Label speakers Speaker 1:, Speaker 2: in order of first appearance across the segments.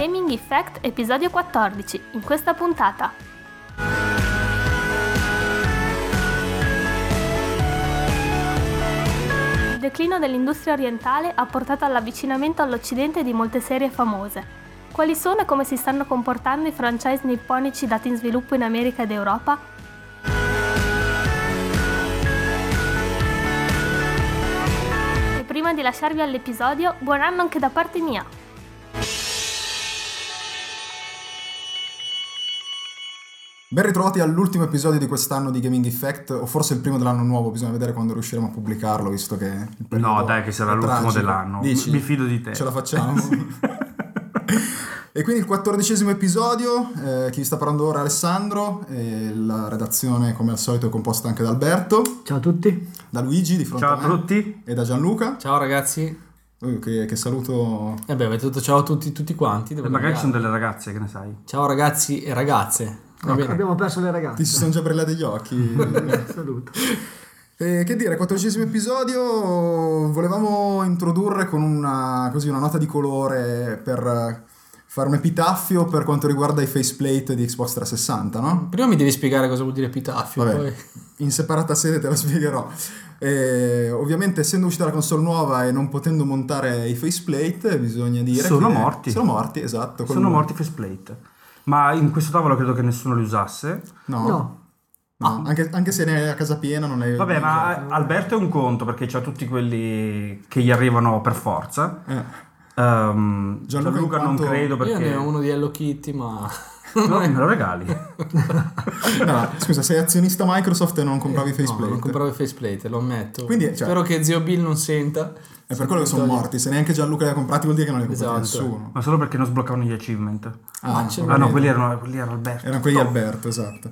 Speaker 1: Effect, episodio 14, in questa puntata. Il declino dell'industria orientale ha portato all'avvicinamento all'Occidente di molte serie famose. Quali sono e come si stanno comportando i franchise nipponici dati in sviluppo in America ed Europa? E prima di lasciarvi all'episodio, buon anno anche da parte mia!
Speaker 2: Ben ritrovati all'ultimo episodio di quest'anno di Gaming Effect, o forse il primo dell'anno nuovo, bisogna vedere quando riusciremo a pubblicarlo, visto che... il periodo
Speaker 3: No, dai, che sarà
Speaker 2: è
Speaker 3: l'ultimo
Speaker 2: tragico.
Speaker 3: dell'anno.
Speaker 2: Dici?
Speaker 3: Mi fido di te.
Speaker 2: Ce la facciamo. e quindi il quattordicesimo episodio, eh, chi vi sta parlando ora è Alessandro, e la redazione come al solito è composta anche da Alberto,
Speaker 4: Ciao a tutti.
Speaker 2: da Luigi di fronte
Speaker 3: Ciao
Speaker 2: a
Speaker 3: a
Speaker 2: me,
Speaker 3: tutti.
Speaker 2: e da Gianluca,
Speaker 5: Ciao ragazzi,
Speaker 2: Eh, che, che saluto...
Speaker 5: e beh, avete detto ciao a tutti, tutti quanti. devo
Speaker 3: Eh, Magari ci
Speaker 5: cambiare.
Speaker 3: sono delle ragazze, che ne sai.
Speaker 5: Ciao ragazzi e ragazze. Va bene?
Speaker 4: Abbiamo perso le
Speaker 2: Ti si
Speaker 4: ragazze.
Speaker 2: sono già brillati gli occhi.
Speaker 4: Saluto.
Speaker 2: Eh, che dire, quattordicesimo episodio, volevamo introdurre con una, così, una nota di colore per eh, fare un epitaffio per quanto riguarda i faceplate di Xbox 360, no?
Speaker 5: Prima mi devi spiegare cosa vuol dire epitaffio.
Speaker 2: Vabbè.
Speaker 5: Poi...
Speaker 2: In separata sede te la spiegherò. Eh, ovviamente essendo uscita la console nuova e non potendo montare i faceplate, bisogna dire...
Speaker 3: Sono
Speaker 2: che-
Speaker 3: morti.
Speaker 2: Sono morti, esatto. col-
Speaker 3: Sono morti faceplate. Ma in questo tavolo credo che nessuno li usasse.
Speaker 2: No, no.
Speaker 4: No,
Speaker 2: Anche, anche se ne è a casa piena non è...
Speaker 3: Vabbè, ma Alberto è un conto perché c'ha tutti quelli che gli arrivano per forza.
Speaker 2: Eh. Gianluca,
Speaker 3: Ehm, Gianluca,
Speaker 2: in quanto-
Speaker 3: non credo perché...
Speaker 5: Io ne ho uno di Hello Kitty, ma...
Speaker 3: No, me lo regali.
Speaker 2: No, scusa, sei azionista Microsoft e non compravi i
Speaker 5: Eh, No,
Speaker 2: faceplate?
Speaker 5: non compravo il faceplate, lo ammetto.
Speaker 2: Quindi, cioè-
Speaker 5: Spero che zio Bill non senta.
Speaker 2: È per quello che sono morti, se neanche Gianluca li ha comprati vuol dire che non li ha comprati
Speaker 5: Esatto.
Speaker 2: nessuno.
Speaker 3: ma solo perché non sbloccavano gli achievement.
Speaker 2: Ah,
Speaker 5: ce
Speaker 3: Ah no, quelli erano, quelli erano Alberto.
Speaker 2: Erano quelli di Alberto, esatto.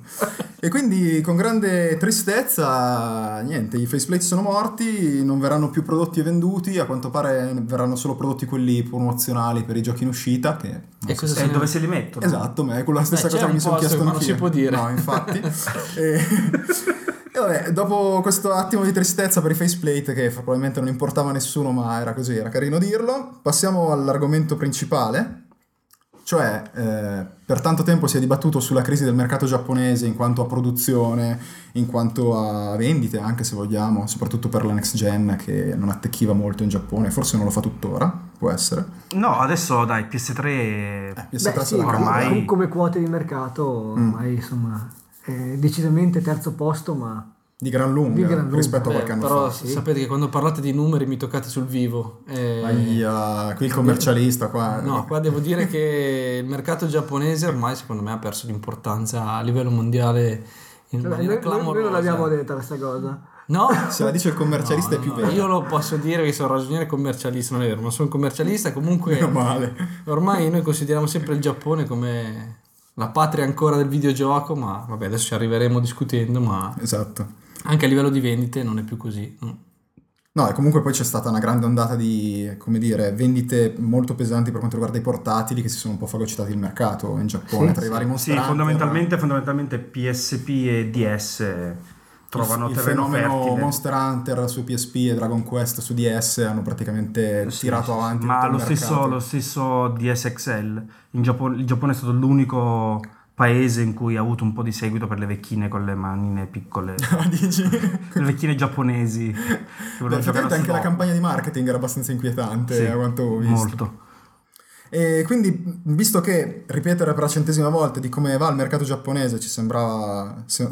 Speaker 2: e quindi con grande tristezza, niente, i faceplate sono morti, non verranno più prodotti e venduti, a quanto pare verranno solo prodotti quelli promozionali per i giochi in uscita, che...
Speaker 5: E cosa
Speaker 3: Eh,
Speaker 5: se ne-
Speaker 3: dove se li mettono?
Speaker 2: Esatto, ma è quella stessa
Speaker 5: Beh,
Speaker 2: cosa
Speaker 5: c'è
Speaker 2: che mi
Speaker 5: un
Speaker 2: sono
Speaker 5: posto
Speaker 2: chiesto
Speaker 5: che non
Speaker 2: anch'io.
Speaker 5: si può dire.
Speaker 2: No, infatti. e... e vabbè, dopo questo attimo di tristezza per i faceplate, che probabilmente non importava a nessuno, ma era così, era carino dirlo, passiamo all'argomento principale. Cioè, eh, per tanto tempo si è dibattuto sulla crisi del mercato giapponese in quanto a produzione, in quanto a vendite, anche se vogliamo, soprattutto per la next gen che non attecchiva molto in Giappone, forse non lo fa tuttora, può essere.
Speaker 3: No, adesso dai, PS3...
Speaker 2: PS3
Speaker 4: Beh, sì,
Speaker 2: se la
Speaker 4: com-
Speaker 2: cava.
Speaker 3: ormai-
Speaker 4: com- come quote di mercato,
Speaker 2: Mm.
Speaker 4: ormai insomma, è decisamente terzo posto, ma
Speaker 2: Di gran lunga,
Speaker 4: Di gran lunga.
Speaker 2: rispetto
Speaker 5: Beh,
Speaker 2: a qualche anno
Speaker 5: eh, però
Speaker 2: fa.
Speaker 4: sì.
Speaker 5: sapete che quando parlate di numeri mi toccate sul vivo. Eh,
Speaker 2: Aia, qui il commercialista qua. Eh,
Speaker 5: No, qua devo dire che il mercato giapponese ormai secondo me ha perso l'importanza a livello mondiale in maniera
Speaker 4: Vabbè, Cioè, noi, noi- noi
Speaker 5: Cioè, clamorosa.
Speaker 4: non l'abbiamo detta questa cosa.
Speaker 5: No?
Speaker 2: Se la dice il commercialista è più
Speaker 5: No, no,
Speaker 2: vero.
Speaker 5: Io lo posso dire che sono ragioniere commercialista, non è vero, ma sono un commercialista.
Speaker 2: Meno
Speaker 5: Comunque
Speaker 2: male.
Speaker 5: ormai noi consideriamo sempre il Giappone come la patria ancora del videogioco, ma vabbè adesso ci arriveremo discutendo, ma
Speaker 2: Esatto.
Speaker 5: anche a livello di vendite non è più così. Mm.
Speaker 2: No, e comunque poi c'è stata una grande ondata di, come dire, vendite molto pesanti per quanto riguarda i portatili che si sono un po' fagocitati il mercato in Giappone
Speaker 4: Sì,
Speaker 2: tra i vari
Speaker 3: Sì,
Speaker 2: mostranti.
Speaker 3: fondamentalmente,
Speaker 2: eh.
Speaker 3: fondamentalmente PSP e DS
Speaker 2: era-
Speaker 3: trovano
Speaker 2: il, il
Speaker 3: terreno
Speaker 2: fenomeno
Speaker 3: fertile.
Speaker 2: Monster Hunter su PSP e Dragon Quest su DS hanno praticamente
Speaker 3: Sì,
Speaker 2: tirato
Speaker 3: sì,
Speaker 2: avanti tutto
Speaker 3: Ma
Speaker 2: il
Speaker 3: lo stesso,
Speaker 2: mercato.
Speaker 3: lo stesso DSXL. In Giappone, il Giappone è stato l'unico paese in cui ha avuto un po' di seguito per le vecchine con le manine piccole.
Speaker 2: Ah, Dici?
Speaker 3: le vecchine giapponesi. che volevano giocare a
Speaker 2: Effettivamente anche la
Speaker 3: Sudoku.
Speaker 2: campagna di marketing era abbastanza inquietante
Speaker 3: Sì,
Speaker 2: a quanto ho visto.
Speaker 3: Molto.
Speaker 2: E quindi, visto che ripetere per la centesima volta di come va il mercato giapponese ci sembrava se-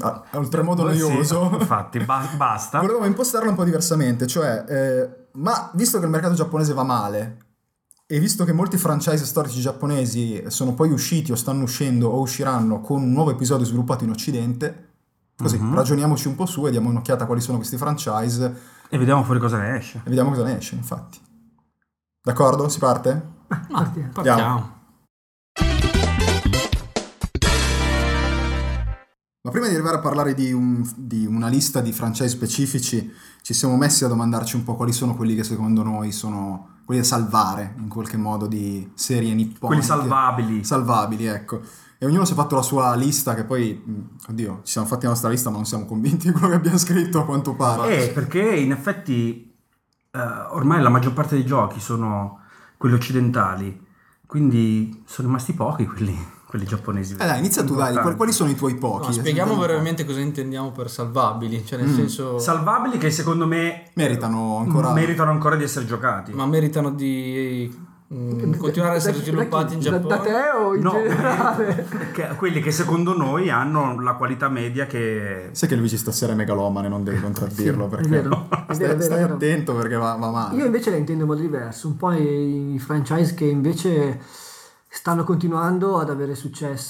Speaker 2: a- a oltremodo
Speaker 3: Sì,
Speaker 2: noioso,
Speaker 3: infatti, ba- basta.
Speaker 2: volevamo impostarlo un po' diversamente. Cioè, eh, ma visto che il mercato giapponese va male, e visto che molti franchise storici giapponesi sono poi usciti o stanno uscendo o usciranno con un nuovo episodio sviluppato in Occidente, così
Speaker 3: Mhm.
Speaker 2: ragioniamoci un po' su e diamo un'occhiata a quali sono questi franchise e
Speaker 3: E vediamo fuori cosa ne esce.
Speaker 2: vediamo cosa ne esce, infatti. D'accordo? Si parte?
Speaker 5: Ma
Speaker 4: Partiamo.
Speaker 5: partiamo.
Speaker 2: Ma prima di arrivare a parlare di, un- di una lista di franchise specifici, ci siamo messi a domandarci un po' quali sono quelli che secondo noi sono quelli da salvare in qualche modo di serie nipponiche.
Speaker 3: Quelli salvabili.
Speaker 2: Salvabili, ecco. E ognuno si è fatto la sua lista, che poi, mh, oddio, ci siamo fatti la nostra lista, ma non siamo convinti di quello che abbiamo scritto a quanto pare.
Speaker 3: Eh, perché in effetti eh, ormai la maggior parte dei giochi sono quelli occidentali, Quindi sono rimasti pochi quelli, quelli giapponesi.
Speaker 2: Eh dai, inizia tu, dai. Qual- Quali sono i tuoi pochi?
Speaker 5: No, spieghiamo veramente cosa intendiamo per salvabili, cioè nel
Speaker 2: Mm.
Speaker 5: senso...
Speaker 3: Salvabili che secondo me
Speaker 2: Meritano ancora...
Speaker 3: meritano ancora di essere giocati.
Speaker 5: ma meritano di mm, continuare a essere
Speaker 4: Da- da-
Speaker 5: sviluppati in
Speaker 4: da-
Speaker 5: Giappone.
Speaker 4: Da
Speaker 2: eh.
Speaker 4: te o in
Speaker 3: No,
Speaker 4: generale?
Speaker 3: che- quelli che secondo noi hanno la qualità media che...
Speaker 2: Sai che Luigi stasera è megalomane, non devi contraddirlo
Speaker 4: Sì, è
Speaker 2: perché...
Speaker 4: vero, è
Speaker 2: Stai,
Speaker 4: vero, è
Speaker 2: stai
Speaker 4: vero.
Speaker 2: attento perché va, va male.
Speaker 4: Io invece la intendo in modo diverso, un po' i, i franchise che invece stanno continuando ad avere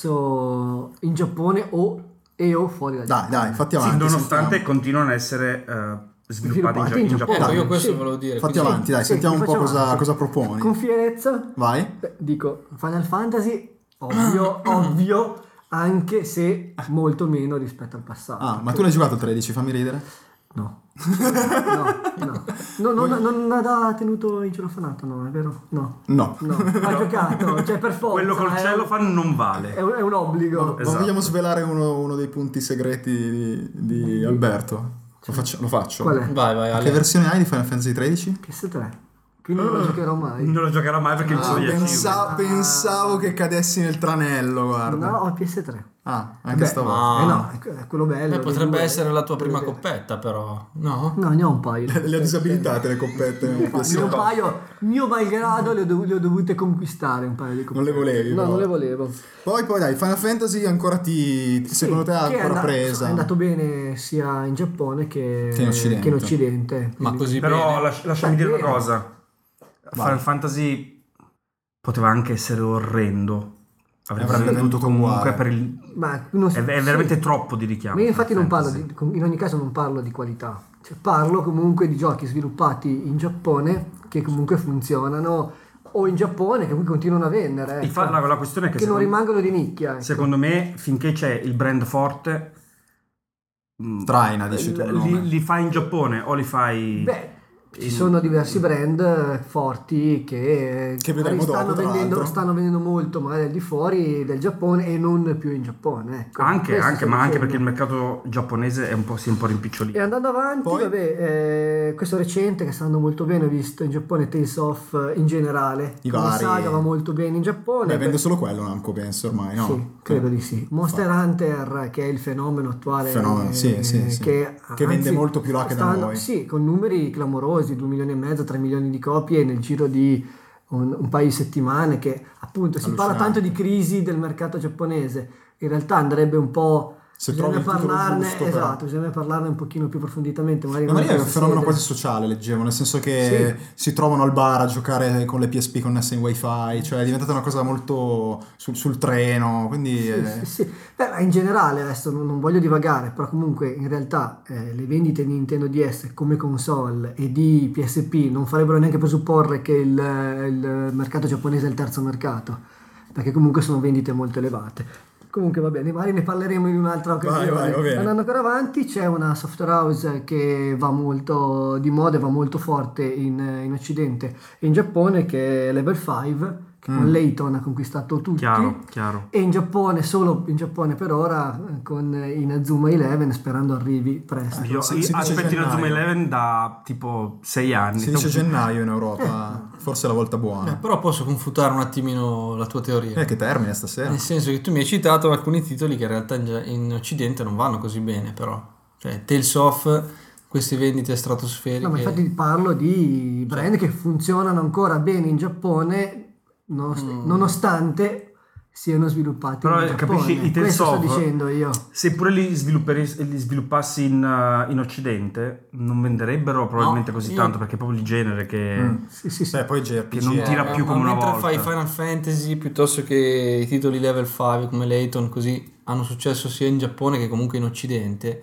Speaker 4: successo in Giappone o, e o fuori da
Speaker 2: Dai, dai, fatti avanti.
Speaker 3: Sì, nonostante
Speaker 2: sentiamo.
Speaker 3: continuano a essere eh, sviluppati, in,
Speaker 4: Sviluppati
Speaker 3: Gia-
Speaker 4: in
Speaker 3: in
Speaker 4: Giappone.
Speaker 3: Giappone.
Speaker 5: Ecco, io
Speaker 2: Dai,
Speaker 5: questo
Speaker 4: sì.
Speaker 5: volevo dire.
Speaker 2: Fatti
Speaker 5: quindi-
Speaker 2: avanti, dai,
Speaker 4: Sì,
Speaker 2: sentiamo un po'
Speaker 4: facciamo
Speaker 2: cosa,
Speaker 4: avanti.
Speaker 2: cosa
Speaker 4: Giappone.
Speaker 2: proponi.
Speaker 4: Con fierezza
Speaker 2: Vai.
Speaker 4: Beh, Eh, dico Final Fantasy, ovvio, ovvio, anche se molto meno rispetto al passato.
Speaker 2: Ah, ma tu l'hai giocato il 13, fammi ridere.
Speaker 4: No. No, no. No, no, no, non ha tenuto in celofanato, no, è vero? No.
Speaker 2: No.
Speaker 4: No, Esatto. ha giocato, cioè per forza.
Speaker 3: Quello col
Speaker 4: è un-
Speaker 3: cellophane non vale.
Speaker 4: È un, è un obbligo.
Speaker 2: Ma
Speaker 3: Esatto.
Speaker 2: vogliamo svelare uno, uno dei punti segreti di, di Alberto? Lo faccio. Lo faccio.
Speaker 4: Qual è?
Speaker 5: Vai, vai,
Speaker 2: Ma Che
Speaker 5: Ale.
Speaker 2: versione hai di Final Fantasy 13?
Speaker 4: Boh, PS3. Quindi non lo giocherò mai.
Speaker 3: Ah, Non lo giocherò mai perché non sono gli achievement.
Speaker 2: Ah, pensa- pensavo che cadessi nel tranello, guarda.
Speaker 4: No, ho il PS3.
Speaker 2: Ah, anche
Speaker 4: Beh,
Speaker 2: stavolta.
Speaker 5: Ah.
Speaker 4: Eh no, è que- è quello bello.
Speaker 5: Beh, Eh, potrebbe
Speaker 4: dei due.
Speaker 5: essere la tua prima
Speaker 4: Quello che-
Speaker 5: coppetta, però. No?
Speaker 4: No, ne ho un paio.
Speaker 2: Le ho disabilitate le coppette. un po'
Speaker 4: Ne ho un paio, mio malgrado, le ho, dov- le ho dovute conquistare un paio di coppette.
Speaker 2: Non le volevi,
Speaker 4: No,
Speaker 2: però.
Speaker 4: non le volevo.
Speaker 2: Poi, poi dai, Final Fantasy ancora ti... ti- Secondo te
Speaker 4: Sì,
Speaker 2: ha
Speaker 4: che è
Speaker 2: ancora
Speaker 4: andato-
Speaker 2: presa?
Speaker 4: È andato bene sia in Giappone che,
Speaker 2: Che in Occidente.
Speaker 4: che in Occidente.
Speaker 5: Ma
Speaker 2: Mm.
Speaker 4: Quindi-
Speaker 5: così
Speaker 3: Però
Speaker 5: bene.
Speaker 3: lasci- lasciami
Speaker 4: Beh,
Speaker 3: dire una
Speaker 4: bene.
Speaker 3: cosa.
Speaker 2: Vai.
Speaker 3: Final Fantasy poteva anche essere orrendo. Avrebbe
Speaker 2: Avrebbe
Speaker 3: venduto
Speaker 2: venduto
Speaker 3: comunque
Speaker 2: uguale.
Speaker 3: per il...
Speaker 4: Ma non
Speaker 3: È,
Speaker 4: so-
Speaker 3: è
Speaker 4: sì.
Speaker 3: veramente troppo di richiamo.
Speaker 4: Ma io infatti non
Speaker 3: Final
Speaker 4: parlo,
Speaker 3: Fantasy.
Speaker 4: di- in ogni caso non parlo di qualità, Cioè, parlo comunque di giochi sviluppati in Giappone che comunque funzionano o in Giappone che poi continuano a vendere,
Speaker 3: Il
Speaker 4: ecco.
Speaker 3: fa- la, la questione è che,
Speaker 4: che non
Speaker 3: secondo,
Speaker 4: rimangono di nicchia. ecco.
Speaker 3: secondo me finché c'è il brand forte mh,
Speaker 2: Traina, dici tu. il
Speaker 3: li,
Speaker 2: nome.
Speaker 3: li fai in Giappone o li fai
Speaker 4: Beh, ci sono diversi brand eh, forti che,
Speaker 2: Che
Speaker 4: magari
Speaker 2: vedremo
Speaker 4: stanno,
Speaker 2: dopo, tra
Speaker 4: vendendo,
Speaker 2: l'altro.
Speaker 4: stanno vendendo molto magari al di fuori del Giappone e non più in Giappone. ecco.
Speaker 3: anche,
Speaker 4: Questo
Speaker 3: anche
Speaker 4: sto
Speaker 3: ma anche
Speaker 4: dicendo.
Speaker 3: perché il mercato giapponese è un po', si è un po' rimpicciolito
Speaker 4: E andando avanti,
Speaker 2: Poi?
Speaker 4: vabbè, eh, questo recente che sta andando molto bene, ho visto in Giappone Tales of eh, in generale,
Speaker 2: I
Speaker 4: come
Speaker 2: vari-
Speaker 4: saga va molto bene in Giappone.
Speaker 2: Beh, vende
Speaker 4: Beh,
Speaker 2: solo quello Namco, penso, ormai, no? Eh.
Speaker 4: Sì, credo di sì. Monster
Speaker 2: Infatti.
Speaker 4: Hunter, eh, che è il fenomeno attuale, eh,
Speaker 2: Fenomeno, sì, sì, sì.
Speaker 4: Che,
Speaker 2: Che vende molto più là che da
Speaker 4: stanno-
Speaker 2: noi.
Speaker 4: Sì, con numeri clamorosi, 2 milioni e mezzo, 3 milioni di copie nel giro di un, un paio di settimane, che appunto si parla
Speaker 2: Allucinante.
Speaker 4: tanto di crisi del mercato giapponese, in realtà andrebbe un po'...
Speaker 2: Se
Speaker 4: bisogna
Speaker 2: trovi il titolo
Speaker 4: parlarne,
Speaker 2: giusto, però.
Speaker 4: esatto, bisogna parlarne un pochino più approfonditamente. Magari
Speaker 2: Ma magari è
Speaker 4: in
Speaker 2: un fenomeno
Speaker 4: questa
Speaker 2: quasi
Speaker 4: sede.
Speaker 2: sociale, leggevo, nel senso che si trovano al bar a giocare con le PSP connesse in wifi, cioè è diventata una cosa molto sul, sul treno, quindi... eh,
Speaker 4: Sì, sì, sì. Beh, ma in generale adesso non, non voglio divagare, però comunque in realtà eh, le vendite di Nintendo DS come console e di PSP non farebbero neanche presupporre che il, il mercato giapponese è il terzo mercato, perché comunque sono vendite molto elevate. Comunque va bene, magari ne parleremo in un'altra occasione.
Speaker 2: vai, va bene.
Speaker 4: Andando ancora avanti c'è una software house che va molto di moda e va molto forte in, in Occidente e in Giappone che è Level 5, che
Speaker 2: Mm.
Speaker 4: con Layton ha conquistato tutti.
Speaker 3: chiaro chiaro
Speaker 4: E in Giappone, solo in Giappone per ora, eh, con eh, Inazuma Eleven, sperando arrivi presto.
Speaker 3: io
Speaker 2: si- si dice
Speaker 3: aspetti una Zoom
Speaker 2: gennaio.
Speaker 3: 11 da tipo 6 anni
Speaker 2: Si dice gennaio in Europa, forse è la volta
Speaker 5: Eh,
Speaker 4: Ah.
Speaker 2: buona.
Speaker 5: però posso confutare un attimino la tua teoria.
Speaker 2: Eh, che termine stasera.
Speaker 5: Nel senso che tu mi hai citato alcuni titoli che in realtà in, in Occidente non vanno così bene, però. Cioè, Tales of, queste vendite stratosferiche.
Speaker 4: No, ma infatti parlo di brand che funzionano ancora bene in Giappone, nonost-
Speaker 5: Mm.
Speaker 4: nonostante siano sviluppati
Speaker 3: Però,
Speaker 4: in Giappone.
Speaker 3: capisci, i Tales
Speaker 4: Questo sto
Speaker 3: of-
Speaker 4: dicendo io.
Speaker 3: se pure li, svilupperi- li sviluppassi in, eh, in occidente non venderebbero probabilmente
Speaker 5: No,
Speaker 3: così
Speaker 5: io-
Speaker 3: tanto perché è proprio il genere che
Speaker 2: Mm.
Speaker 4: Sì, sì, sì.
Speaker 2: Beh, poi JRPG.
Speaker 3: Che non
Speaker 2: eh.
Speaker 3: tira
Speaker 5: Eh,
Speaker 3: più
Speaker 5: ma
Speaker 3: come una
Speaker 5: mentre
Speaker 3: volta.
Speaker 5: fai Final Fantasy piuttosto che i titoli level 5 come Layton così hanno successo sia in Giappone che comunque in Occidente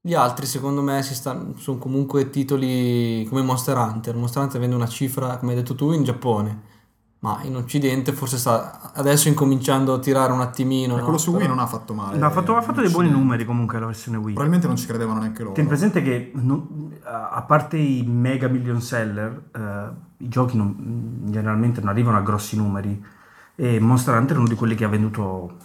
Speaker 5: gli altri secondo me si stanno, sono comunque titoli come Monster Hunter Monster Hunter vende una cifra come hai detto tu in Giappone ma in Occidente forse sta adesso incominciando a tirare un attimino
Speaker 2: Ma
Speaker 5: no?
Speaker 2: quello su Wii
Speaker 5: Però-
Speaker 2: non ha fatto male.
Speaker 3: ha fatto, ha fatto dei buoni
Speaker 2: Sì.
Speaker 3: numeri comunque la versione Wii
Speaker 2: Probabilmente non ci credevano neanche loro.
Speaker 3: Ten presente che non- a a parte i mega million seller, eh, i giochi non- generalmente non arrivano a grossi numeri e Monster Hunter è uno di quelli che ha venduto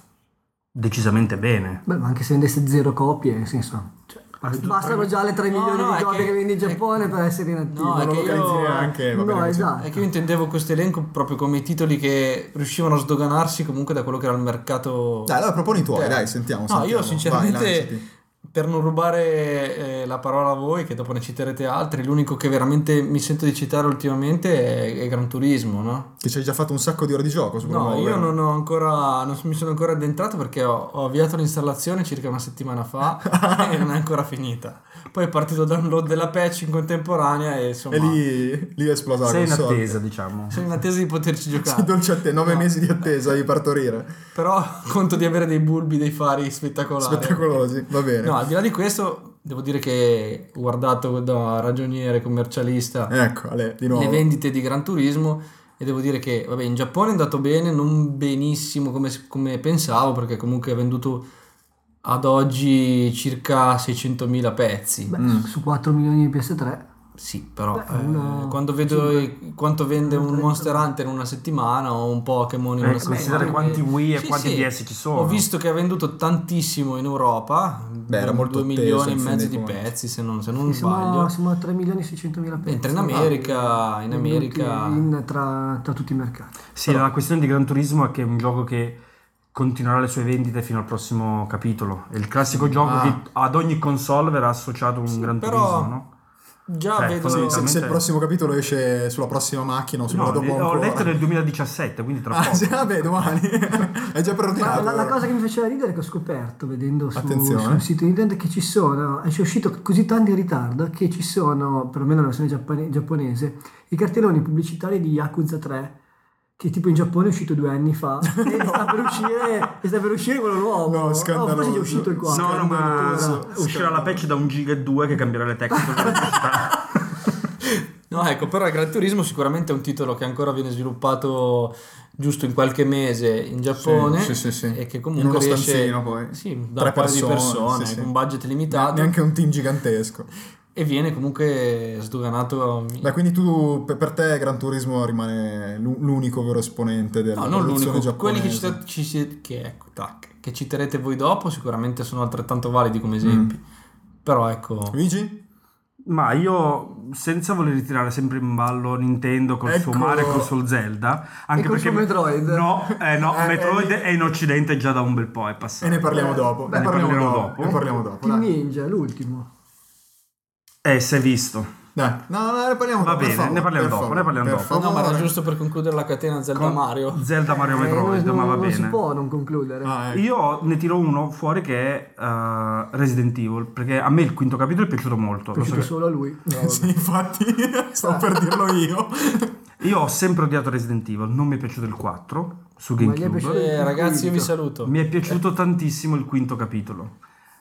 Speaker 3: decisamente bene.
Speaker 4: Beh, ma anche se vendesse zero copie, nel senso... cioè, Bastano già le 3
Speaker 5: No,
Speaker 4: milioni
Speaker 5: no,
Speaker 4: di
Speaker 5: è
Speaker 4: copie che,
Speaker 5: che-
Speaker 4: vendi in
Speaker 5: è-
Speaker 4: Giappone per essere inattivo.
Speaker 5: No,
Speaker 2: non
Speaker 5: è
Speaker 2: lo
Speaker 5: che io-
Speaker 2: localizzi neanche. va
Speaker 4: No,
Speaker 2: bene così.
Speaker 4: esatto.
Speaker 5: Ah, È che io intendevo questo elenco proprio come i titoli che riuscivano a sdoganarsi comunque da quello che era il mercato.
Speaker 2: Dai, allora proponi i tuoi,
Speaker 5: Eh.
Speaker 2: dai, sentiamo.
Speaker 5: No,
Speaker 2: sentiamo.
Speaker 5: io sinceramente,
Speaker 2: Vai, lanciati.
Speaker 5: per non rubare eh, la parola a voi, che dopo ne citerete altri, l'unico che veramente mi sento di citare ultimamente è, è Gran Turismo, no?
Speaker 2: Che ci hai già fatto un sacco di ore di gioco. su
Speaker 5: No,
Speaker 2: Promo,
Speaker 5: io
Speaker 2: vero?
Speaker 5: non ho ancora, non mi sono ancora addentrato perché ho, ho avviato l'installazione circa una settimana fa e non è ancora finita. Poi è partito il download della patch in contemporanea e insomma
Speaker 2: E lì, lì è esplosa la
Speaker 3: Sei in
Speaker 2: console.
Speaker 3: attesa, diciamo.
Speaker 5: sono in attesa di poterci
Speaker 2: Sì,
Speaker 5: giocare.
Speaker 2: dolce a te, 9
Speaker 5: cioè, No.
Speaker 2: mesi di attesa di partorire.
Speaker 5: Però conto di avere dei bulbi, dei fari spettacolari.
Speaker 2: Spettacolosi, va bene.
Speaker 5: No, al di là di questo, devo dire che guardato da ragioniere, commercialista,
Speaker 3: Eh,
Speaker 2: Ecco, Ale, di nuovo.
Speaker 5: le vendite di Gran Turismo e devo dire che, vabbè, in Giappone è andato bene, non benissimo come, come pensavo, perché comunque ha venduto ad oggi circa 600.000 pezzi.
Speaker 4: Beh, su 4 milioni di PS3.
Speaker 5: Sì, però
Speaker 4: Beh,
Speaker 5: eh,
Speaker 4: uno-
Speaker 5: quando vedo i- quanto vende un
Speaker 4: trenta.
Speaker 5: Monster Hunter in una settimana o un Pokémon in
Speaker 3: Eh,
Speaker 5: una settimana,
Speaker 3: considera quanti Wii e
Speaker 5: Sì,
Speaker 3: quanti
Speaker 5: sì.
Speaker 3: DS ci sono.
Speaker 5: Ho visto che ha venduto tantissimo in Europa,
Speaker 2: Beh, era molto
Speaker 5: 2
Speaker 2: atteso,
Speaker 5: milioni e
Speaker 2: in fin
Speaker 5: mezzo
Speaker 2: dei
Speaker 5: di
Speaker 2: conti.
Speaker 5: pezzi, se non, se non
Speaker 4: Sì, siamo,
Speaker 5: sbaglio.
Speaker 4: a- siamo a 3 milioni e 600 mila pezzi.
Speaker 5: Mentre in America, Ah, in America...
Speaker 4: In- tra, tra tutti i mercati.
Speaker 3: Sì, la questione di Gran Turismo è che è un gioco che continuerà le sue vendite fino al prossimo capitolo. È il classico gioco
Speaker 2: Ah.
Speaker 3: che ad ogni console verrà associato un
Speaker 5: Sì,
Speaker 3: Gran
Speaker 5: però-
Speaker 3: Turismo, no?
Speaker 5: Già
Speaker 3: Cioè,
Speaker 5: vedo...
Speaker 2: Sì, se, se
Speaker 3: veramente-
Speaker 2: il prossimo capitolo esce sulla prossima macchina o sulla
Speaker 3: No, eh,
Speaker 2: dopo
Speaker 3: ho
Speaker 2: ancora.
Speaker 3: letto nel 2017, quindi tra poco.
Speaker 2: Ah, sì, vabbè, domani. È già
Speaker 4: Ma
Speaker 2: preordinato.
Speaker 4: la, la
Speaker 2: allora.
Speaker 4: cosa che mi faceva ridere è che ho scoperto vedendo su,
Speaker 2: Ah, Attenzione.
Speaker 4: sul sito internet che ci sono, è uscito così tanto in ritardo che ci sono, perlomeno nella versione giappone- giapponese, i cartelloni pubblicitari di Yakuza 3 che tipo in Giappone è uscito due anni fa e sta per uscire, e sta per uscire quello nuovo.
Speaker 2: No,
Speaker 4: Oh, forse è
Speaker 2: scandaloso.
Speaker 4: già uscito il 4.
Speaker 3: No, no, ma
Speaker 2: Scandaloso.
Speaker 3: uscirà la patch da 1 giga e 2 che cambierà le tecniche. della pubblicità.
Speaker 5: No, ecco, però Gran Turismo sicuramente è un titolo che ancora viene sviluppato giusto in qualche mese in Giappone
Speaker 2: Sì, sì, sì, sì.
Speaker 5: e che
Speaker 2: In
Speaker 5: comunque
Speaker 2: uno
Speaker 5: riesce-
Speaker 2: stanzino, poi.
Speaker 5: Sì, da
Speaker 2: Tre
Speaker 5: un paio di
Speaker 2: persone,
Speaker 5: persone,
Speaker 2: sì, sì.
Speaker 5: con un budget limitato
Speaker 2: Neanche un team gigantesco.
Speaker 5: e viene comunque sdoganato
Speaker 2: Beh, quindi tu, per- per te Gran Turismo rimane l'u- l'unico vero esponente della
Speaker 5: No, non l'unico,
Speaker 2: produzione giapponese.
Speaker 5: quelli che, cita- ci si- che, ecco, tac, che citerete voi dopo sicuramente sono altrettanto validi come esempi.
Speaker 2: Mm.
Speaker 5: Però ecco,
Speaker 2: Luigi?
Speaker 3: ma io, senza voler tirare sempre in ballo Nintendo col
Speaker 2: Ecco.
Speaker 3: suo Mario e col suo Zelda, anche
Speaker 4: col
Speaker 3: perché
Speaker 4: suo Metroid.
Speaker 3: No, eh, no,
Speaker 2: Eh,
Speaker 3: Metroid
Speaker 2: eh,
Speaker 3: è in Occidente già da un bel po', è
Speaker 2: E
Speaker 3: passato.
Speaker 2: ne parliamo dopo.
Speaker 3: Beh,
Speaker 2: ne parliamo,
Speaker 3: Eh, parliamo
Speaker 2: dopo.
Speaker 3: dopo.
Speaker 2: Ne parliamo dopo.
Speaker 4: Il
Speaker 2: Dai.
Speaker 4: Ninja, l'ultimo.
Speaker 3: Eh, si è visto.
Speaker 2: Dai. No, no, no, ne parliamo
Speaker 3: Va
Speaker 2: dopo. per
Speaker 3: bene,
Speaker 2: favore,
Speaker 3: ne parliamo
Speaker 2: per
Speaker 3: dopo,
Speaker 2: favore,
Speaker 3: ne parliamo
Speaker 2: per
Speaker 3: dopo.
Speaker 5: no, ma era
Speaker 2: favore.
Speaker 5: giusto per concludere la catena Zelda
Speaker 3: Con-
Speaker 5: Mario.
Speaker 3: Zelda Mario
Speaker 4: Eh,
Speaker 3: Metroid,
Speaker 4: non,
Speaker 3: ma va
Speaker 4: non
Speaker 3: bene.
Speaker 4: si può non concludere.
Speaker 2: Ah, ecco.
Speaker 3: Io ne tiro uno fuori che è eh, Resident Evil, perché a me il quinto capitolo è piaciuto molto.
Speaker 4: È
Speaker 3: Lo so
Speaker 4: piaciuto
Speaker 3: che-
Speaker 4: solo a lui.
Speaker 2: Sì, infatti, stavo per dirlo io.
Speaker 3: Io ho sempre odiato Resident Evil, non mi è piaciuto il 4 su
Speaker 4: gli è
Speaker 3: GameCube.
Speaker 4: piaciuto
Speaker 5: Eh,
Speaker 4: il
Speaker 5: ragazzi, io vi
Speaker 4: quinto.
Speaker 5: saluto.
Speaker 3: Mi è piaciuto tantissimo il quinto capitolo.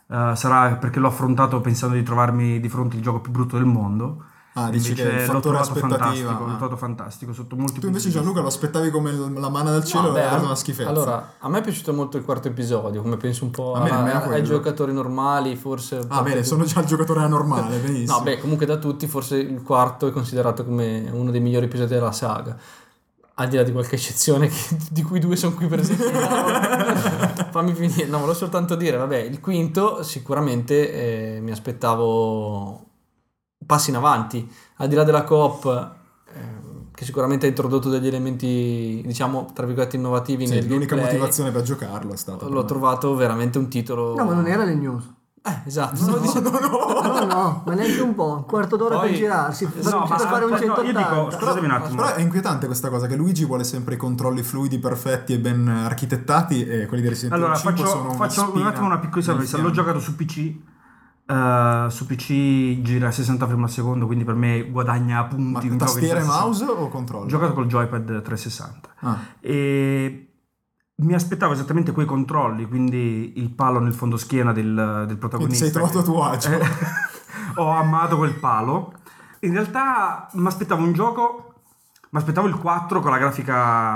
Speaker 3: Eh, sarà perché l'ho affrontato pensando di trovarmi di fronte il gioco più brutto del mondo.
Speaker 2: Ah, dici che il
Speaker 3: invece l'ho
Speaker 2: fattore
Speaker 3: trovato
Speaker 2: aspettativa.
Speaker 3: fantastico, l'ho
Speaker 2: ah.
Speaker 3: trovato fantastico sotto molti
Speaker 2: Tu
Speaker 3: punti
Speaker 2: invece
Speaker 3: di vista.
Speaker 2: Gianluca lo aspettavi come l- la manna dal cielo
Speaker 5: No,
Speaker 2: e
Speaker 5: Ah, beh,
Speaker 2: l'hai dato
Speaker 5: a-
Speaker 2: una schifezza.
Speaker 5: Allora, a me è piaciuto molto il quarto episodio, come penso un po'
Speaker 2: A me
Speaker 5: a-
Speaker 2: nemmeno quello.
Speaker 5: ai giocatori normali, forse...
Speaker 2: ah, bene, sono già il giocatore anormale, benissimo.
Speaker 5: No, beh, comunque da tutti forse il quarto è considerato come uno dei migliori episodi della saga. Al di là di qualche eccezione che- di cui due sono qui presenti. Fammi finire, no, volevo soltanto dire, vabbè, il quinto sicuramente eh, mi aspettavo passi in avanti, al di là della coop ehm, che sicuramente ha introdotto degli elementi, diciamo, tra virgolette innovativi
Speaker 2: Sì,
Speaker 5: nel
Speaker 2: l'unica
Speaker 5: gameplay,
Speaker 2: motivazione per giocarlo è stata.
Speaker 5: L'ho trovato veramente un titolo
Speaker 4: No, ma non era legnoso.
Speaker 5: Eh, esatto. stavo dicendo-
Speaker 4: No, no, ma neanche un po', un quarto d'ora
Speaker 5: Poi-
Speaker 4: per girarsi, per
Speaker 5: No,
Speaker 4: per
Speaker 3: ma-
Speaker 4: fare un
Speaker 3: no, io dico-
Speaker 4: 180.
Speaker 3: Scusatemi un attimo.
Speaker 2: Però è inquietante questa cosa che Luigi vuole sempre i controlli fluidi perfetti e ben architettati e quelli di Resident Evil
Speaker 3: Allora,
Speaker 2: 5 sono
Speaker 3: faccio,
Speaker 2: una
Speaker 3: faccio un
Speaker 2: spina
Speaker 3: attimo una piccola
Speaker 2: nel
Speaker 3: sorpresa. L'ho
Speaker 2: fianco.
Speaker 3: giocato su PC. eh, su PC gira a 60 frame al secondo, quindi per me guadagna
Speaker 2: Ma
Speaker 3: punti. un gioco che
Speaker 2: tastiera e
Speaker 3: gira a 60.
Speaker 2: mouse o controllo?
Speaker 3: Ho giocato col joypad 360.
Speaker 2: Ah,
Speaker 3: e mi aspettavo esattamente quei controlli, quindi il palo nel fondo schiena del, del
Speaker 2: quindi
Speaker 3: protagonista.
Speaker 2: sei trovato a tuo agio.
Speaker 3: Eh, ho amato quel palo. In realtà mi aspettavo un gioco, mi aspettavo il 4 con la grafica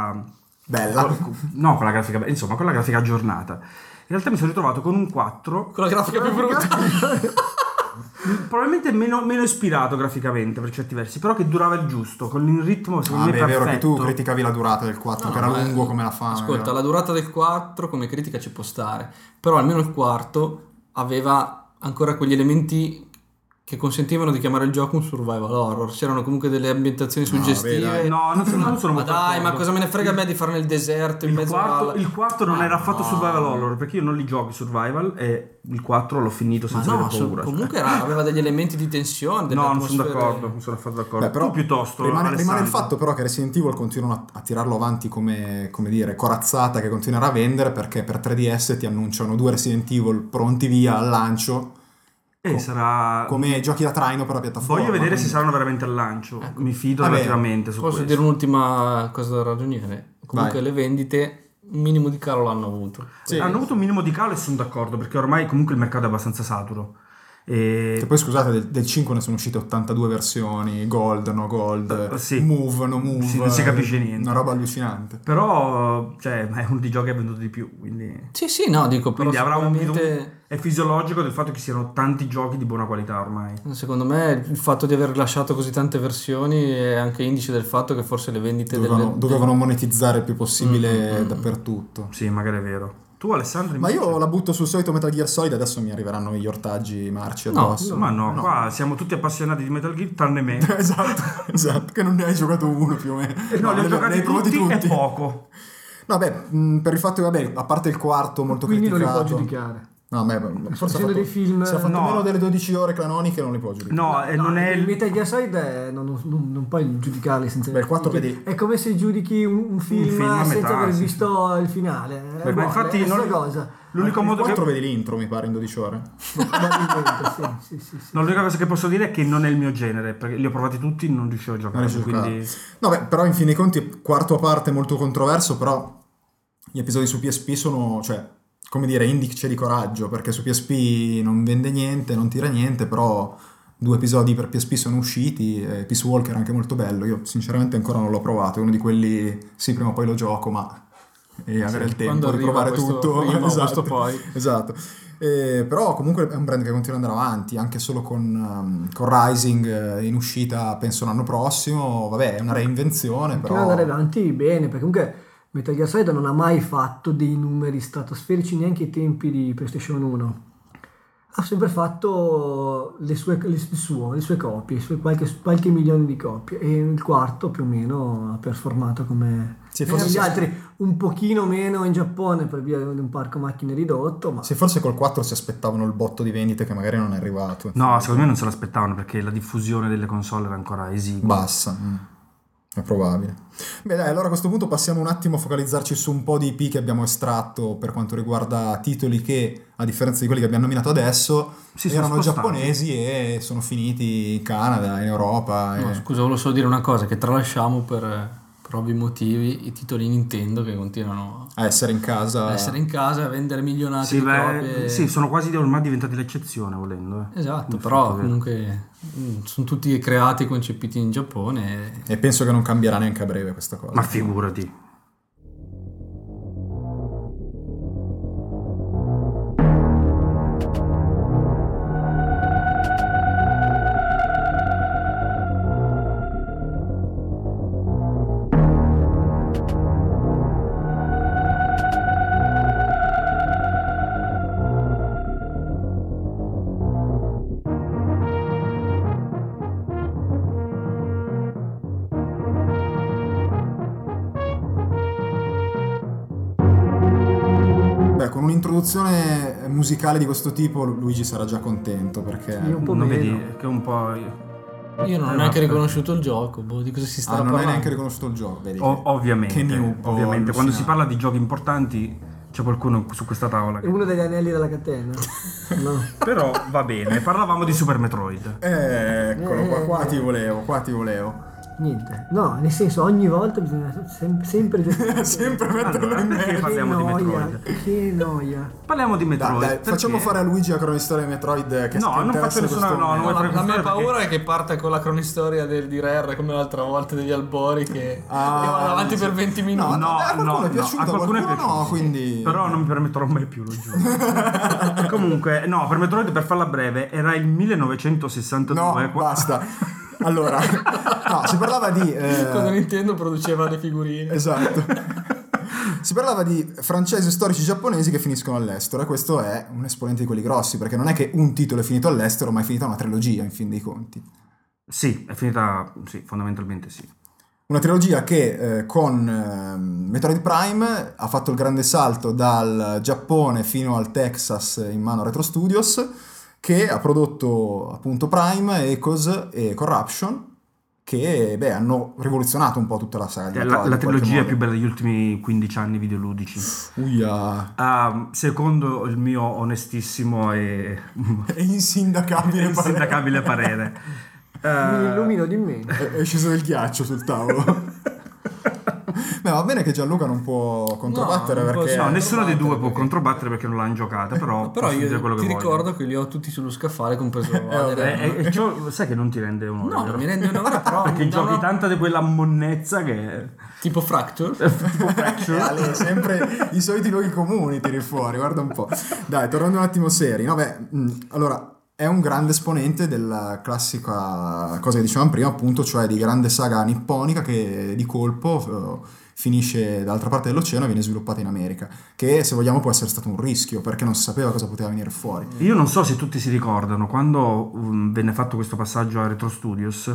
Speaker 5: Ah.
Speaker 2: Bella. Ah,
Speaker 3: no, con la grafica, insomma, con la grafica aggiornata. In realtà mi sono ritrovato con un 4
Speaker 5: con la grafica più brutta.
Speaker 3: probabilmente meno, meno ispirato graficamente per certi versi, però che durava il giusto, con il ritmo secondo
Speaker 2: Ah,
Speaker 3: me
Speaker 2: beh, è
Speaker 3: perfetto.
Speaker 2: vero che tu criticavi la durata del 4,
Speaker 5: No,
Speaker 2: che era
Speaker 5: ma-
Speaker 2: lungo come la eh. fame.
Speaker 5: Ascolta,
Speaker 2: vero?
Speaker 5: la durata del 4 come critica ci può stare, però almeno il quarto aveva ancora quegli elementi che consentivano di chiamare il gioco un survival horror. C'erano comunque delle ambientazioni
Speaker 2: No,
Speaker 5: suggestive.
Speaker 2: beh, dai.
Speaker 3: No, non sono, non sono
Speaker 5: ma
Speaker 3: molto
Speaker 5: dai,
Speaker 3: d'accordo.
Speaker 5: ma cosa me ne frega a me di fare nel deserto in
Speaker 3: il
Speaker 5: mezzo
Speaker 3: quarto,
Speaker 5: alla-
Speaker 3: il quarto non
Speaker 5: Ma
Speaker 3: era affatto
Speaker 5: no.
Speaker 3: survival horror perché io non li gioco i survival e il 4 l'ho finito
Speaker 5: Ma
Speaker 3: senza
Speaker 5: no,
Speaker 3: avere
Speaker 5: so-
Speaker 3: paura. cioè.
Speaker 5: comunque era- aveva degli elementi di tensione. delle
Speaker 3: no, non sono
Speaker 5: atmosfere-
Speaker 3: d'accordo, non sono affatto d'accordo.
Speaker 2: Beh, però
Speaker 3: tu piuttosto
Speaker 2: rimane,
Speaker 3: Alessandro.
Speaker 2: rimane il fatto però che Resident Evil continuano a, a tirarlo avanti come, come dire corazzata che continuerà a vendere perché per 3DS ti annunciano due Resident Evil pronti via al lancio
Speaker 3: Eh, sarà
Speaker 2: come giochi da traino per la piattaforma.
Speaker 3: Voglio vedere se
Speaker 2: quindi-
Speaker 3: saranno veramente al lancio.
Speaker 5: Ecco.
Speaker 3: Mi fido
Speaker 2: Vabbè,
Speaker 3: relativamente su
Speaker 5: Posso
Speaker 3: questo.
Speaker 5: dire un'ultima cosa da ragioniere? Comunque
Speaker 2: Vai.
Speaker 5: le vendite, un minimo di calo l'hanno avuto.
Speaker 2: Sì.
Speaker 5: Questo.
Speaker 3: Hanno avuto un minimo di calo e sono d'accordo perché ormai comunque il mercato è abbastanza saturo. E-
Speaker 2: Che poi scusate, del, del 5 ne sono uscite 82 versioni, gold, no gold,
Speaker 3: Eh, sì.
Speaker 2: move, no move. eh,
Speaker 3: Sì, non si capisce niente.
Speaker 2: Una roba allucinante.
Speaker 3: Però cioè, è uno dei giochi che ha venduto di più, quindi,
Speaker 5: Sì, sì, no, dico però
Speaker 3: quindi avrà un
Speaker 5: sicuramente-
Speaker 3: È fisiologico del fatto che siano tanti giochi di buona qualità ormai.
Speaker 5: Secondo me il fatto di aver rilasciato così tante versioni è anche indice del fatto che forse le vendite
Speaker 2: Dovevano,
Speaker 5: delle...
Speaker 2: dovevano monetizzare il più possibile
Speaker 5: Mm, mm, mm.
Speaker 2: dappertutto.
Speaker 3: Sì, magari è vero. Tu Alessandro
Speaker 2: Ma
Speaker 3: invece?
Speaker 2: io la butto sul solito Metal Gear Solid, adesso mi arriveranno gli ortaggi marci
Speaker 5: No,
Speaker 2: addosso.
Speaker 3: Ma no, qua siamo tutti appassionati di Metal Gear, tranne me.
Speaker 2: esatto, esatto, che non ne hai giocato uno più o meno.
Speaker 3: Eh no, li
Speaker 2: ne-
Speaker 3: ho
Speaker 2: ne
Speaker 3: giocati
Speaker 2: hai provati
Speaker 3: tutti, e poco.
Speaker 2: No, beh, mh, per il fatto che, vabbè, a parte il quarto molto
Speaker 4: Quindi non li
Speaker 2: criticato.
Speaker 4: può giudicare.
Speaker 2: No, beh, forse ha
Speaker 4: Essendo
Speaker 2: fatto,
Speaker 4: dei film-
Speaker 2: se ha fatto
Speaker 3: No.
Speaker 2: meno delle 12 ore canoniche non li può giudicare.
Speaker 3: No, eh, non è
Speaker 4: il
Speaker 3: il...
Speaker 4: Metal Gear Solid è- non, non- non puoi giudicarli senza
Speaker 2: Beh, il quattro
Speaker 4: perché
Speaker 2: vedi-
Speaker 4: è come se giudichi un, un film,
Speaker 3: film a
Speaker 4: senza
Speaker 3: metà,
Speaker 4: aver
Speaker 3: sì,
Speaker 4: visto il finale
Speaker 3: ma
Speaker 4: Eh, boh,
Speaker 3: infatti
Speaker 4: è la
Speaker 3: non-
Speaker 4: stessa cosa
Speaker 3: L'unico
Speaker 2: Il
Speaker 3: modo che...
Speaker 2: quattro vedi l'intro, mi pare, in 12 ore.
Speaker 4: probabilmente sì, sì, sì, sì.
Speaker 3: No, l'unica cosa che posso dire è che non è il mio genere, perché li ho provati tutti e non riuscivo a giocare.
Speaker 2: riesci a
Speaker 3: Quindi...
Speaker 2: No, beh, però in fin dei conti, quarto a parte molto controverso, però gli episodi su PSP sono, cioè, come dire, indice di coraggio, perché su PSP non vende niente, non tira niente, però due episodi per PSP sono usciti, e Peace Walker è anche molto bello, io sinceramente ancora non l'ho provato, è uno di quelli, sì, prima o poi lo gioco, ma... E avere il tempo
Speaker 5: quando
Speaker 2: di
Speaker 5: arriva
Speaker 2: provare
Speaker 5: questo
Speaker 2: tutto,
Speaker 5: prima,
Speaker 2: esatto.
Speaker 5: questo poi.
Speaker 2: Esatto. Eh, però comunque è un brand che continua ad andare avanti, anche solo con, um, con Rising eh, in uscita penso l'anno prossimo, vabbè è una reinvenzione
Speaker 4: Continua ad
Speaker 2: però...
Speaker 4: andare avanti bene perché comunque Metal Gear Solid non ha mai fatto dei numeri stratosferici neanche ai tempi di PlayStation 1 ha sempre fatto le sue, le, il suo- le sue copie, i suoi qualche, qualche milione di copie e il quarto più o meno ha performato come
Speaker 2: Sì,
Speaker 4: come
Speaker 2: forse
Speaker 4: gli
Speaker 2: sì.
Speaker 4: altri, un pochino meno in Giappone per via di un parco macchine ridotto, ma
Speaker 2: Se forse col 4 si aspettavano il botto di vendite che magari non è arrivato.
Speaker 3: No, secondo me non se l'aspettavano perché la diffusione delle console era ancora esigua.
Speaker 2: Bassa. mm. È probabile. Beh dai, allora a questo punto passiamo un attimo a focalizzarci su un po' di IP che abbiamo estratto per quanto riguarda titoli che, a differenza di quelli che abbiamo nominato adesso,
Speaker 3: Si sono
Speaker 2: erano
Speaker 3: spostati.
Speaker 2: giapponesi e sono finiti in Canada, in Europa.
Speaker 5: No,
Speaker 2: e-
Speaker 5: scusa, volevo solo dire una cosa che tralasciamo per, eh, per ovvi motivi i titoli Nintendo che continuano
Speaker 2: a essere in casa.
Speaker 5: ad essere in casa, a vendere milionate
Speaker 3: Sì,
Speaker 5: di
Speaker 3: beh,
Speaker 5: copie.
Speaker 3: sì, sono quasi ormai diventati l'eccezione volendo. eh.
Speaker 5: Esatto,
Speaker 3: Infatti,
Speaker 5: però
Speaker 3: vero.
Speaker 5: comunque mm, sono tutti creati e concepiti in Giappone.
Speaker 2: E penso che non cambierà neanche a breve questa cosa.
Speaker 3: Ma figurati.
Speaker 2: Beh, con un'introduzione musicale di questo tipo Luigi sarà già contento perché... Ah,
Speaker 4: Sì, un po'
Speaker 3: non
Speaker 4: meno.
Speaker 3: vedi che è un po'...
Speaker 5: Io non ho
Speaker 3: Eh,
Speaker 5: neanche
Speaker 3: vabbè.
Speaker 5: riconosciuto il gioco, boh, di cosa si
Speaker 2: Ah,
Speaker 5: stava
Speaker 2: non hai
Speaker 5: parlando.
Speaker 2: neanche riconosciuto il gioco, vedi?
Speaker 3: O- ovviamente,
Speaker 2: Che new, oh,
Speaker 3: ovviamente. quando si
Speaker 2: allucinante.
Speaker 3: parla di giochi importanti c'è qualcuno su questa tavola
Speaker 4: è
Speaker 3: che...
Speaker 4: uno degli anelli della catena. No.
Speaker 3: Però va bene, parlavamo di Super Metroid.
Speaker 2: Eccolo, qua, qua
Speaker 4: Eh.
Speaker 2: ti volevo, qua ti volevo.
Speaker 4: Niente, no, nel senso ogni volta bisogna sem- sempre gestire.
Speaker 2: Sempre metterlo
Speaker 3: Allora,
Speaker 2: in
Speaker 3: perché
Speaker 2: mezzo.
Speaker 3: parliamo di
Speaker 4: noia,
Speaker 3: Metroid?
Speaker 4: Che noia.
Speaker 3: Parliamo di
Speaker 2: Dai,
Speaker 3: Metroid.
Speaker 2: dai,
Speaker 3: perché-
Speaker 2: facciamo fare a Luigi la cronistoria di Metroid che
Speaker 3: No,
Speaker 2: che
Speaker 3: non
Speaker 2: interessa
Speaker 3: faccio nessuna-
Speaker 2: questo
Speaker 3: no, non
Speaker 2: momento.
Speaker 3: voglio
Speaker 5: La, la mia
Speaker 3: perché-
Speaker 5: paura è che parta con la cronistoria del, di Rare come l'altra volta degli albori che,
Speaker 2: Ah,
Speaker 5: che vanno avanti per 20 minuti.
Speaker 2: No, no,
Speaker 3: No,
Speaker 2: beh, a qualcuno
Speaker 3: no,
Speaker 2: è piaciuto,
Speaker 3: no, a qualcuno è
Speaker 2: no,
Speaker 3: piaciuto.
Speaker 2: quindi...
Speaker 3: Però non mi permetterò mai più, lo giuro. Comunque, no, per Metroid, per farla breve, era il 1962.
Speaker 2: No,
Speaker 3: qua-
Speaker 2: basta. Allora, no, si parlava di... eh,
Speaker 3: Eh,
Speaker 5: Cosa Nintendo produceva le figurine.
Speaker 2: Esatto. Si parlava di francesi storici giapponesi che finiscono all'estero e questo è un esponente di quelli grossi perché non è che un titolo è finito all'estero ma è finita una trilogia in fin dei conti.
Speaker 3: Sì, è finita, sì, fondamentalmente sì.
Speaker 2: Una trilogia che eh, con ehm, Metroid Prime ha fatto il grande salto dal Giappone fino al Texas in mano a Retro Studios, che ha prodotto appunto Prime, Echoes e Corruption, che beh, hanno rivoluzionato un po' tutta la saga. di
Speaker 3: È la,
Speaker 2: Metroid,
Speaker 3: la
Speaker 2: in qualche
Speaker 3: trilogia
Speaker 2: modo.
Speaker 3: più bella degli ultimi 15 anni videoludici.
Speaker 2: Uia,
Speaker 3: Ah, secondo il mio onestissimo e
Speaker 2: è insindacabile. parere.
Speaker 3: insindacabile parere.
Speaker 4: Mi
Speaker 3: eh,
Speaker 4: illumino di meno.
Speaker 2: È, è sceso del ghiaccio sul tavolo. beh, va bene che Gianluca non può controbattere
Speaker 5: No, non
Speaker 2: perché...
Speaker 5: posso-
Speaker 3: Eh, No, nessuno dei due può
Speaker 5: Controbattere, perché-
Speaker 3: controbattere perché non l'hanno giocata, però,
Speaker 5: Però
Speaker 3: posso
Speaker 5: io
Speaker 3: dire quello
Speaker 5: ti
Speaker 3: che voglio.
Speaker 5: ricordo che li ho tutti sullo scaffale, compreso
Speaker 3: Eh,
Speaker 5: Adrian.
Speaker 3: eh, ciò- sai che non ti rende onore.
Speaker 5: No,
Speaker 3: vero?
Speaker 5: non mi rende onore, però
Speaker 3: Perché
Speaker 5: mi dà
Speaker 3: giochi
Speaker 5: una-
Speaker 3: tanta di quella monnezza che...
Speaker 5: Tipo Fracture.
Speaker 3: tipo
Speaker 2: Eh,
Speaker 3: Fracture.
Speaker 2: Ale, sempre i soliti luoghi comuni tiri fuori, guarda un po'. Dai, tornando un attimo seri. No, beh, mh, allora, è un grande esponente della classica cosa che dicevamo prima, appunto, cioè di grande saga nipponica che di colpo eh, finisce dall'altra parte dell'oceano e viene sviluppata in America, che se vogliamo può essere stato un rischio perché non si sapeva cosa poteva venire fuori.
Speaker 3: Io non so se tutti si ricordano, quando um, venne fatto questo passaggio a Retro Studios,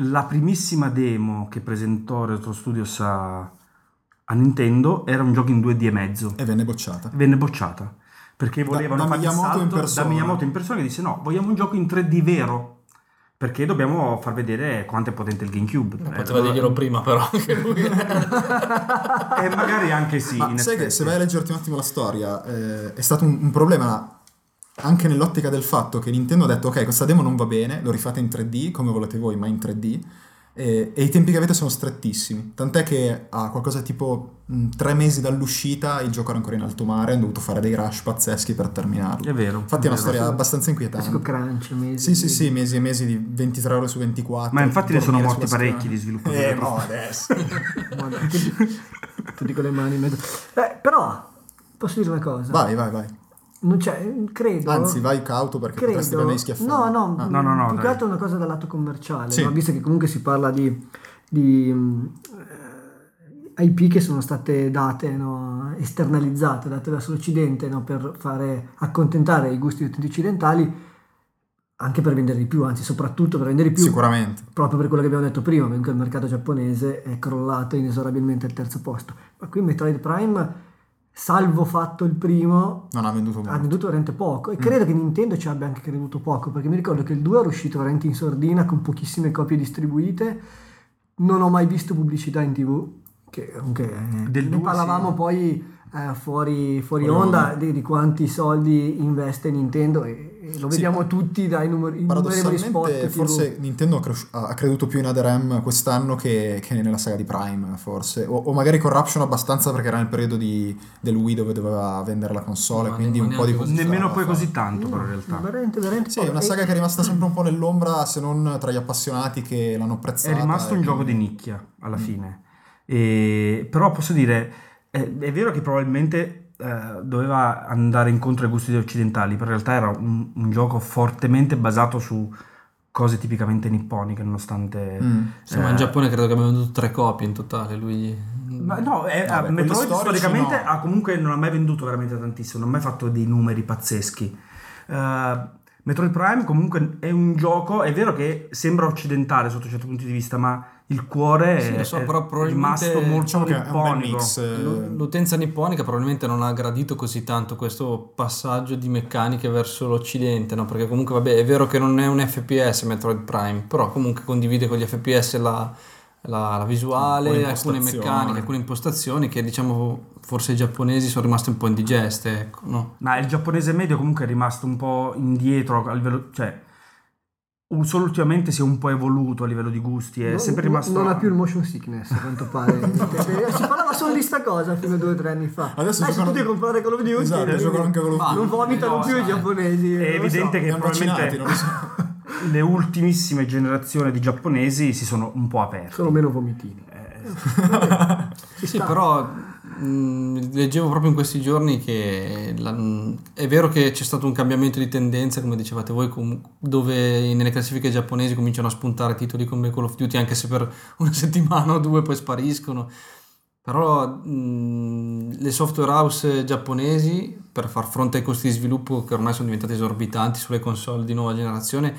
Speaker 3: la primissima demo che presentò Retro Studios a, a Nintendo era un gioco in 2D e mezzo.
Speaker 2: E venne bocciata.
Speaker 3: Venne bocciata. Perché
Speaker 2: Da-
Speaker 3: volevano
Speaker 2: da
Speaker 3: fare il
Speaker 2: Miyamoto
Speaker 3: salto
Speaker 2: in persona.
Speaker 3: da Miyamoto in persona che disse no, vogliamo un gioco in 3D vero. Perché dobbiamo far vedere quanto è potente il GameCube.
Speaker 5: Non
Speaker 3: Eh,
Speaker 5: poteva
Speaker 3: allora-
Speaker 5: dirglielo prima, però. Che lui
Speaker 3: Eh. E magari anche sì.
Speaker 2: Ma
Speaker 3: in
Speaker 2: sai che
Speaker 3: effetti.
Speaker 2: se vai a leggerti un attimo la storia, eh, è stato un, un problema anche nell'ottica del fatto che Nintendo ha detto ok, questa demo non va bene, lo rifate in 3D come volete voi, ma in 3D. E, e i tempi che avete sono strettissimi. Tant'è che a qualcosa tipo mh, tre mesi dall'uscita il gioco era ancora in alto mare, hanno dovuto fare dei rush pazzeschi per terminarlo.
Speaker 3: È vero.
Speaker 2: Infatti è
Speaker 3: vero.
Speaker 2: una storia abbastanza
Speaker 4: Classico
Speaker 2: inquietante.
Speaker 4: crunch, mesi.
Speaker 2: Sì, sì, sì, mesi e mesi di 23 ore su 24.
Speaker 3: Ma infatti ne sono
Speaker 2: dormire
Speaker 3: morti
Speaker 2: sulla
Speaker 3: parecchi
Speaker 2: strada.
Speaker 3: di sviluppatori.
Speaker 2: Eh, no, adesso.
Speaker 4: Guarda, tutti, tutti con le mani in mezzo. Eh, però, posso dire una cosa?
Speaker 2: vai, vai, vai.
Speaker 4: Non c'è, credo...
Speaker 2: Anzi, vai cauto perché
Speaker 4: credo...
Speaker 2: potresti prendere gli schiaffoni.
Speaker 4: No, no,
Speaker 2: Ah.
Speaker 3: No, no, no,
Speaker 4: più che
Speaker 3: dai.
Speaker 4: altro una cosa dal lato commerciale,
Speaker 2: Sì.
Speaker 4: no? visto che comunque si parla di, di, mh, eh, IP che sono state date, no? esternalizzate, date verso l'Occidente no? per fare accontentare i gusti degli utenti occidentali, anche per vendere di più, anzi soprattutto per vendere di più.
Speaker 2: Sicuramente.
Speaker 4: proprio per quello che abbiamo detto prima, comunque il mercato giapponese è crollato inesorabilmente al terzo posto. Ma qui Metroid Prime, salvo fatto il primo,
Speaker 2: Non ha venduto
Speaker 4: ha
Speaker 2: molto.
Speaker 4: venduto veramente poco e
Speaker 2: Mm.
Speaker 4: credo che Nintendo ci abbia anche creduto poco, perché mi ricordo che il 2 era uscito veramente in sordina con pochissime copie distribuite, non ho mai visto pubblicità in tv, che comunque eh,
Speaker 3: Del
Speaker 4: ne
Speaker 3: due,
Speaker 4: parlavamo
Speaker 3: sì.
Speaker 4: poi eh, fuori, fuori
Speaker 2: Fuori
Speaker 4: onda
Speaker 2: onda.
Speaker 4: di, di quanti soldi investe Nintendo e, e lo
Speaker 2: Sì.
Speaker 4: vediamo tutti dai numeri innumerevoli spot.
Speaker 2: Paradossalmente,
Speaker 4: TV.
Speaker 2: forse Nintendo ha, cresci- ha- ha creduto più in ADRM quest'anno che, che nella saga di Prime, forse. O, o magari Corruption abbastanza perché era nel periodo di, del Wii dove doveva vendere la console,
Speaker 5: Ma
Speaker 2: quindi
Speaker 5: ne-
Speaker 2: un
Speaker 5: ma
Speaker 2: po' di
Speaker 5: neanche così.
Speaker 2: pubblicità
Speaker 3: Nemmeno poi
Speaker 2: aveva
Speaker 3: così tanto, però in
Speaker 4: No,
Speaker 3: realtà.
Speaker 4: Veramente, veramente.
Speaker 2: fatto. Sì, è una
Speaker 4: poco.
Speaker 2: saga
Speaker 4: Ecco, E-
Speaker 2: che è rimasta sempre un po' nell'ombra, se non tra gli appassionati che l'hanno apprezzata.
Speaker 3: È rimasto un
Speaker 2: e
Speaker 3: gioco di
Speaker 2: quindi-
Speaker 3: nicchia alla fine. E- però posso dire, è, è vero che probabilmente eh, doveva andare incontro ai gusti degli occidentali, però in realtà era un, un gioco fortemente basato su cose tipicamente nipponiche, nonostante...
Speaker 2: Mm.
Speaker 5: Insomma, in Giappone credo che abbiamo venduto tre copie in totale. Lui.
Speaker 3: Ma no, è-
Speaker 2: Vabbè, quelli
Speaker 3: Metroid
Speaker 2: storici
Speaker 3: storicamente
Speaker 2: no.
Speaker 3: ha comunque non ha mai venduto veramente tantissimo, non ha mai fatto dei numeri pazzeschi. Eh, Metroid Prime comunque è un gioco, è vero che sembra occidentale sotto certi punti di vista, ma il cuore
Speaker 5: Sì,
Speaker 3: è,
Speaker 5: lo so,
Speaker 3: è
Speaker 5: però probabilmente-
Speaker 3: rimasto molto
Speaker 2: Diciamo che è un bel
Speaker 3: nipponico.
Speaker 2: mix. eh,
Speaker 5: L- L'utenza nipponica probabilmente non ha gradito così tanto questo passaggio di meccaniche verso l'occidente, no? perché comunque vabbè è vero che non è un FPS Metroid Prime, però comunque condivide con gli FPS la, la- la
Speaker 2: Un po'
Speaker 5: visuale, alcune
Speaker 2: l'impostazione.
Speaker 5: meccaniche, alcune impostazioni che diciamo forse i giapponesi sono rimasti un po' indigeste, ecco, no?
Speaker 3: Ma il giapponese medio comunque è rimasto un po' indietro a livello... cioè un- solo ultimamente si è un po' evoluto a livello di gusti, è
Speaker 4: non-
Speaker 3: sempre rimasto...
Speaker 4: Non ha più il motion sickness, a quanto pare. si parlava solo di sta cosa fino a due o tre anni fa.
Speaker 2: Adesso
Speaker 4: Adesso
Speaker 2: giocano-
Speaker 4: tutti a comprare Call of Duty.
Speaker 2: Esatto,
Speaker 4: quindi Ah,
Speaker 2: giocano anche Call of
Speaker 5: Ma-
Speaker 2: Duty.
Speaker 4: Non vomitano
Speaker 5: No,
Speaker 4: più
Speaker 5: sai.
Speaker 4: i giapponesi.
Speaker 3: È
Speaker 4: non lo so.
Speaker 3: evidente che
Speaker 2: Li hanno
Speaker 3: probabilmente
Speaker 2: vaccinati, non lo so.
Speaker 3: le ultimissime generazioni di giapponesi si sono un po' aperte.
Speaker 4: Sono meno vomitini.
Speaker 5: Sì, sì, però mh, leggevo proprio in questi giorni che la- mh, è vero che c'è stato un cambiamento di tendenza, come dicevate voi, com- dove nelle classifiche giapponesi cominciano a spuntare titoli come Call of Duty, anche se per una settimana o due poi spariscono. Però mh, le software house giapponesi, per far fronte ai costi di sviluppo che ormai sono diventati esorbitanti sulle console di nuova generazione,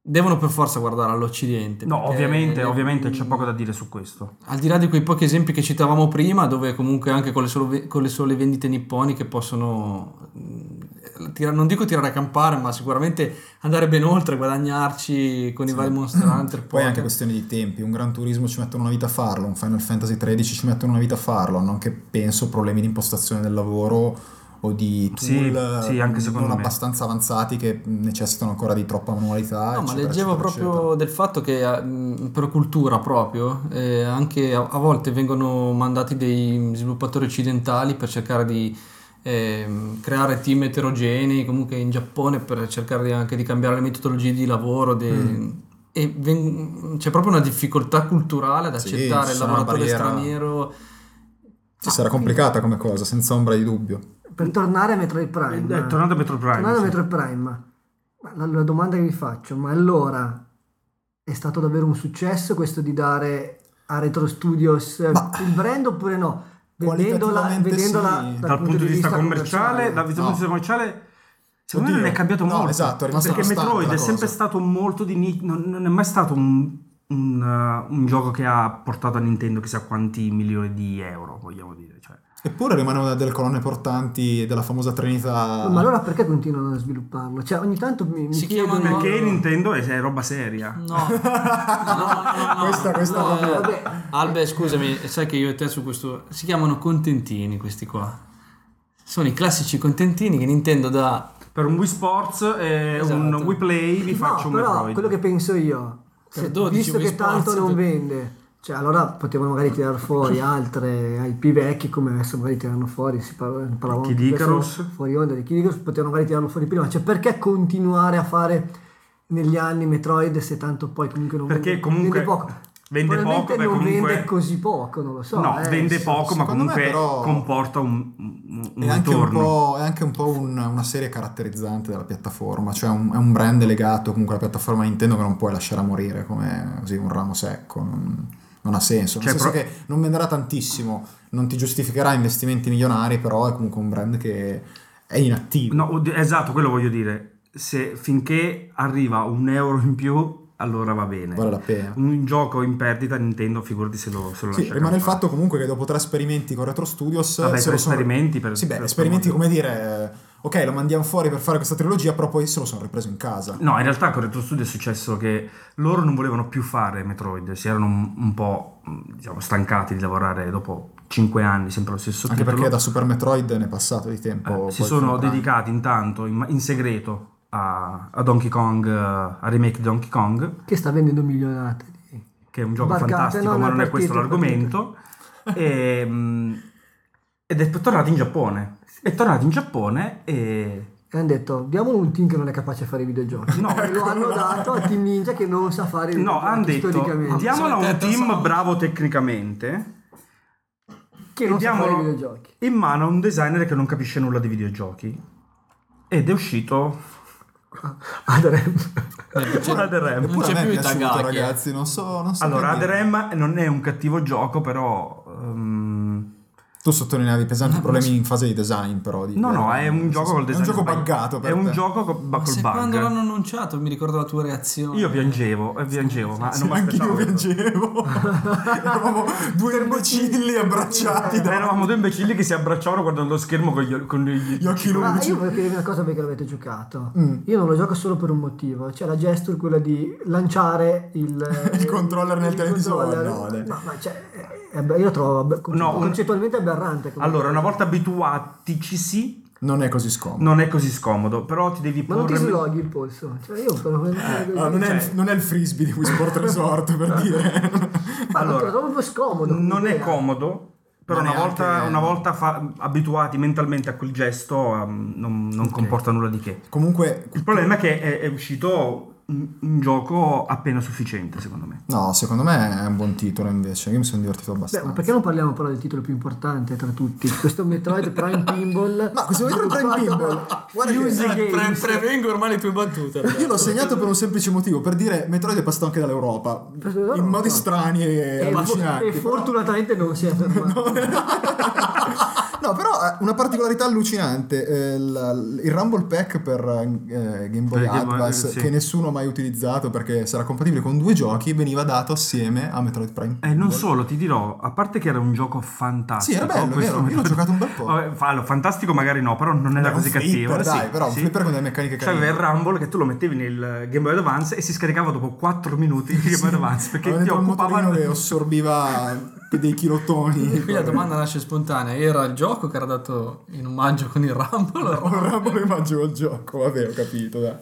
Speaker 5: devono per forza guardare all'Occidente.
Speaker 3: No,
Speaker 5: perché
Speaker 3: ovviamente,
Speaker 5: le-
Speaker 3: ovviamente c'è poco da dire su questo.
Speaker 5: Al di là di quei pochi esempi che citavamo prima, dove comunque anche con le, solo- con le sole vendite nipponiche possono, mh, tira- non dico tirare a campare, ma sicuramente andare ben oltre, guadagnarci con i vari Monster Hunter.
Speaker 2: Poi è anche
Speaker 5: Pokémon.
Speaker 2: questione di tempi, un Gran Turismo ci mettono una vita a farlo, un Final Fantasy XIII ci mettono una vita a farlo, hanno anche penso problemi di impostazione del lavoro o di
Speaker 3: Sì,
Speaker 2: tool eh,
Speaker 3: sì, anche secondo
Speaker 2: non
Speaker 3: me.
Speaker 2: abbastanza avanzati che necessitano ancora di troppa manualità.
Speaker 5: No, ma
Speaker 2: eccetera,
Speaker 5: leggevo
Speaker 2: eccetera,
Speaker 5: proprio
Speaker 2: eccetera.
Speaker 5: del fatto che ah, mh, per cultura proprio, eh, anche a, a volte vengono mandati dei sviluppatori occidentali per cercare di ehm, creare team eterogenei, comunque in Giappone per cercare di- anche di cambiare le metodologie di lavoro. de-
Speaker 2: Mm.
Speaker 5: E veng- c'è proprio una difficoltà culturale ad
Speaker 2: Sì,
Speaker 5: accettare
Speaker 2: c'è
Speaker 5: il
Speaker 2: una
Speaker 5: lavoratore
Speaker 2: barriera.
Speaker 5: straniero.
Speaker 2: Sì, sarà complicata come cosa, senza ombra di dubbio.
Speaker 4: Per tornare a Metroid Prime.
Speaker 3: Eh, tornando a Metroid Prime,
Speaker 4: Tornando a
Speaker 3: sì.
Speaker 4: Metroid Prime, ma la, la domanda che vi faccio, ma allora è stato davvero un successo questo di dare a Retro Studios eh,
Speaker 2: Ma-
Speaker 4: il brand oppure no? Vedendola,
Speaker 2: Qualitativamente
Speaker 4: vedendola
Speaker 2: sì.
Speaker 3: Dal punto di vista commerciale, dal punto
Speaker 2: No.
Speaker 3: di vista commerciale, secondo me
Speaker 2: Oddio.
Speaker 3: non è cambiato
Speaker 2: No,
Speaker 3: molto.
Speaker 2: esatto, è rimasta
Speaker 3: perché
Speaker 2: una stampa
Speaker 3: Metroid
Speaker 2: la
Speaker 3: è
Speaker 2: cosa.
Speaker 3: sempre stato molto di nicchia, non, non è mai stato un, un, uh, un gioco che ha portato a Nintendo chissà quanti milioni di euro, vogliamo dire. Cioè,
Speaker 2: Eppure rimane una delle colonne portanti della famosa Trinità.
Speaker 4: ma allora perché continuano a svilupparlo? Cioè, ogni tanto mi, mi
Speaker 5: Si
Speaker 4: chiedo...
Speaker 5: chiamano-
Speaker 4: Perché-
Speaker 3: perché
Speaker 5: no.
Speaker 3: Nintendo è, è roba
Speaker 2: Mm.
Speaker 3: seria.
Speaker 5: No, no, no, no,
Speaker 2: Questa- questa proprio-
Speaker 5: eh,
Speaker 4: Vabbè.
Speaker 5: Albe, scusami, sai che io e te su questo. Si chiamano contentini questi qua. Sono i classici contentini che Nintendo dà.
Speaker 3: Per un Wii Sports e
Speaker 5: Esatto.
Speaker 3: un Wii Play vi
Speaker 4: No,
Speaker 3: faccio un
Speaker 4: però
Speaker 3: Metroid.
Speaker 4: quello che penso io,
Speaker 5: Per
Speaker 4: se-
Speaker 5: 12
Speaker 4: visto
Speaker 5: Wii
Speaker 4: che tanto
Speaker 5: Sports, per-
Speaker 4: non vende, cioè allora potevano magari tirar fuori altre IP vecchi come adesso magari tirano fuori, si parla, ne parlavamo
Speaker 3: Kid
Speaker 4: adesso
Speaker 3: Icarus.
Speaker 4: fuori onda di Kid Icarus, potevano magari tirarlo fuori prima, cioè perché continuare a fare negli anni Metroid se tanto poi comunque non
Speaker 3: Perché
Speaker 4: vende,
Speaker 3: comunque
Speaker 4: vende poco?
Speaker 3: vende
Speaker 4: Probabilmente
Speaker 3: poco, beh,
Speaker 4: non
Speaker 3: comunque-
Speaker 4: vende così poco, non lo so.
Speaker 3: no,
Speaker 4: eh,
Speaker 3: vende
Speaker 4: se-
Speaker 3: poco, ma
Speaker 2: secondo me
Speaker 3: comunque
Speaker 2: però-
Speaker 3: comporta un, un, un
Speaker 2: È anche un,
Speaker 3: ritorno.
Speaker 2: po', è anche un po' un- una serie caratterizzante della piattaforma, cioè un- è un brand legato comunque alla piattaforma Nintendo che non puoi lasciare a morire come così, un ramo secco, non, non ha senso. Nel
Speaker 3: Cioè,
Speaker 2: senso
Speaker 3: pro-
Speaker 2: che non venderà tantissimo, non ti giustificherà investimenti milionari, però è comunque un brand che è inattivo.
Speaker 3: No, od- esatto, quello voglio dire. Se finché arriva un euro in più, allora va bene.
Speaker 2: Vale la pena.
Speaker 3: Un gioco in perdita, Nintendo, figurati se lo, se lo
Speaker 2: Sì,
Speaker 3: Mm. lascia
Speaker 2: rimane il
Speaker 3: campare.
Speaker 2: fatto comunque che dopo tre esperimenti con Retro Studios...
Speaker 3: Vabbè,
Speaker 2: se
Speaker 3: tre
Speaker 2: lo sono-
Speaker 3: esperimenti per-
Speaker 2: Sì, beh,
Speaker 3: per-
Speaker 2: esperimenti
Speaker 3: per-
Speaker 2: come dire... eh, Ok, lo mandiamo fuori per fare questa trilogia, però poi se lo sono ripreso in casa.
Speaker 3: No, in realtà con Retro Studio è successo che loro non volevano più fare Metroid, si erano un, un po' mh, diciamo, stancati di lavorare dopo 5 anni sempre lo stesso
Speaker 2: Anche
Speaker 3: titolo.
Speaker 2: perché da Super Metroid ne è passato di tempo.
Speaker 3: Eh, si
Speaker 2: poi
Speaker 3: sono
Speaker 2: finirà.
Speaker 3: dedicati intanto in, in segreto a, a Donkey Kong, eh, a remake di Donkey Kong,
Speaker 4: Che sta vendendo milionate. di-
Speaker 3: che è un gioco
Speaker 4: Barcate,
Speaker 3: fantastico,
Speaker 4: no,
Speaker 3: ma
Speaker 4: no,
Speaker 3: non è questo
Speaker 4: partite,
Speaker 3: l'argomento. E, mm, ed è tornato in Giappone. È tornato in Giappone e...
Speaker 4: E hanno detto, diamolo un team che non è capace a fare i videogiochi.
Speaker 3: No, ecco.
Speaker 4: lo hanno dato a Team Ninja che non sa fare i
Speaker 3: No,
Speaker 4: videogiochi
Speaker 3: hanno detto,
Speaker 4: storicamente.
Speaker 3: diamolo a
Speaker 5: Sono
Speaker 3: un
Speaker 5: detto,
Speaker 3: team
Speaker 5: sono-
Speaker 3: bravo tecnicamente
Speaker 4: che non sa fare i
Speaker 3: diamolo
Speaker 4: videogiochi.
Speaker 3: in mano a un designer che non capisce nulla di videogiochi. Ed è uscito...
Speaker 4: Adrem.
Speaker 5: Cioè,
Speaker 3: Aderem.
Speaker 5: non
Speaker 2: Eppure
Speaker 5: c'è
Speaker 2: a me
Speaker 5: più
Speaker 2: è
Speaker 5: i
Speaker 2: piaciuto,
Speaker 5: tagaki, eh.
Speaker 2: ragazzi. Non so, non so
Speaker 3: Allora,
Speaker 2: che dire.
Speaker 3: Aderem non è un cattivo gioco, però... ehm,
Speaker 2: Tu sottolineavi pesanti problemi in fase di design, però. di-
Speaker 3: no, no,
Speaker 2: eh,
Speaker 3: è un
Speaker 2: nel senso-
Speaker 3: gioco col design
Speaker 2: È un gioco
Speaker 3: sbagliato.
Speaker 2: buggato. Per
Speaker 3: È un
Speaker 2: te.
Speaker 3: gioco co-
Speaker 5: Ma
Speaker 3: col
Speaker 5: se quando l'hanno
Speaker 3: bug.
Speaker 5: annunciato mi ricordo la tua reazione.
Speaker 3: Io piangevo, e piangevo, ma non mi
Speaker 2: Anche io
Speaker 3: aspettavo questo.
Speaker 2: piangevo. Eravamo due imbecilli abbracciati da
Speaker 3: Eravamo due imbecilli che si abbracciavano guardando lo schermo con gli, con gli-
Speaker 2: gli occhi
Speaker 4: Ma
Speaker 2: luci.
Speaker 4: io voglio chiedervi una cosa perché l'avete giocato. Io non lo gioco solo per un motivo, cioè la gesture quella di lanciare il,
Speaker 2: Il controller nel
Speaker 4: il
Speaker 2: televisore,
Speaker 4: controller.
Speaker 2: no, dai.
Speaker 4: No, ma cioè, è- è be- io la trovo abbe- conce-
Speaker 3: No, un-
Speaker 4: concettualmente aberrante. come-
Speaker 3: Allora, una volta abituatisi,
Speaker 2: Non è così scomodo.
Speaker 3: non è così scomodo, però ti devi
Speaker 4: ma non ti
Speaker 3: porre...
Speaker 4: sloghi il polso. Cioè io sono
Speaker 3: Eh,
Speaker 2: Ah, non, è
Speaker 3: cioè-
Speaker 2: il, non è il frisbee di Wii Sport Resort per dire.
Speaker 4: ma
Speaker 3: allora,
Speaker 4: lo trovo un po' scomodo.
Speaker 3: non è
Speaker 4: Idea.
Speaker 3: comodo, però
Speaker 2: Non è
Speaker 3: una volta,
Speaker 2: anche-
Speaker 3: una volta fa- abituati mentalmente a quel gesto ehm, non, non comporta nulla di che.
Speaker 2: Comunque,
Speaker 3: Il problema è che è, è uscito un, un gioco appena sufficiente, secondo me.
Speaker 2: No, secondo me è un buon titolo invece. Io mi sono divertito
Speaker 4: Beh, ma
Speaker 2: abbastanza.
Speaker 4: perché non parliamo però del titolo più importante tra tutti? Questo Metroid Prime Pinball.
Speaker 2: Ma questo Metroid Prime Pinball, guarda che-
Speaker 4: Fuse
Speaker 5: Pre-
Speaker 4: Games.
Speaker 5: prevengo ormai le tue battute.
Speaker 2: Io l'ho segnato per un semplice motivo, per dire Metroid è passato anche dall'Europa.
Speaker 4: Passato
Speaker 2: In modi
Speaker 4: dall'Europa.
Speaker 2: strani e
Speaker 4: E,
Speaker 2: allucinanti.
Speaker 4: e Eh, fortunatamente non si è fermato.
Speaker 2: No, però eh, una particolarità allucinante, eh, la- il Rumble Pack per eh, Game Boy
Speaker 3: Per Game Boy,
Speaker 2: Advance,
Speaker 3: sì.
Speaker 2: che nessuno ha mai utilizzato perché sarà compatibile con due giochi, veniva dato assieme a Metroid Prime.
Speaker 3: E Eh, non solo, ti dirò, a parte che era un gioco fantastico.
Speaker 2: Sì, era bello,
Speaker 3: questo-
Speaker 2: vero? Io l'ho giocato un bel po'.
Speaker 3: Vabbè, fa- allora, fantastico magari no, però non era
Speaker 2: Beh,
Speaker 3: così
Speaker 2: un flipper,
Speaker 3: cattivo. eh,
Speaker 2: dai,
Speaker 3: sì,
Speaker 2: però un
Speaker 3: sì. Cioè,
Speaker 2: flipper con delle meccaniche
Speaker 3: C'aveva
Speaker 2: carine.
Speaker 3: il Rumble che tu lo mettevi nel Game Boy Advance e si scaricava dopo 4 minuti il Game Boy Advance perché
Speaker 2: Aveva
Speaker 3: ti
Speaker 2: dentro un motorino
Speaker 3: occupava
Speaker 2: che assorbiva dei
Speaker 5: E
Speaker 2: kilottoni.
Speaker 5: qui la domanda nasce spontanea: era il gioco che era dato in omaggio con il Rumble?
Speaker 2: Un Rumble immagino il gioco, vabbè, ho capito, dai.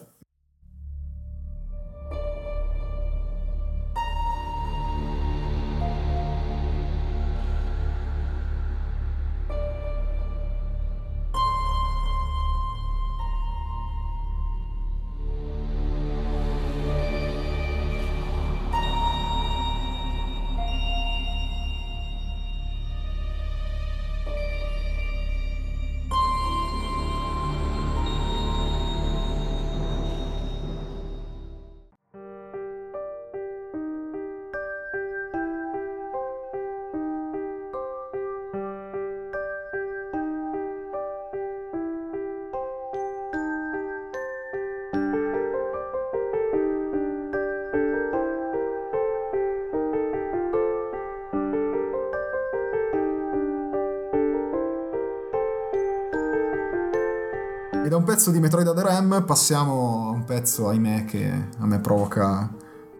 Speaker 2: E da un pezzo di Metroid Other M passiamo a un pezzo, ahimè, che a me provoca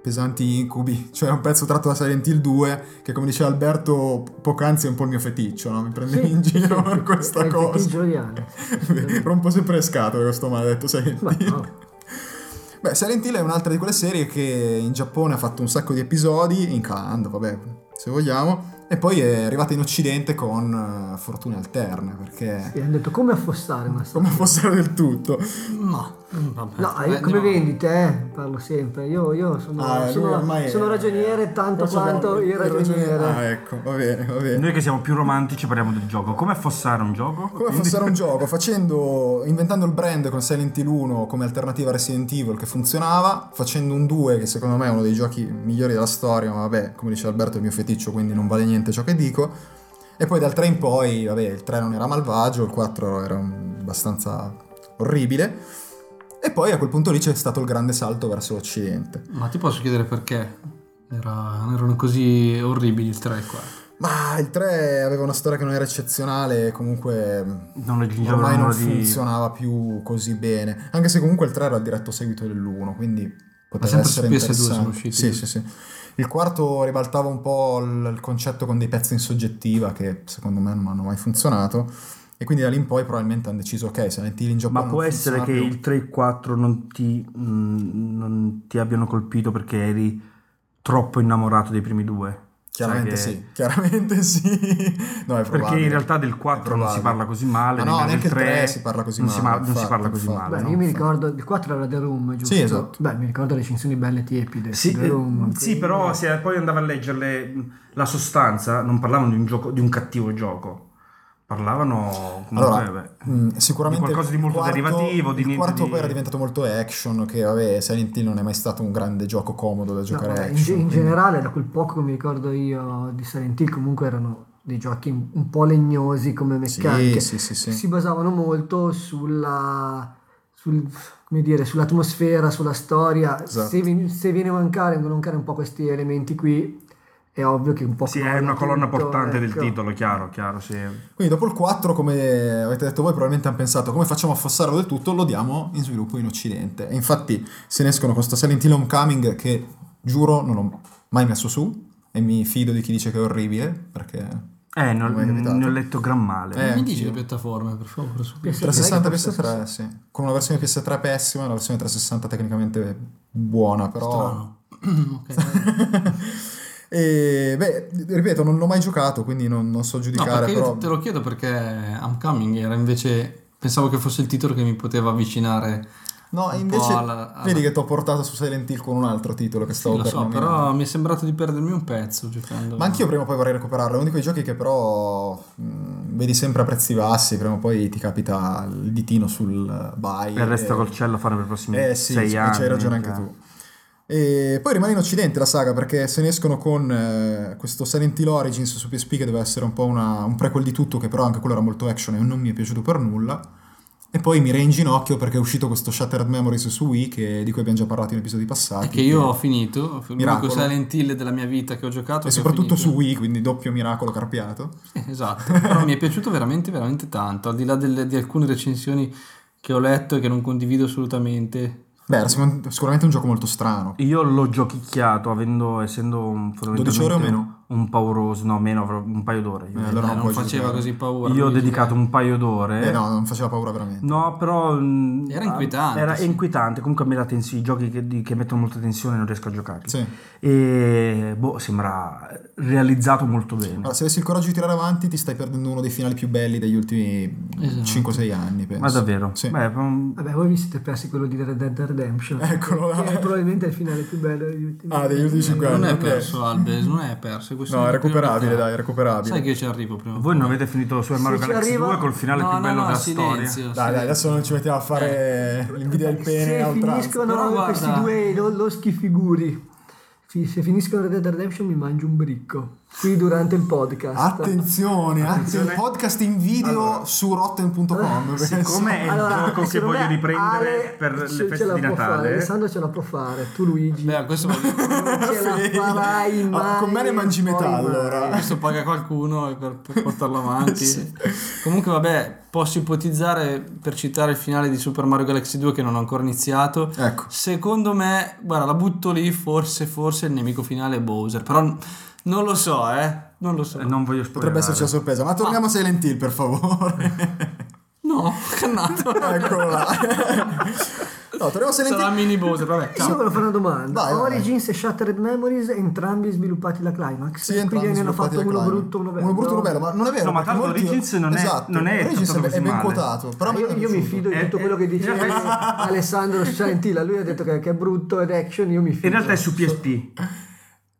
Speaker 2: pesanti incubi, cioè un pezzo tratto da Silent Hill 2 che come diceva Alberto poc'anzi è un po' il mio feticcio, no? mi prendevi in giro per questa
Speaker 4: è Il
Speaker 2: cosa.
Speaker 4: titolo di Anna.
Speaker 2: Rompo sempre le scatole questo maledetto Silent
Speaker 4: Ma
Speaker 2: Hill.
Speaker 4: no.
Speaker 2: Beh, Silent Hill è un'altra di quelle serie che in Giappone ha fatto un sacco di episodi, in Canada, vabbè, se vogliamo, e poi è arrivata in Occidente con eh, fortune alterne, perché
Speaker 4: E hanno detto come affossare una storia.
Speaker 2: come fossero del tutto.
Speaker 5: Ma vabbè,
Speaker 4: No, io come vendite, eh, parlo sempre. Io, io sono,
Speaker 2: Ah, lui
Speaker 4: sono-
Speaker 2: ormai è-
Speaker 4: sono ragioniere tanto
Speaker 2: Cosa
Speaker 4: quanto
Speaker 2: vuole?
Speaker 4: il ragioniere.
Speaker 2: Ah, ecco, va bene, va bene.
Speaker 3: Noi che siamo più romantici parliamo del gioco. Come affossare un gioco?
Speaker 2: Come
Speaker 3: Quindi-
Speaker 2: fossero un gioco, facendo, inventando il brand con Silent Hill 1 come alternativa a Resident Evil che funzionava, facendo un 2 che secondo me è uno dei giochi migliori della storia, ma vabbè, come dice Alberto è il mio feticcio, quindi non vale niente ciò che dico. E poi dal 3 in poi, vabbè, il 3 non era malvagio, il 4 era un- abbastanza orribile. E poi a quel punto lì c'è stato il grande salto verso l'Occidente.
Speaker 5: Ma ti posso chiedere perché? Era- erano così orribili il 3 e il 4.
Speaker 2: Ma il 3 aveva una storia che non era eccezionale, comunque mm,
Speaker 3: Non raggiungevano
Speaker 2: ormai non
Speaker 3: numero di...
Speaker 2: funzionava più così bene. Anche se comunque il 3 era il diretto seguito dell'1, quindi poteva
Speaker 5: sempre su
Speaker 2: essere
Speaker 5: PS2
Speaker 2: interessante.
Speaker 5: sono usciti.
Speaker 2: Sì, sì, sì. Il quarto ribaltava un po' il, il concetto con dei pezzi in soggettiva che secondo me non hanno mai funzionato. E quindi da lì in poi probabilmente hanno deciso, ok, se metti in Giappone
Speaker 3: Ma può
Speaker 2: non
Speaker 3: essere che
Speaker 2: funziona più.
Speaker 3: il 3 e il 4 non ti, mm, non ti abbiano colpito perché eri troppo innamorato dei primi due?
Speaker 2: Chiaramente
Speaker 3: Sai che-
Speaker 2: sì, chiaramente sì. No, è
Speaker 3: Perché
Speaker 2: probabile.
Speaker 3: in realtà del
Speaker 2: È
Speaker 3: 4 non
Speaker 2: probabile.
Speaker 3: si parla così male,
Speaker 2: Ma no,
Speaker 3: nemmeno
Speaker 2: neanche
Speaker 3: del
Speaker 2: il
Speaker 3: 3,
Speaker 2: 3 si parla così
Speaker 3: non Si
Speaker 2: male,
Speaker 3: ma- non si
Speaker 2: infatti,
Speaker 3: parla così
Speaker 2: infatti.
Speaker 3: male.
Speaker 4: Beh,
Speaker 3: no?
Speaker 4: io mi ricordo, il 4 era The Room, giusto?
Speaker 2: Sì, esatto.
Speaker 4: Beh, mi ricordo le recensioni belle tiepide.
Speaker 3: Sì,
Speaker 4: The
Speaker 3: eh,
Speaker 4: Room,
Speaker 3: sì, però se poi andavo a leggerle mh, la sostanza, non parlavano di un, gioco, di un cattivo gioco, parlavano comunque,
Speaker 2: Allora, mm,
Speaker 3: beh,
Speaker 2: mh, sicuramente
Speaker 3: di qualcosa di
Speaker 2: il
Speaker 3: molto
Speaker 2: quarto-
Speaker 3: derivativo, di
Speaker 2: il
Speaker 3: niente
Speaker 2: quarto
Speaker 3: di-
Speaker 2: poi era diventato molto action, che vabbè, Silent Hill non è mai stato un grande gioco comodo da
Speaker 4: No,
Speaker 2: giocare
Speaker 4: vabbè, in,
Speaker 2: action.
Speaker 4: in
Speaker 2: quindi-
Speaker 4: generale, da quel poco che mi ricordo io di Silent Hill, comunque erano dei giochi un- un po' legnosi come meccaniche.
Speaker 2: Sì, sì, sì, sì.
Speaker 4: Si basavano molto sulla, sul- come dire, sull'atmosfera, sulla storia.
Speaker 2: Esatto.
Speaker 4: Se, vi- se viene a mancare, vengono a mancare un po' questi elementi qui, è ovvio che un po'...
Speaker 3: sì,
Speaker 4: crolla
Speaker 3: è una colonna
Speaker 4: tutto,
Speaker 3: portante del
Speaker 4: ecco.
Speaker 3: titolo, chiaro, chiaro, sì.
Speaker 2: Quindi dopo il 4, come avete detto voi, probabilmente hanno pensato come facciamo a affossarlo del tutto, lo diamo in sviluppo in Occidente. E infatti se ne escono con sto Silent Hill Homecoming che giuro non l'ho mai messo su e mi fido di chi dice che è orribile, perché...
Speaker 3: Eh,
Speaker 2: Non mi è
Speaker 3: non,
Speaker 2: capitato.
Speaker 3: ne ho letto gran male.
Speaker 2: Eh,
Speaker 5: Mi dici
Speaker 2: anch'io.
Speaker 5: le piattaforme, per favore, subito.
Speaker 4: PS3,
Speaker 2: 360
Speaker 4: che forse-
Speaker 2: PS3, sì. Con una versione PS3 pessima e una versione 360 tecnicamente buona, però...
Speaker 5: Strano. ok.
Speaker 2: e beh, ripeto, non l'ho mai giocato, quindi non, non so
Speaker 5: No,
Speaker 2: giudicare,
Speaker 5: perché io
Speaker 2: però
Speaker 5: te lo chiedo perché I'm Coming era invece pensavo che fosse il titolo che mi poteva avvicinare
Speaker 2: No, e
Speaker 5: Un
Speaker 2: invece
Speaker 5: po' alla- alla-
Speaker 2: vedi che ti ho portato su Silent Hill con un altro titolo che
Speaker 5: Sì,
Speaker 2: stavo
Speaker 5: lo
Speaker 2: per
Speaker 5: so,
Speaker 2: nominare.
Speaker 5: però mi è sembrato di perdermi un pezzo giocando.
Speaker 2: Ma anch'io prima o poi vorrei recuperarlo. È uno di quei giochi che però mh, vedi sempre a prezzi bassi, prima o poi ti capita il ditino sul eh, buy.
Speaker 3: E resta
Speaker 2: e-
Speaker 3: col cielo a fare per i
Speaker 5: Mm.
Speaker 3: prossimi
Speaker 2: Eh sì,
Speaker 3: sei
Speaker 2: sì,
Speaker 3: anni.
Speaker 2: c'hai ragione anche
Speaker 3: cioè.
Speaker 2: tu. E poi rimane in occidente la saga perché se ne escono con eh, questo Silent Hill Origins su PSP che doveva essere un po' una- un prequel di tutto che però anche quello era molto action e non mi è piaciuto per nulla e poi mi reinginocchio perché è uscito questo Shattered Memories su Wii che- di cui abbiamo già parlato in episodi passati
Speaker 5: È che io ho finito, l'unico
Speaker 2: Miracolo.
Speaker 5: Silent Hill della mia vita che ho giocato.
Speaker 2: e
Speaker 5: che ho
Speaker 2: soprattutto su
Speaker 5: finito.
Speaker 2: Wii quindi doppio miracolo carpiato
Speaker 5: Sì, Esatto, però mi è piaciuto veramente, veramente tanto, al di là delle- di alcune recensioni che ho letto e che non condivido assolutamente.
Speaker 2: beh era sicur- sicuramente un gioco molto strano
Speaker 3: Io l'ho giochicchiato avendo, essendo un,
Speaker 2: 12 ore o
Speaker 3: fondamentalmente
Speaker 2: meno?
Speaker 3: un pauroso, no meno, avrò un paio d'ore. Io,
Speaker 2: Eh, allora
Speaker 5: Eh,
Speaker 2: non
Speaker 5: non
Speaker 2: puoi
Speaker 5: faceva
Speaker 2: giudicare.
Speaker 5: così paura.
Speaker 3: Io ho
Speaker 5: quindi-
Speaker 3: dedicato un paio d'ore.
Speaker 2: eh no non faceva paura veramente
Speaker 3: No, però mh,
Speaker 5: Era inquietante,
Speaker 3: Era
Speaker 5: sì.
Speaker 3: inquietante. Comunque a me la tensione, i giochi che, di- che mettono molta tensione non riesco a giocarli.
Speaker 2: Sì.
Speaker 3: E boh, sembra realizzato molto bene.
Speaker 2: Allora, se avessi il coraggio di tirare avanti, ti stai perdendo uno dei finali più belli degli ultimi
Speaker 5: Esatto.
Speaker 2: 5-6 anni, penso.
Speaker 3: Ma davvero?
Speaker 2: Sì.
Speaker 3: Beh, mm,
Speaker 4: Vabbè, voi vi siete persi quello di Red Dead Redemption.
Speaker 2: Eccolo là.
Speaker 4: Che è probabilmente il finale più bello degli ultimi.
Speaker 2: Ecco. Ah, degli ultimi 5 anni.
Speaker 5: Non è
Speaker 2: ok.
Speaker 5: perso Alves, non è perso. è questione
Speaker 2: No, è
Speaker 5: di
Speaker 2: recuperabile,
Speaker 5: priorità.
Speaker 2: dai, è recuperabile.
Speaker 5: Sai che io ci arrivo prima. o
Speaker 3: voi non
Speaker 5: poi.
Speaker 3: avete finito su
Speaker 4: Se
Speaker 3: Mario
Speaker 4: ci
Speaker 3: Galaxy
Speaker 4: arriva-
Speaker 3: 2 col finale
Speaker 5: No,
Speaker 3: più
Speaker 5: no,
Speaker 3: bello
Speaker 5: no,
Speaker 3: della storia.
Speaker 5: silenzio,
Speaker 2: Dai, dai,
Speaker 5: silenzio.
Speaker 2: adesso non ci mettiamo a fare l'invidia del pene a
Speaker 4: Eh, se
Speaker 2: oltranza.
Speaker 4: finiscono
Speaker 5: Però
Speaker 4: questi
Speaker 5: guarda-
Speaker 4: due lo- loschi figuri, fi- se finiscono Red Dead Redemption mi mangio un bricco. Qui durante il podcast.
Speaker 2: Attenzione, attenzione, Ah,
Speaker 3: Attenzione.
Speaker 2: podcast in video su rotten.com. penso.
Speaker 3: Siccome è
Speaker 4: Allora,
Speaker 3: il gioco che
Speaker 4: secondo
Speaker 3: voglio
Speaker 4: me
Speaker 3: riprendere
Speaker 4: Ale
Speaker 3: per
Speaker 4: ce-
Speaker 3: le
Speaker 4: ce
Speaker 3: feste
Speaker 4: la
Speaker 3: di
Speaker 4: può fare,
Speaker 3: Natale,
Speaker 4: Alessandro ce la può fare, tu Luigi.
Speaker 5: Beh, questo, voglio-
Speaker 4: non ce la farai
Speaker 2: Ah,
Speaker 4: mai.
Speaker 2: con me ne mangi
Speaker 4: poi
Speaker 2: metà,
Speaker 4: mai.
Speaker 2: allora.
Speaker 5: questo paga qualcuno per, per portarlo avanti.
Speaker 2: Sì.
Speaker 5: Comunque, vabbè, posso ipotizzare per citare il finale di Super Mario Galaxy 2 che non ho ancora iniziato.
Speaker 2: Ecco.
Speaker 5: Secondo me, guarda, la butto lì, forse, forse il nemico finale è Bowser, però n- non lo so, eh. Non lo so.
Speaker 3: eh, non voglio spoilerare.
Speaker 2: Potrebbe esserci la sorpresa, ma torniamo a Silent Hill per favore.
Speaker 5: No, cannato.
Speaker 2: Eccolo là. No, torniamo a Silent
Speaker 5: Sarà
Speaker 2: Hill.
Speaker 5: mini Bowser, vabbè.
Speaker 4: Io
Speaker 5: Ciao.
Speaker 4: volevo fare una domanda.
Speaker 2: Vai, vai, vai.
Speaker 4: Origins e Shattered Memories, entrambi sviluppati da Climax.
Speaker 2: Sì,
Speaker 4: quindi
Speaker 2: entrambi
Speaker 4: ne hanno
Speaker 2: sviluppati
Speaker 4: fatto
Speaker 2: da
Speaker 4: uno
Speaker 2: Clive.
Speaker 4: brutto, uno bello.
Speaker 2: Uno brutto, uno bello, ma non è vero.
Speaker 3: No, ma
Speaker 2: perché
Speaker 3: tanto
Speaker 2: molti-
Speaker 3: Origins non è-
Speaker 2: esatto,
Speaker 3: non è
Speaker 2: Origins
Speaker 3: tutto
Speaker 2: è,
Speaker 3: così
Speaker 2: è ben
Speaker 3: male.
Speaker 2: quotato. Però a me
Speaker 4: Ah, io,
Speaker 2: non è
Speaker 4: io mi
Speaker 2: piaciuto.
Speaker 4: fido di
Speaker 3: Eh,
Speaker 4: tutto
Speaker 3: eh,
Speaker 4: quello che dice
Speaker 3: in realtà-
Speaker 4: Alessandro Scientila. Lui ha detto che, che è brutto ed action. Io mi fido.
Speaker 3: In realtà è su PSP.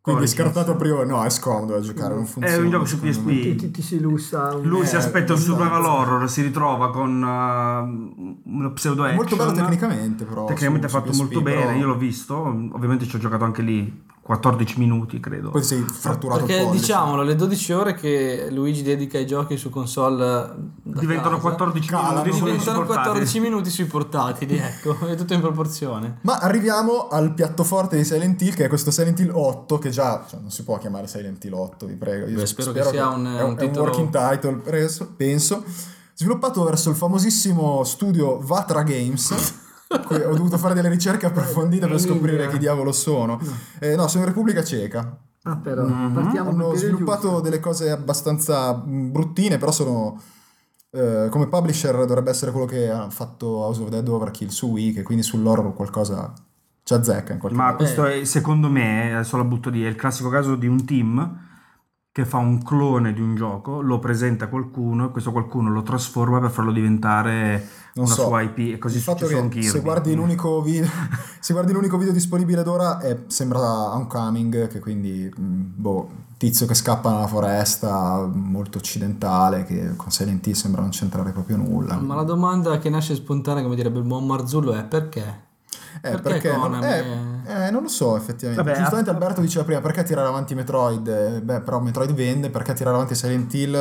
Speaker 2: Quindi
Speaker 3: Origins.
Speaker 2: scartato a priori. No, è scomodo da giocare, non funziona.
Speaker 3: È un gioco su
Speaker 2: secondo me.
Speaker 4: ti,
Speaker 3: PSP.
Speaker 4: ti, ti si lussa. un-
Speaker 3: Lui si
Speaker 2: Eh,
Speaker 3: aspetta un
Speaker 2: esatto.
Speaker 3: survival horror, si ritrova con uh, uno pseudo
Speaker 2: È
Speaker 3: action.
Speaker 2: molto bello tecnicamente, però.
Speaker 3: Tecnicamente è
Speaker 2: su- su
Speaker 3: fatto
Speaker 2: PSP,
Speaker 3: molto bene,
Speaker 2: però
Speaker 3: io l'ho visto, ovviamente ci ho giocato anche lì 14 minuti, credo.
Speaker 2: Poi ti sei fratturato il
Speaker 5: Perché
Speaker 2: pollice.
Speaker 5: diciamolo, le 12 ore che Luigi dedica ai giochi su console eh, da
Speaker 3: Diventano
Speaker 5: casa,
Speaker 3: 14
Speaker 2: Calano,
Speaker 3: minuti, sono
Speaker 5: diventano
Speaker 3: insopportabili.
Speaker 5: 14 minuti sui portatili, ecco, è tutto in proporzione.
Speaker 2: Ma arriviamo al piatto forte di Silent Hill, che è questo Silent Hill 8, che già cioè, non si può chiamare Silent Hill 8, vi prego. Io
Speaker 5: Beh, spero che sia un-
Speaker 2: è
Speaker 5: un
Speaker 2: è
Speaker 5: titolo-
Speaker 2: working title, preso- penso. Sviluppato verso il famosissimo studio Vatra Games. cui ho dovuto fare delle ricerche approfondite per
Speaker 4: Emilia.
Speaker 2: scoprire chi diavolo sono. Eh, no, sono in Repubblica Ceca.
Speaker 4: Ah, però, partiamo
Speaker 2: Mhm. hanno
Speaker 4: col piede
Speaker 2: sviluppato
Speaker 4: giusto.
Speaker 2: delle cose abbastanza mh, bruttine, però sono eh, come publisher dovrebbe essere quello che ha fatto House of Dead Overkill su Wii, che quindi sull'horror qualcosa ci azzecca in qualche
Speaker 5: Eh.
Speaker 3: Ma
Speaker 2: modo.
Speaker 3: questo è, secondo me, adesso la butto lì, è il classico caso di un team che fa un clone di un gioco, lo presenta a qualcuno e questo qualcuno lo trasforma per farlo diventare
Speaker 2: Non
Speaker 3: una
Speaker 2: so.
Speaker 3: sua IP e così
Speaker 2: Il fatto
Speaker 3: successo
Speaker 2: che
Speaker 3: anche
Speaker 2: se guardi, l'unico video, se guardi l'unico video disponibile ad ora è, sembra Homecoming, che quindi mh, boh, tizio che scappa nella foresta molto occidentale, che con Silent Hill sembra non c'entrare proprio nulla.
Speaker 5: Ma la domanda che nasce spontanea, come direbbe il buon Marzullo, è perché?
Speaker 2: Eh,
Speaker 5: Perché
Speaker 2: perché non,
Speaker 5: Konami
Speaker 2: eh, eh, non lo so effettivamente.
Speaker 3: Vabbè,
Speaker 2: Giustamente Alberto diceva prima perché tirare avanti Metroid? Eh, Beh, però Metroid vende, perché tirare avanti Silent Hill?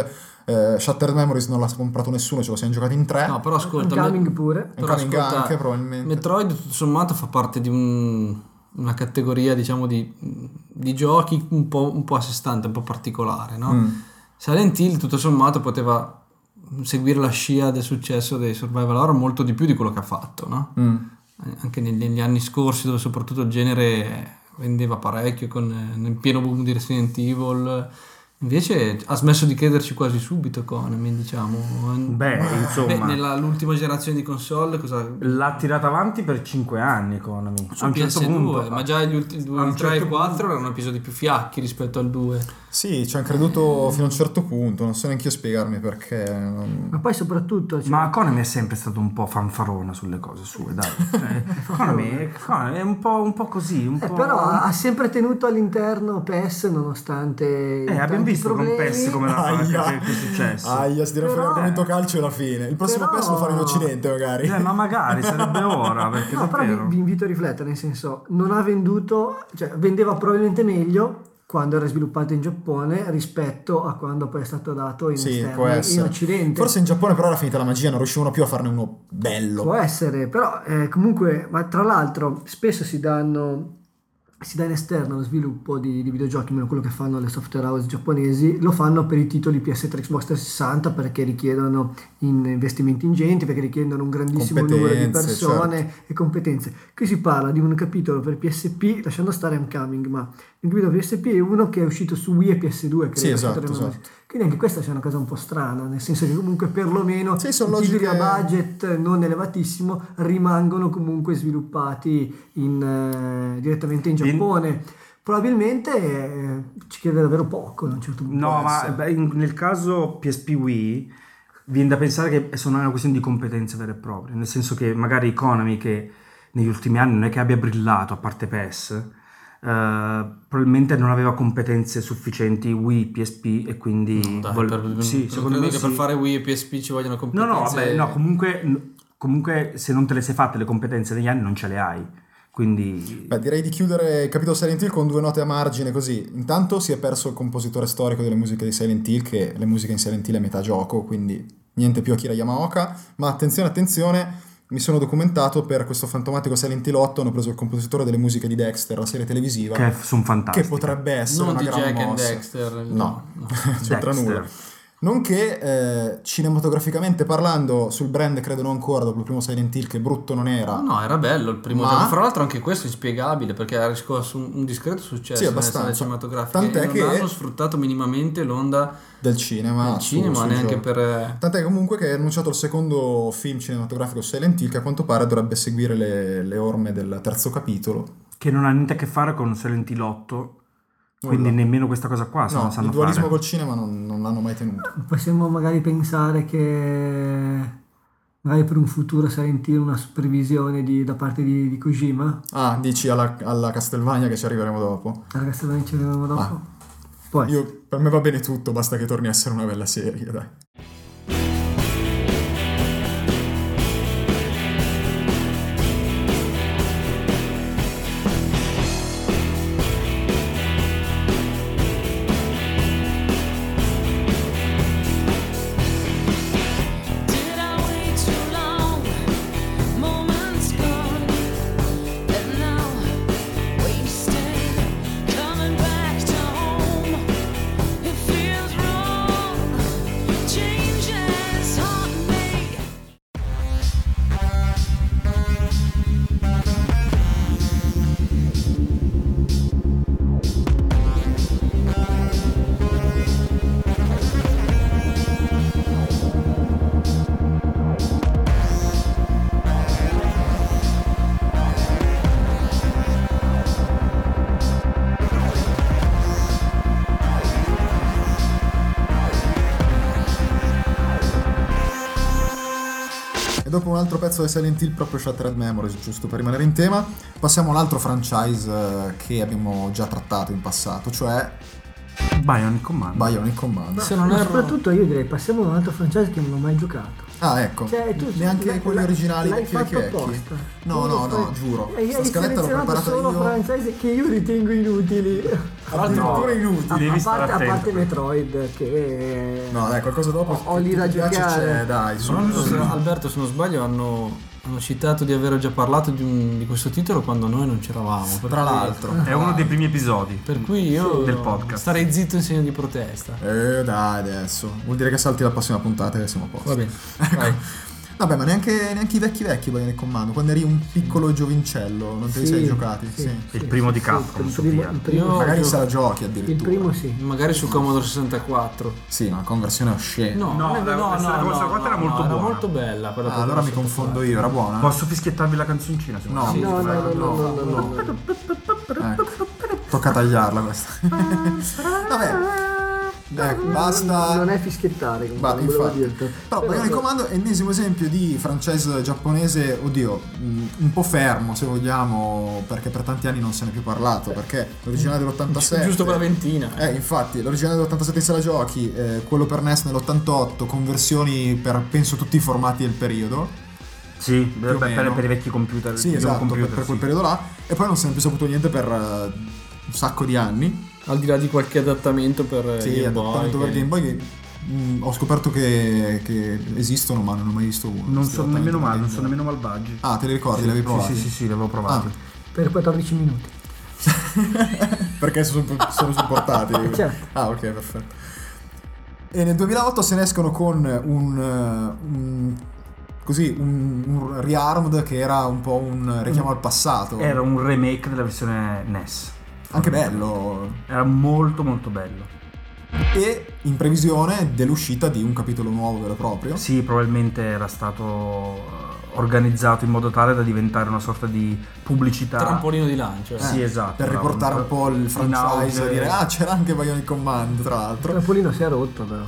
Speaker 2: Eh, Shattered Memories non l'ha comprato nessuno, ce lo siamo giocati in tre.
Speaker 5: No, però ascolta,
Speaker 4: Coming
Speaker 5: me-
Speaker 4: pure.
Speaker 2: Un
Speaker 5: però
Speaker 2: coming
Speaker 5: ascolta,
Speaker 2: anche probabilmente.
Speaker 5: Metroid tutto sommato fa parte di un- una categoria, diciamo, di, di giochi un po', un po' a sé stante, un po' particolare, no?
Speaker 2: Mm.
Speaker 5: Silent Hill tutto sommato poteva seguire la scia del successo dei survival horror molto di più di quello che ha fatto, no?
Speaker 2: Mm.
Speaker 5: anche neg- negli anni scorsi dove soprattutto il genere vendeva parecchio con eh, nel pieno boom di Resident Evil Invece ha smesso di crederci quasi subito Konami, diciamo.
Speaker 3: Beh,
Speaker 5: Beh,
Speaker 3: insomma,
Speaker 5: nella l'ultima generazione di console cosa
Speaker 3: l'ha tirata avanti per 5 anni Konami. certo
Speaker 5: su PS2, ma già gli ultimi
Speaker 3: a un
Speaker 5: 2, 3
Speaker 3: certo
Speaker 5: e 4 erano episodi più fiacchi rispetto al 2.
Speaker 2: Sì, ci hanno creduto fino a un certo punto, non so neanche io spiegarmi perché. non-
Speaker 4: Ma poi soprattutto... cioè,
Speaker 3: Ma Konami è sempre stato un po' fanfarona sulle cose sue, dai. Cioè, Konami, Konami è un po', un po' così, un
Speaker 4: eh,
Speaker 3: po'...
Speaker 4: però ha sempre tenuto all'interno PES nonostante...
Speaker 3: Eh, abbiamo
Speaker 4: tanti
Speaker 3: visto con
Speaker 4: problemi.
Speaker 3: PES come la fa, che, che è successo.
Speaker 2: Aia, si dirà
Speaker 4: Però-
Speaker 2: fuori l'argomento calcio è la fine. Il prossimo
Speaker 4: Però- Cioè,
Speaker 2: PES lo fare in Occidente, magari.
Speaker 3: Eh, ma magari sarebbe ora, perché
Speaker 4: No, però
Speaker 3: davvero...
Speaker 4: vi, vi invito a riflettere, nel senso, non ha venduto, cioè vendeva probabilmente meglio quando era sviluppato in Giappone rispetto a quando poi è stato dato in,
Speaker 2: Sì,
Speaker 4: esterni-
Speaker 2: può
Speaker 4: in
Speaker 2: essere.
Speaker 4: Occidente.
Speaker 2: Forse in Giappone però era finita la magia, non riuscivano più a farne uno bello.
Speaker 4: Può essere, però eh, comunque, ma tra l'altro spesso si danno si dà in esterno lo sviluppo di, di videogiochi, meno quello che fanno le software house giapponesi, lo fanno per i titoli PS3 Xbox 360 perché richiedono in- investimenti ingenti, perché richiedono un grandissimo numero di
Speaker 2: Competenze, certo.
Speaker 4: persone e competenze. Qui si parla di un capitolo per PSP, lasciando stare Homecoming, ma un capitolo per PSP e uno che è uscito su Wii e PS2, credo.
Speaker 2: Sì, esatto,
Speaker 4: se torniamo-
Speaker 2: esatto.
Speaker 4: Quindi anche questa c'è una cosa un po' strana, nel senso che comunque perlomeno
Speaker 2: Sì, sono
Speaker 4: i titoli
Speaker 2: logiche-
Speaker 4: a budget non elevatissimo rimangono comunque sviluppati in, eh, direttamente in
Speaker 3: In-
Speaker 4: Giappone. Probabilmente eh, ci chiede davvero poco da un certo punto.
Speaker 3: No,
Speaker 2: Può
Speaker 3: ma
Speaker 2: essere.
Speaker 3: beh, in- nel caso PSP Wii viene da pensare che sono una questione di competenze vere e proprie, nel senso che magari Konami che negli ultimi anni non è che abbia brillato a parte PES, eh, probabilmente non aveva competenze sufficienti Wii, PSP e quindi
Speaker 5: Mm, Dai,
Speaker 3: vol-
Speaker 5: per-
Speaker 3: sì,
Speaker 5: non
Speaker 3: secondo
Speaker 5: credo
Speaker 3: me
Speaker 5: che
Speaker 3: sì.
Speaker 5: per fare Wii e PSP ci vogliono
Speaker 3: No,
Speaker 5: competenze.
Speaker 3: no, vabbè, no, comunque, comunque se non te le sei fatte le competenze degli anni non ce le hai. Quindi
Speaker 2: Beh, direi di chiudere il capitolo Silent Hill con due note a margine così. Intanto si è perso il compositore storico delle musiche di Silent Hill, che le musiche in Silent Hill è metà gioco, quindi niente più Akira Yamaoka. Ma attenzione, attenzione, mi sono documentato per questo fantomatico Silent Hill 8, hanno preso il compositore delle musiche di Dexter, la serie televisiva,
Speaker 3: che sono
Speaker 2: che
Speaker 3: fantastiche.
Speaker 2: potrebbe essere
Speaker 5: non
Speaker 2: una
Speaker 5: di
Speaker 2: gran
Speaker 5: Jack and
Speaker 2: mossa.
Speaker 5: Dexter.
Speaker 2: No. c'entra
Speaker 3: Dexter.
Speaker 2: nulla. Nonché eh, cinematograficamente parlando sul brand, credo non ancora, dopo il primo Silent Hill, che brutto non era.
Speaker 5: No, no, era bello il primo
Speaker 2: Ma-
Speaker 5: gioco. Fra l'altro anche questo è inspiegabile perché ha riscosso un, un discreto successo
Speaker 2: Sì,
Speaker 5: nelle
Speaker 2: abbastanza.
Speaker 5: sale cinematografiche.
Speaker 2: Tant'è
Speaker 5: e non
Speaker 2: che-
Speaker 5: hanno sfruttato minimamente l'onda
Speaker 2: Del cinema.
Speaker 5: del
Speaker 2: su-
Speaker 5: cinema,
Speaker 2: sui
Speaker 5: neanche
Speaker 2: giochi.
Speaker 5: per... eh,
Speaker 2: Tant'è comunque che è annunciato il secondo film cinematografico Silent Hill che a quanto pare dovrebbe seguire le, le orme del terzo capitolo.
Speaker 3: che non ha niente a che fare con Silent Hill 8, quindi
Speaker 2: Nulla.
Speaker 3: nemmeno questa cosa qua Ah, se
Speaker 2: No,
Speaker 3: non
Speaker 2: il
Speaker 3: sanno
Speaker 2: dualismo
Speaker 3: fare.
Speaker 2: col cinema non, non l'hanno mai tenuto.
Speaker 4: Possiamo magari pensare che magari per un futuro sentire una supervisione di- da parte di, di Kojima,
Speaker 2: Ah, dici alla, alla Castelvania che ci arriveremo dopo.
Speaker 4: ragazzi non ci vediamo dopo.
Speaker 2: Ah.
Speaker 4: Poi,
Speaker 2: Io, per me va bene tutto, basta che torni a essere una bella serie, dai.
Speaker 6: Did I wait too long? Moments gone, and now wasted. Coming back to home, it feels wrong. Changes haunt me.
Speaker 2: E dopo un altro pezzo di Silent Hill, proprio Shattered Memories, giusto per rimanere in tema, passiamo a un altro franchise eh, che abbiamo già trattato in passato, cioè
Speaker 3: Bionic Command.
Speaker 2: Bionic Command.
Speaker 5: Se non
Speaker 4: ma
Speaker 5: erro...
Speaker 4: soprattutto io direi passiamo ad un altro francese che non ho mai giocato.
Speaker 2: Ah, ecco.
Speaker 4: Cioè, tu-
Speaker 2: Neanche
Speaker 4: l'hai-
Speaker 2: quelli
Speaker 4: l'hai-
Speaker 2: originali
Speaker 4: l'hai
Speaker 2: vecchi
Speaker 4: fatto
Speaker 2: vecchi.
Speaker 4: apposta.
Speaker 2: No, no,
Speaker 4: Tu
Speaker 2: no,
Speaker 4: lo fai-
Speaker 2: giuro.
Speaker 4: E
Speaker 2: Questa
Speaker 4: hai
Speaker 2: scaletta l'ho
Speaker 4: selezionato
Speaker 2: preparata
Speaker 4: solo
Speaker 2: io.
Speaker 4: francesi che io ritengo inutili.
Speaker 2: Tra l'altro
Speaker 3: No.
Speaker 2: pure inutile.
Speaker 4: A,
Speaker 3: Devi
Speaker 4: a
Speaker 3: stare
Speaker 4: parte, a
Speaker 3: attento.
Speaker 4: parte Metroid che...
Speaker 2: No, dai, qualcosa dopo.
Speaker 4: Ho- ho
Speaker 2: che
Speaker 4: lì
Speaker 2: ti
Speaker 4: da
Speaker 2: piace
Speaker 4: giocare.
Speaker 2: c'è, dai, su.
Speaker 5: Però non so se- Alberto, se non sbaglio, hanno, hanno citato di aver già parlato di, un- di questo titolo quando noi non c'eravamo. per
Speaker 2: Tra
Speaker 5: cui-
Speaker 2: l'altro.
Speaker 3: È uno dei primi episodi.
Speaker 5: Per cui io
Speaker 3: Del podcast.
Speaker 5: starei zitto in segno di protesta.
Speaker 2: Eh, dai, adesso. Vuol dire che salti la prossima puntata e siamo a posto.
Speaker 5: Va bene.
Speaker 2: Ecco.
Speaker 5: Vai.
Speaker 2: Vabbè, ma neanche, neanche i vecchi vecchi Bionic Commando, quando eri un piccolo giovincello, non te li
Speaker 4: Sì,
Speaker 2: sei giocati. Sì.
Speaker 3: Il primo di Capcom,
Speaker 4: il
Speaker 3: su
Speaker 4: primo-
Speaker 3: via.
Speaker 4: il primo-
Speaker 5: Io-
Speaker 2: Magari
Speaker 5: gioco-
Speaker 2: se la giochi
Speaker 4: Il
Speaker 2: addirittura.
Speaker 4: primo sì.
Speaker 5: Magari su Commodore 64.
Speaker 2: Sì, ma conversione oscena.
Speaker 5: No,
Speaker 3: No, la- la- la Commodore 64 era molto buona.
Speaker 5: molto bella quella
Speaker 2: Ah, allora mi confondo io, era buona?
Speaker 3: Posso fischiettarvi la canzoncina? se
Speaker 2: No,
Speaker 3: volete?
Speaker 4: No, no, no, no, no, no, no.
Speaker 2: Ecco. Tocca tagliarla questa. Vabbè. Ecco, basta.
Speaker 4: Non è fischiettare, comunque,
Speaker 2: Bah,
Speaker 4: non volevo
Speaker 2: infatti.
Speaker 4: dirtelo.
Speaker 2: Però
Speaker 4: Però-
Speaker 2: Bionic Commando è ennesimo esempio di franchise giapponese, oddio, mh, un po' fermo se vogliamo, perché per tanti anni non se n'è più parlato, perché l'originale dell'87...
Speaker 5: Giusto quella ventina.
Speaker 2: Eh, infatti, l'originale dell'87 in sala giochi, eh, quello per NES nell'88, conversioni per penso tutti i formati del periodo.
Speaker 3: Sì, per,
Speaker 2: o
Speaker 3: per-
Speaker 2: meno.
Speaker 3: per i vecchi computer.
Speaker 2: Sì,
Speaker 3: i
Speaker 2: esatto,
Speaker 3: Eh, computer,
Speaker 2: per, per quel
Speaker 3: sì.
Speaker 2: periodo là. E poi non se ne è più saputo niente per eh, un sacco di anni.
Speaker 5: Al di là di qualche adattamento per eh,
Speaker 2: Sì,
Speaker 5: Game Boy.
Speaker 2: adattamento per
Speaker 5: che-
Speaker 2: Game Boy che, mh, ho scoperto che, che esistono, ma non ho mai visto uno.
Speaker 3: Non
Speaker 2: Sì,
Speaker 3: sono nemmeno
Speaker 2: adattamento
Speaker 3: male,
Speaker 2: per
Speaker 3: non
Speaker 2: Game
Speaker 3: sono
Speaker 2: Boy.
Speaker 3: nemmeno malvagi.
Speaker 2: Ah, te li ricordi? li avevi provati? Ah,
Speaker 3: Sì, sì, sì, sì, li avevo provati.
Speaker 4: Per 14 minuti.
Speaker 2: Perché sono, sono supportati.
Speaker 4: Certo.
Speaker 2: Ah, ok, perfetto. E nel 2008 se ne escono con un, eh, un- così, un, un Rearmed che era un po' un richiamo al passato.
Speaker 3: Mm. Era un remake della versione NES.
Speaker 2: Anche bello.
Speaker 3: Era molto molto bello.
Speaker 2: E in previsione dell'uscita di un capitolo nuovo vero e proprio.
Speaker 3: Sì, probabilmente era stato eh, organizzato in modo tale da diventare una sorta di pubblicità.
Speaker 5: Trampolino di lancio. eh.
Speaker 3: Sì, esatto.
Speaker 2: Per riportare un po' il franchise
Speaker 3: In-house.
Speaker 2: e dire ah c'era anche Bionic Command tra
Speaker 4: Il
Speaker 2: l'altro.
Speaker 4: trampolino si è rotto però.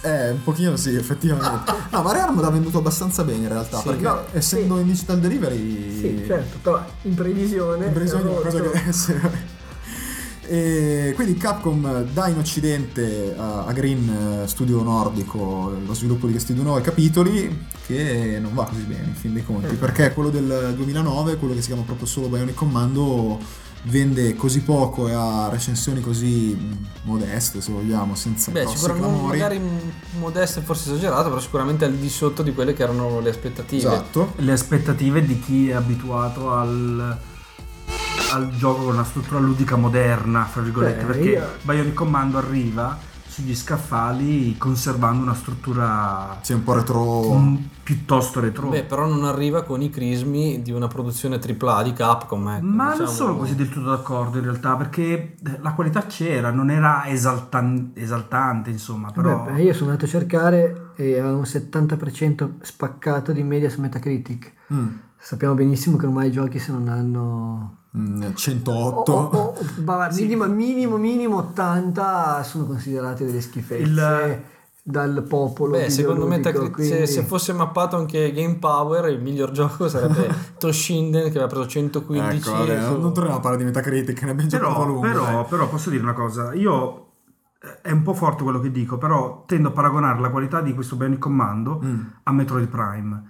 Speaker 2: Eh, un pochino sì, effettivamente. No, ma Rearmed ha venduto abbastanza bene in realtà,
Speaker 5: Sì.
Speaker 2: perché essendo in digital delivery...
Speaker 4: Sì, certo, però in previsione.
Speaker 2: Ho preso
Speaker 4: è
Speaker 2: ogni cosa
Speaker 4: rotto.
Speaker 2: che essere. E quindi Capcom eh, dà in occidente a, a Green eh, Studio Nordico lo sviluppo di questi due nuovi capitoli che non va così bene in fin dei
Speaker 5: Eh.
Speaker 2: conti perché quello del 2009, quello che si chiama proprio solo Bionic Commando vende così poco e ha recensioni così mh, modeste se vogliamo, senza
Speaker 5: Beh,
Speaker 2: grossi
Speaker 5: sicuramente
Speaker 2: esatto, clamori.
Speaker 5: magari modesto e forse esagerato, però sicuramente al di sotto di quelle che erano le aspettative.
Speaker 2: Esatto.
Speaker 3: Le aspettative di chi è abituato al, al gioco con una struttura ludica moderna, fra virgolette,
Speaker 4: Beh,
Speaker 3: perché
Speaker 4: io-
Speaker 3: Bionic Commando arriva sugli scaffali conservando una struttura
Speaker 2: Sì, un po' retro.
Speaker 3: mm, piuttosto retro.
Speaker 5: Beh, però non arriva con i crismi di una produzione AAA di Capcom. ecco,
Speaker 3: Ma
Speaker 5: diciamo.
Speaker 3: non sono così del tutto d'accordo in realtà, perché eh, la qualità c'era, non era esaltan- esaltante, insomma, però...
Speaker 4: Beh, io sono andato a cercare e aveva un 70% spaccato di media su Metacritic.
Speaker 2: Mm,
Speaker 4: Sappiamo benissimo che ormai i giochi se non hanno
Speaker 2: mm,
Speaker 4: o-
Speaker 2: 108.
Speaker 4: o-
Speaker 5: Oh,
Speaker 4: o- ba- minimo, minimo minimo 80 sono considerati delle schifezze
Speaker 3: Il-
Speaker 4: dal popolo.
Speaker 5: Beh, secondo me
Speaker 4: videoludico,
Speaker 5: Metacritic- se,
Speaker 4: quindi-
Speaker 5: se fosse mappato anche Game Power, il miglior gioco sarebbe Toshinden che aveva preso 115.
Speaker 2: Ecco, vabbè,
Speaker 5: su-
Speaker 2: non torniamo a parlare di Metacritic, ne abbiamo già ecco. parlato a
Speaker 3: Però,
Speaker 2: lungo.
Speaker 3: però,
Speaker 4: eh.
Speaker 2: dai.
Speaker 3: però posso dire una cosa, io eh, è un po' forte quello che dico, però tendo a paragonare la qualità di questo Bionic Commando
Speaker 2: Mm.
Speaker 3: a Metroid Prime.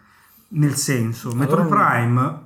Speaker 3: Nel senso, Metroid
Speaker 5: Allora-
Speaker 3: Prime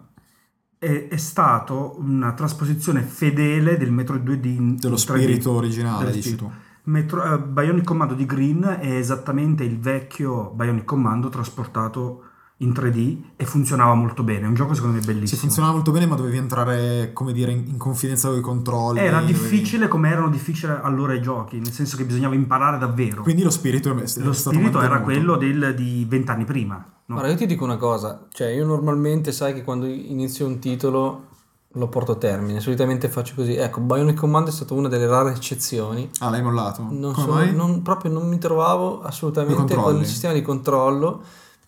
Speaker 3: è, è stato una trasposizione fedele del Metroid 2D in
Speaker 2: dello
Speaker 3: 3D.
Speaker 2: spirito originale,
Speaker 3: Dello
Speaker 2: dici
Speaker 3: spirito.
Speaker 2: tu.
Speaker 3: Metro, eh, Bionic Commando di Green è esattamente il vecchio Bionic Commando trasportato in 3D e funzionava molto bene. È un gioco secondo me
Speaker 2: Sì,
Speaker 3: bellissimo.
Speaker 2: funzionava molto bene, ma dovevi entrare, come dire, in, in confidenza con i controlli.
Speaker 3: Era
Speaker 2: dovevi-
Speaker 3: difficile come erano difficili allora i giochi, nel senso che bisognava imparare davvero.
Speaker 2: Quindi lo spirito è
Speaker 3: Lo spirito era quello del- di vent'anni prima. no?
Speaker 5: Guarda, io ti dico una cosa, cioè io normalmente sai che quando inizio un titolo lo porto a termine, solitamente faccio così. Ecco, Bionic Command è stata una delle rare eccezioni.
Speaker 2: Ah, l'hai mollato?
Speaker 5: Non
Speaker 2: come
Speaker 5: sono-
Speaker 2: mai?
Speaker 5: non- proprio non mi trovavo
Speaker 2: I
Speaker 5: assolutamente
Speaker 2: controlli.
Speaker 5: con il sistema di controllo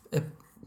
Speaker 5: e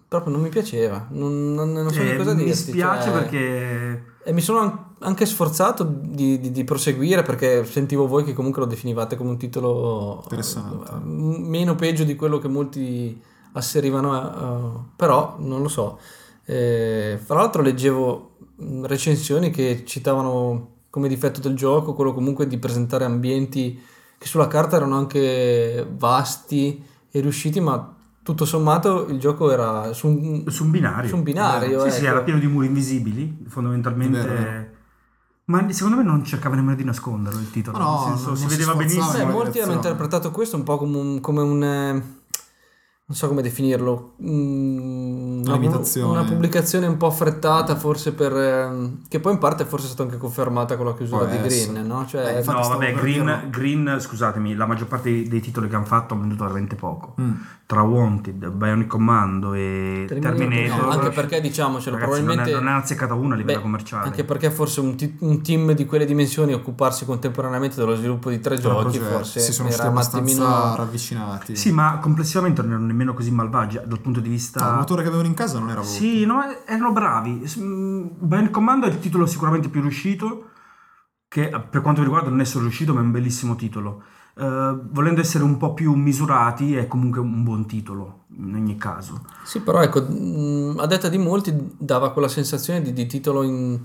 Speaker 5: proprio non mi piaceva, non, non- non so
Speaker 3: Eh,
Speaker 5: che cosa dirti.
Speaker 3: mi spiace
Speaker 5: cioè-
Speaker 3: perché
Speaker 5: E mi sono an- anche sforzato di, di- di proseguire perché sentivo voi che comunque lo definivate come un titolo eh,
Speaker 2: Interessante.
Speaker 5: m- meno peggio di quello che molti asserivano, a- a- però non lo so. Eh, fra l'altro leggevo mh, recensioni che citavano come difetto del gioco quello comunque di presentare ambienti che sulla carta erano anche vasti e riusciti, ma tutto sommato il gioco era su un,
Speaker 3: su un binario.
Speaker 5: su un binario.
Speaker 3: Sì, sì,
Speaker 5: ecco.
Speaker 3: era pieno di muri invisibili, fondamentalmente.
Speaker 2: È vero, è vero.
Speaker 3: Ma secondo me non cercava nemmeno di nasconderlo il titolo.
Speaker 2: Ma no,
Speaker 3: nel senso,
Speaker 2: non-
Speaker 3: si
Speaker 2: non si
Speaker 3: vedeva
Speaker 2: sforzava.
Speaker 3: benissimo.
Speaker 5: Beh,
Speaker 2: Sì,
Speaker 5: molti hanno
Speaker 2: ragazzi,
Speaker 5: interpretato questo un po' come un, come un, eh, non so come definirlo. mm,
Speaker 2: una limitazione.
Speaker 5: Una pubblicazione un po' affrettata, forse per. ehm, che poi in parte è forse stata anche confermata con la chiusura
Speaker 2: Può
Speaker 5: di
Speaker 2: essere.
Speaker 5: Green, no?
Speaker 2: Eh,
Speaker 5: Cioè,
Speaker 2: infatti
Speaker 3: No,
Speaker 2: stavo
Speaker 3: vabbè,
Speaker 2: per
Speaker 3: Green,
Speaker 2: dirlo.
Speaker 3: Green, scusatemi, la maggior parte dei, dei titoli che hanno fatto hanno venduto veramente poco.
Speaker 2: Mm.
Speaker 5: Cioè,
Speaker 3: Tra Wanted, Bionic Commando e
Speaker 4: Terminator.
Speaker 3: Terminator.
Speaker 5: No, anche perché, diciamocelo,
Speaker 3: Ragazzi,
Speaker 5: probabilmente-
Speaker 3: Non ne ha azzeccata una a livello
Speaker 5: Beh,
Speaker 3: commerciale.
Speaker 5: Anche perché forse un, ti- un team di quelle dimensioni occuparsi contemporaneamente dello sviluppo di tre
Speaker 2: Però
Speaker 5: giochi
Speaker 2: progetti,
Speaker 5: forse
Speaker 2: cioè, si sono
Speaker 5: era
Speaker 2: stati
Speaker 5: un
Speaker 2: abbastanza
Speaker 5: attimino
Speaker 2: ravvicinati.
Speaker 3: Sì, ma complessivamente non erano nemmeno così malvagi eh, dal punto di vista...
Speaker 2: Ah, il motore che avevano in casa non era brutto.
Speaker 3: Sì, no, eh, erano bravi. S- mm, Bionic Commando è il titolo sicuramente più riuscito, che eh, per quanto mi riguarda non è solo riuscito, ma è un bellissimo titolo. Eh, volendo essere un po' più misurati, è comunque un buon titolo, in ogni caso.
Speaker 5: Sì, però ecco, mh, a detta di molti dava quella sensazione di, di titolo in-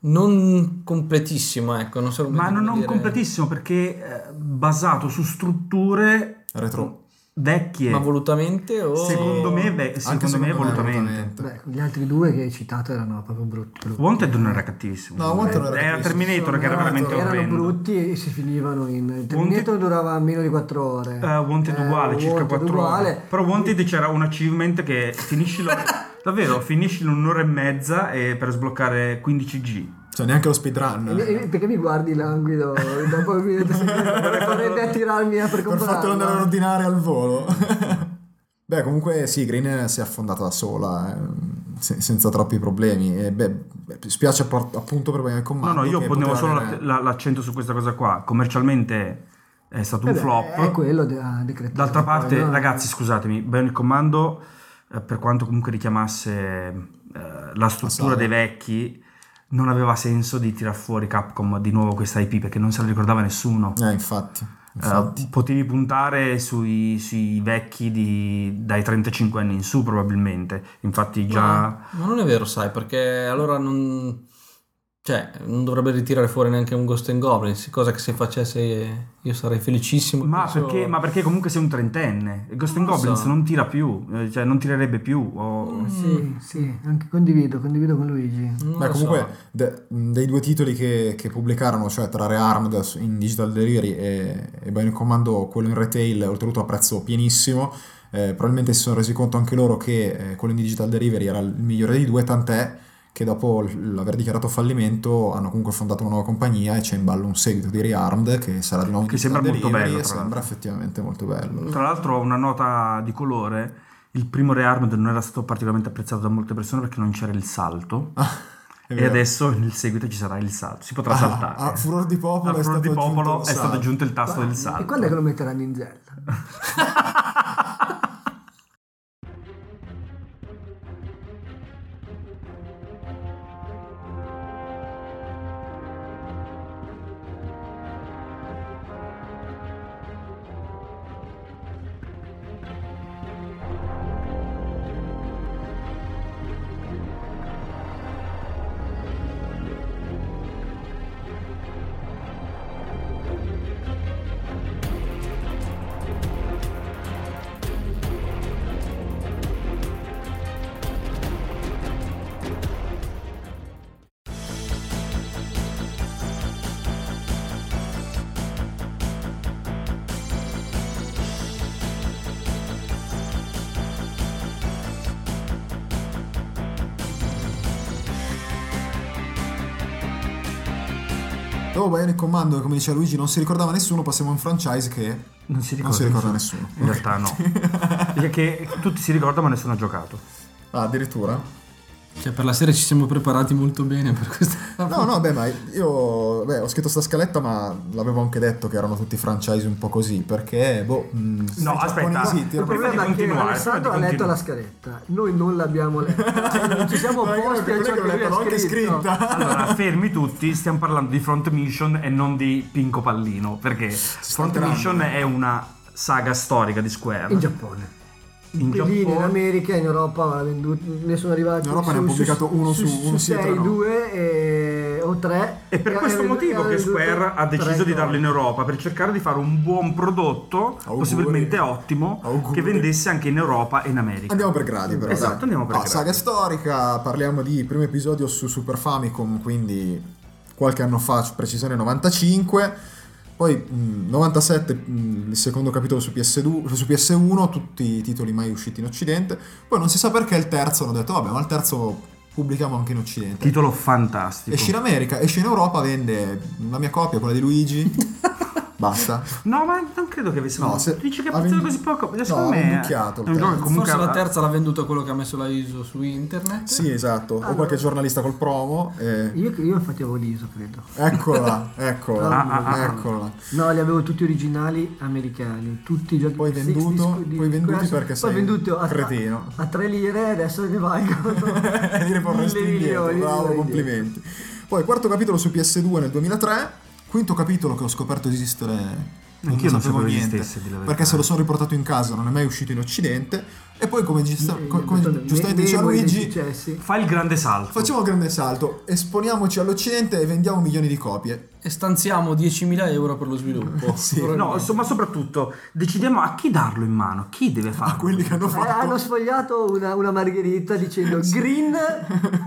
Speaker 5: non completissimo, ecco, non so come
Speaker 3: Ma non è
Speaker 5: come
Speaker 3: un
Speaker 5: dire.
Speaker 3: completissimo perché eh, basato su strutture
Speaker 2: Retro.
Speaker 3: vecchie.
Speaker 5: Ma volutamente o...
Speaker 3: secondo me, ve- Eh secondo me volutamente.
Speaker 4: Beh, gli altri due che hai citato erano proprio brutti. brutti.
Speaker 3: Wanted non era cattivissimo.
Speaker 2: No, Wanted non era cattivissimo.
Speaker 3: Terminator che era
Speaker 2: Erano-
Speaker 3: veramente
Speaker 4: Esatto, erano
Speaker 3: orrendo.
Speaker 4: brutti e si finivano in Terminator durava meno di 4 ore
Speaker 3: Eh, Wanted
Speaker 4: Eh,
Speaker 3: uguale, circa
Speaker 4: Wanted
Speaker 3: 4
Speaker 4: uguale.
Speaker 3: ore. Però Wanted c'era un achievement che finisci la- davvero, finisci in un'ora e mezza e- per sbloccare 15 G.
Speaker 2: Cioè, neanche lo speedrun.
Speaker 5: Eh,
Speaker 4: E- e- perché mi guardi languido dopo mi vedete se vorrei te attirarmi a- per
Speaker 2: per fartelo andare a
Speaker 4: comprare
Speaker 2: ordinare al volo. beh, comunque sì, Green si è affondata da sola, ehm, se- senza troppi problemi. E beh, beh, spiace appor- appunto per il
Speaker 3: No,
Speaker 2: comando.
Speaker 3: no, io
Speaker 2: che
Speaker 3: ponevo
Speaker 2: poteva
Speaker 3: solo la-
Speaker 2: avere-
Speaker 3: la- l'accento su questa cosa qua. Commercialmente è stato un flop.
Speaker 4: Eh è quello de- ah, decretato
Speaker 3: D'altra
Speaker 4: poi,
Speaker 3: parte,
Speaker 4: no?
Speaker 3: ragazzi, scusatemi, Bionic Commando, eh, per quanto comunque richiamasse eh, la struttura
Speaker 2: saga.
Speaker 3: dei vecchi, non aveva senso di tirar fuori Capcom di nuovo questa IP perché non se la ricordava nessuno.
Speaker 2: Eh, infatti.
Speaker 3: Eh,
Speaker 2: infatti.
Speaker 3: potevi puntare sui, sui vecchi di- dai 35 anni in su probabilmente infatti già
Speaker 5: Ma, ma non è vero, sai, perché allora non... Cioè, non dovrebbe ritirare fuori neanche un Ghost and Goblins, cosa che se facesse io sarei felicissimo.
Speaker 3: ma,
Speaker 5: penso-
Speaker 3: perché, ma perché comunque sei un trentenne Ghost and
Speaker 5: Non lo
Speaker 3: Goblins
Speaker 5: so.
Speaker 3: non tira più eh, cioè non tirerebbe più o-
Speaker 4: sì sì anche condivido condivido con Luigi
Speaker 5: Non
Speaker 2: Beh,
Speaker 5: lo so.
Speaker 2: comunque, de- dei due titoli che, che pubblicarono, cioè tra Rearmed in Digital Delivery e, e Bionic Commando, quello in retail, oltretutto a prezzo pienissimo, eh, probabilmente si sono resi conto anche loro che eh, quello in Digital Delivery era il migliore dei due, tant'è che dopo l- l'aver dichiarato fallimento hanno comunque fondato una nuova compagnia e c'è in ballo un seguito di Rearmed che sarà di nuovo in
Speaker 3: Che
Speaker 2: Digital
Speaker 3: sembra molto
Speaker 2: Delivery
Speaker 3: bello,
Speaker 2: e
Speaker 3: tra
Speaker 2: sembra effettivamente molto bello.
Speaker 3: Tra l'altro ho una nota di colore. Il primo Rearmed non era stato particolarmente apprezzato da molte persone perché non c'era il salto.
Speaker 2: È
Speaker 3: e
Speaker 2: vero.
Speaker 3: adesso nel seguito ci sarà il salto. Si potrà
Speaker 2: Ah,
Speaker 3: saltare.
Speaker 2: a furor di popolo
Speaker 3: A
Speaker 2: è
Speaker 3: furor
Speaker 2: stato
Speaker 3: di popolo
Speaker 2: aggiunto il
Speaker 3: è stato
Speaker 2: salto.
Speaker 3: aggiunto il tasto del salto.
Speaker 4: e quando è che lo metteranno in zella?
Speaker 2: Dopo Bionic Commando, che come diceva Luigi, non si ricordava nessuno, passiamo a un franchise che
Speaker 3: Non si ricorda,
Speaker 2: non si ricorda nessuno.
Speaker 3: In realtà no. perché tutti si ricordano ma nessuno ha giocato.
Speaker 2: Ah, addirittura?
Speaker 5: Cioè, per la serie ci siamo preparati molto bene per questa...
Speaker 2: No, no, beh, ma io beh, ho scritto sta scaletta, ma l'avevo anche detto che erano tutti franchise un po' così, perché, boh... mh, i
Speaker 3: No, aspetta.
Speaker 2: giapponesi Ah, ti-
Speaker 3: Il problema
Speaker 4: è
Speaker 3: di
Speaker 4: che
Speaker 3: continuare,
Speaker 4: Alessandro ha
Speaker 3: prima di
Speaker 4: letto
Speaker 3: continuare.
Speaker 4: la scaletta noi non l'abbiamo letta Cioè, non ci siamo
Speaker 2: Ma io
Speaker 4: opposti a
Speaker 2: quello
Speaker 4: ciò che
Speaker 2: l'ho
Speaker 4: lui
Speaker 2: letto,
Speaker 4: ha
Speaker 2: l'ho anche
Speaker 4: scritto
Speaker 2: scritta.
Speaker 3: Allora, fermi tutti, stiamo parlando di Front Mission e non di Pinco Pallino, perché Front
Speaker 2: tirando.
Speaker 3: Mission è una saga storica di Square.
Speaker 4: in Giappone
Speaker 3: In
Speaker 4: lì in
Speaker 3: Giappone.
Speaker 4: America in Europa ha venduto- ne sono arrivati
Speaker 2: In Europa ne hanno pubblicato uno su- uno sì e tre
Speaker 4: 6,
Speaker 2: no.
Speaker 4: 2 o 3
Speaker 3: È per questo motivo che Square ha deciso di darlo in Europa, per cercare di fare un buon prodotto,
Speaker 2: Auguri.
Speaker 3: possibilmente ottimo,
Speaker 2: Auguri.
Speaker 3: che vendesse anche in Europa e in America.
Speaker 2: Andiamo per gradi, però.
Speaker 3: Esatto,
Speaker 2: dai.
Speaker 3: andiamo per
Speaker 2: No,
Speaker 3: gradi.
Speaker 2: Saga storica, parliamo di primo episodio su Super Famicom, quindi qualche anno fa, su precisione 95. Poi mh, 97 mh, il secondo capitolo su, PS2, su PS1, tutti i titoli mai usciti in Occidente. Poi non si sa perché il terzo hanno detto, vabbè, ma il terzo pubblichiamo anche in Occidente.
Speaker 3: Titolo fantastico.
Speaker 2: Esce in America, esce in Europa, vende la mia copia, quella di Luigi. Basta.
Speaker 3: No, ma non credo che avessimo.
Speaker 2: No, se-
Speaker 3: tu dici che
Speaker 2: ha
Speaker 3: ha pazzato
Speaker 2: vendu-
Speaker 3: così poco.
Speaker 2: No,
Speaker 3: Secondo
Speaker 2: ha
Speaker 3: me
Speaker 2: venducchiato il
Speaker 3: È un gioco che
Speaker 2: terzo.
Speaker 3: comunque
Speaker 5: Forse la
Speaker 3: ha-
Speaker 5: terza l'ha venduto quello che ha messo la ISO su internet.
Speaker 2: Sì, esatto. O qualche giornalista col promo. eh,
Speaker 4: Io, io infatti avevo l'ISO, credo.
Speaker 2: Eccola,
Speaker 4: Ah, ah,
Speaker 2: eccola,
Speaker 3: ah.
Speaker 2: eccola.
Speaker 4: No, li avevo tutti originali americani, tutti i giochi
Speaker 2: Poi
Speaker 4: six
Speaker 2: venduto-
Speaker 4: disc- di-
Speaker 2: poi venduti
Speaker 4: adesso-
Speaker 2: perché
Speaker 4: poi
Speaker 2: sei
Speaker 4: venduto a,
Speaker 2: cretino.
Speaker 4: A 3 lire adesso ne valgono.
Speaker 2: Li riporresti
Speaker 4: Mille
Speaker 2: indietro,
Speaker 4: milioni,
Speaker 2: bravo,
Speaker 4: mille
Speaker 2: complimenti. Poi quarto capitolo su PS2 nel 2003, quinto capitolo che ho scoperto esistere, non
Speaker 3: Anch'io non
Speaker 2: sapevo
Speaker 3: sapevo
Speaker 2: niente,
Speaker 3: esistesse, di la verità.
Speaker 2: perché se lo sono riportato in casa, non è mai uscito in Occidente, e poi come, gista-
Speaker 4: Eh,
Speaker 2: co- come
Speaker 4: Madonna,
Speaker 2: giustamente
Speaker 4: ne-
Speaker 2: diceva
Speaker 4: ne- ne-
Speaker 2: Luigi,
Speaker 4: successi.
Speaker 3: Fa il grande salto.
Speaker 2: facciamo un grande salto, esponiamoci all'Occidente e vendiamo milioni di copie.
Speaker 5: E stanziamo 10.000 euro per lo sviluppo.
Speaker 2: Sì.
Speaker 3: No, insomma, soprattutto decidiamo a chi darlo in mano, chi deve farlo.
Speaker 2: A quelli che hanno
Speaker 4: Eh, hanno
Speaker 2: fatto...
Speaker 4: sfogliato una, una margherita dicendo green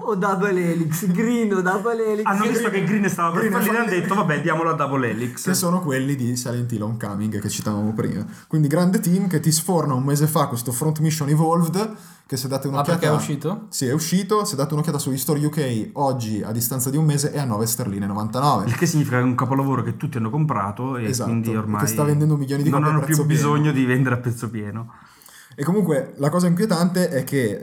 Speaker 4: o double helix, green o double helix.
Speaker 3: Hanno Ah, visto che Green stava per
Speaker 2: Green è
Speaker 3: fallire, hanno
Speaker 2: fallito.
Speaker 3: detto vabbè, diamolo a Double Helix.
Speaker 2: Che sono quelli di Silent Hill Homecoming che citavamo prima. Quindi grande team che ti sforna un mese fa questo Front Mission Evolved. Che se date
Speaker 5: Ah,
Speaker 2: un'occhiata.
Speaker 5: perché è uscito?
Speaker 2: Sì, è uscito. Se date un'occhiata sugli store UK oggi, a distanza di un mese, è a 9 sterline 99.
Speaker 3: Il che significa che è un capolavoro che tutti hanno comprato e
Speaker 2: Esatto,
Speaker 3: quindi ormai
Speaker 2: che sta vendendo milioni di
Speaker 3: non
Speaker 2: copie a
Speaker 3: hanno
Speaker 2: prezzo
Speaker 3: più
Speaker 2: pieno.
Speaker 3: bisogno di vendere a pezzo pieno.
Speaker 2: E comunque la cosa inquietante è che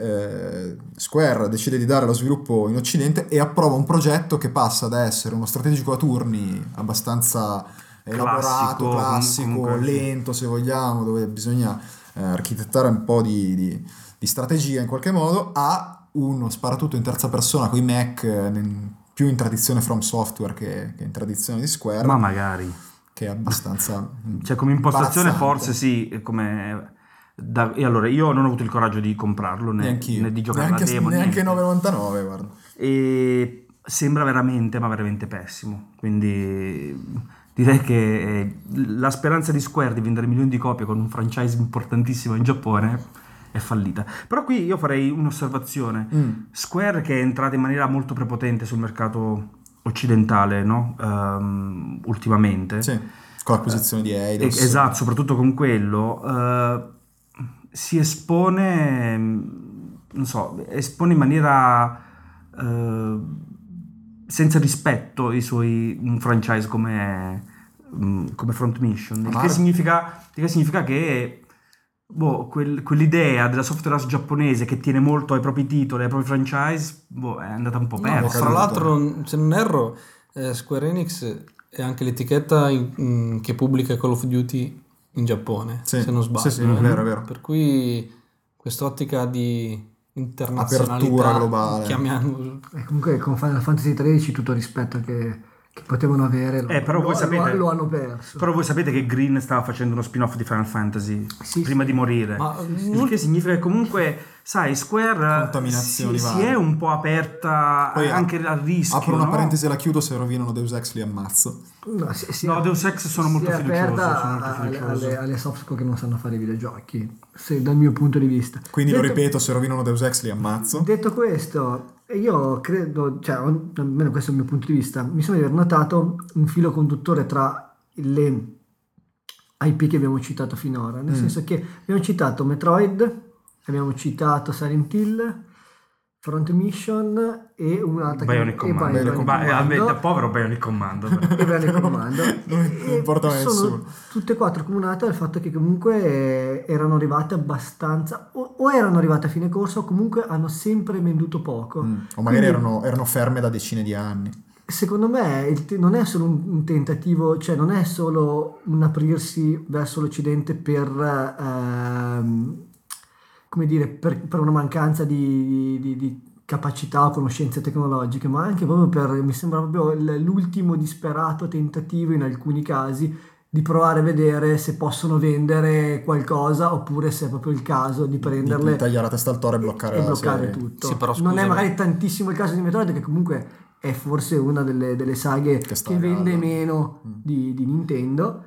Speaker 2: eh, Square decide di dare lo sviluppo in Occidente e approva un progetto che passa da essere uno strategico a turni abbastanza elaborato,
Speaker 3: Classico, com-
Speaker 2: classico,
Speaker 3: comunque, sì.
Speaker 2: lento se vogliamo, dove bisogna eh, architettare un po' di, di- di strategia in qualche modo, a uno sparatutto in terza persona con i Mac, eh, nel- più in tradizione From Software che, che in tradizione di Square,
Speaker 3: Ma magari.
Speaker 2: che è abbastanza...
Speaker 3: Cioè, come impostazione,
Speaker 2: imbarazzante.
Speaker 3: forse sì. eh, Come... da- E allora, io non ho avuto il coraggio di comprarlo né,
Speaker 2: Neanch'io.
Speaker 3: né di giocare
Speaker 2: neanche,
Speaker 3: alla demo.
Speaker 2: neanche
Speaker 3: niente.
Speaker 2: 9,99 guarda.
Speaker 3: E sembra veramente, ma veramente pessimo. Quindi direi che eh, la speranza di Square di vendere milioni di copie con un franchise importantissimo in Giappone è fallita. Però qui io farei un'osservazione.
Speaker 2: Mm.
Speaker 3: Square che è entrata in maniera molto prepotente sul mercato occidentale, no? Ehm, ultimamente.
Speaker 2: Sì, con l'acquisizione di
Speaker 3: E-
Speaker 2: Eidos.
Speaker 3: esatto, soprattutto con quello, eh, si espone, mh, non so, espone in maniera eh, senza rispetto i suoi, un franchise come, mh, come Front Mission, il
Speaker 2: Amaro.
Speaker 3: che, significa, il che significa che boh, quel- quell'idea della software house giapponese che tiene molto ai propri titoli, ai propri franchise, boh, è andata un po'
Speaker 5: No,
Speaker 3: persa.
Speaker 5: tra l'altro, se non erro, eh, Square Enix è anche l'etichetta in- in- che pubblica Call of Duty in Giappone,
Speaker 2: Sì,
Speaker 5: se non sbaglio. Mm-hmm.
Speaker 2: Sì, sì, è vero, è vero.
Speaker 5: Per cui quest'ottica di
Speaker 2: Apertura
Speaker 5: internazionalità
Speaker 2: globale.
Speaker 5: chiamiamo
Speaker 4: Eh, comunque con Final Fantasy XIII tutto il rispetto che, che potevano avere lo,
Speaker 3: Eh, però voi
Speaker 4: lo-
Speaker 3: sapete-
Speaker 4: lo- lo hanno perso.
Speaker 3: Però voi sapete che Green stava facendo uno spin-off di Final Fantasy
Speaker 4: Sì,
Speaker 3: prima
Speaker 4: sì.
Speaker 3: di morire.
Speaker 5: Ma,
Speaker 3: il che significa che comunque, sai, Square eh,
Speaker 2: Contaminazioni
Speaker 3: si, si
Speaker 2: varie.
Speaker 3: è un po' aperta
Speaker 2: Poi
Speaker 3: Ah, anche al rischio.
Speaker 2: Apro una
Speaker 3: no?
Speaker 2: parentesi e la chiudo, se rovinano Deus Ex li ammazzo.
Speaker 4: No, sì, sì,
Speaker 3: No, Deus Ex sono
Speaker 4: si
Speaker 3: molto
Speaker 4: è
Speaker 3: fiducioso,
Speaker 4: aperta
Speaker 3: sono molto
Speaker 4: a- alle,
Speaker 3: fiducioso.
Speaker 4: alle, alle software che non sanno fare i videogiochi, se, dal mio punto di vista.
Speaker 2: Quindi lo
Speaker 4: Detto-
Speaker 2: ripeto, se rovinano Deus Ex li ammazzo.
Speaker 4: Detto questo, io credo, cioè, on- almeno questo è il mio punto di vista, mi sembra di aver notato un filo conduttore tra le IP che abbiamo citato finora, nel
Speaker 2: Mm.
Speaker 4: senso che abbiamo citato Metroid, abbiamo citato Silent Hill, Front Mission e un'altra
Speaker 3: Bionic
Speaker 4: e
Speaker 3: Commando.
Speaker 4: Bionic
Speaker 3: Ba- eh,
Speaker 4: Commando.
Speaker 3: almetta, povero Bionic Commando. però.
Speaker 4: E Bionic Commando.
Speaker 2: Non importa a
Speaker 4: E sono
Speaker 2: nessuno.
Speaker 4: tutte e quattro comunate dal fatto che comunque eh, erano arrivate abbastanza o, o erano arrivate a fine corso o comunque hanno sempre venduto poco
Speaker 2: Mm. O magari
Speaker 4: Quindi-
Speaker 2: erano, erano ferme da decine di anni.
Speaker 4: secondo me il te- non è solo un, un tentativo, cioè non è solo un aprirsi verso l'Occidente per, ehm, come dire, per, per una mancanza di, di- di capacità o conoscenze tecnologiche, ma anche proprio per, mi sembra proprio l- l'ultimo disperato tentativo in alcuni casi di provare a vedere se possono vendere qualcosa oppure se è proprio il caso di
Speaker 2: Di-
Speaker 4: prenderle
Speaker 2: Di tagliare la testa al toro e bloccare,
Speaker 4: e
Speaker 2: la
Speaker 4: bloccare
Speaker 2: serie.
Speaker 4: tutto.
Speaker 5: Sì, però
Speaker 4: non è
Speaker 5: scusami.
Speaker 4: magari tantissimo il caso di Metroid, che comunque è forse una delle, delle saghe
Speaker 2: Che
Speaker 4: che,
Speaker 2: sta a
Speaker 4: vende
Speaker 2: galla.
Speaker 4: meno
Speaker 2: Mm.
Speaker 4: di, di Nintendo.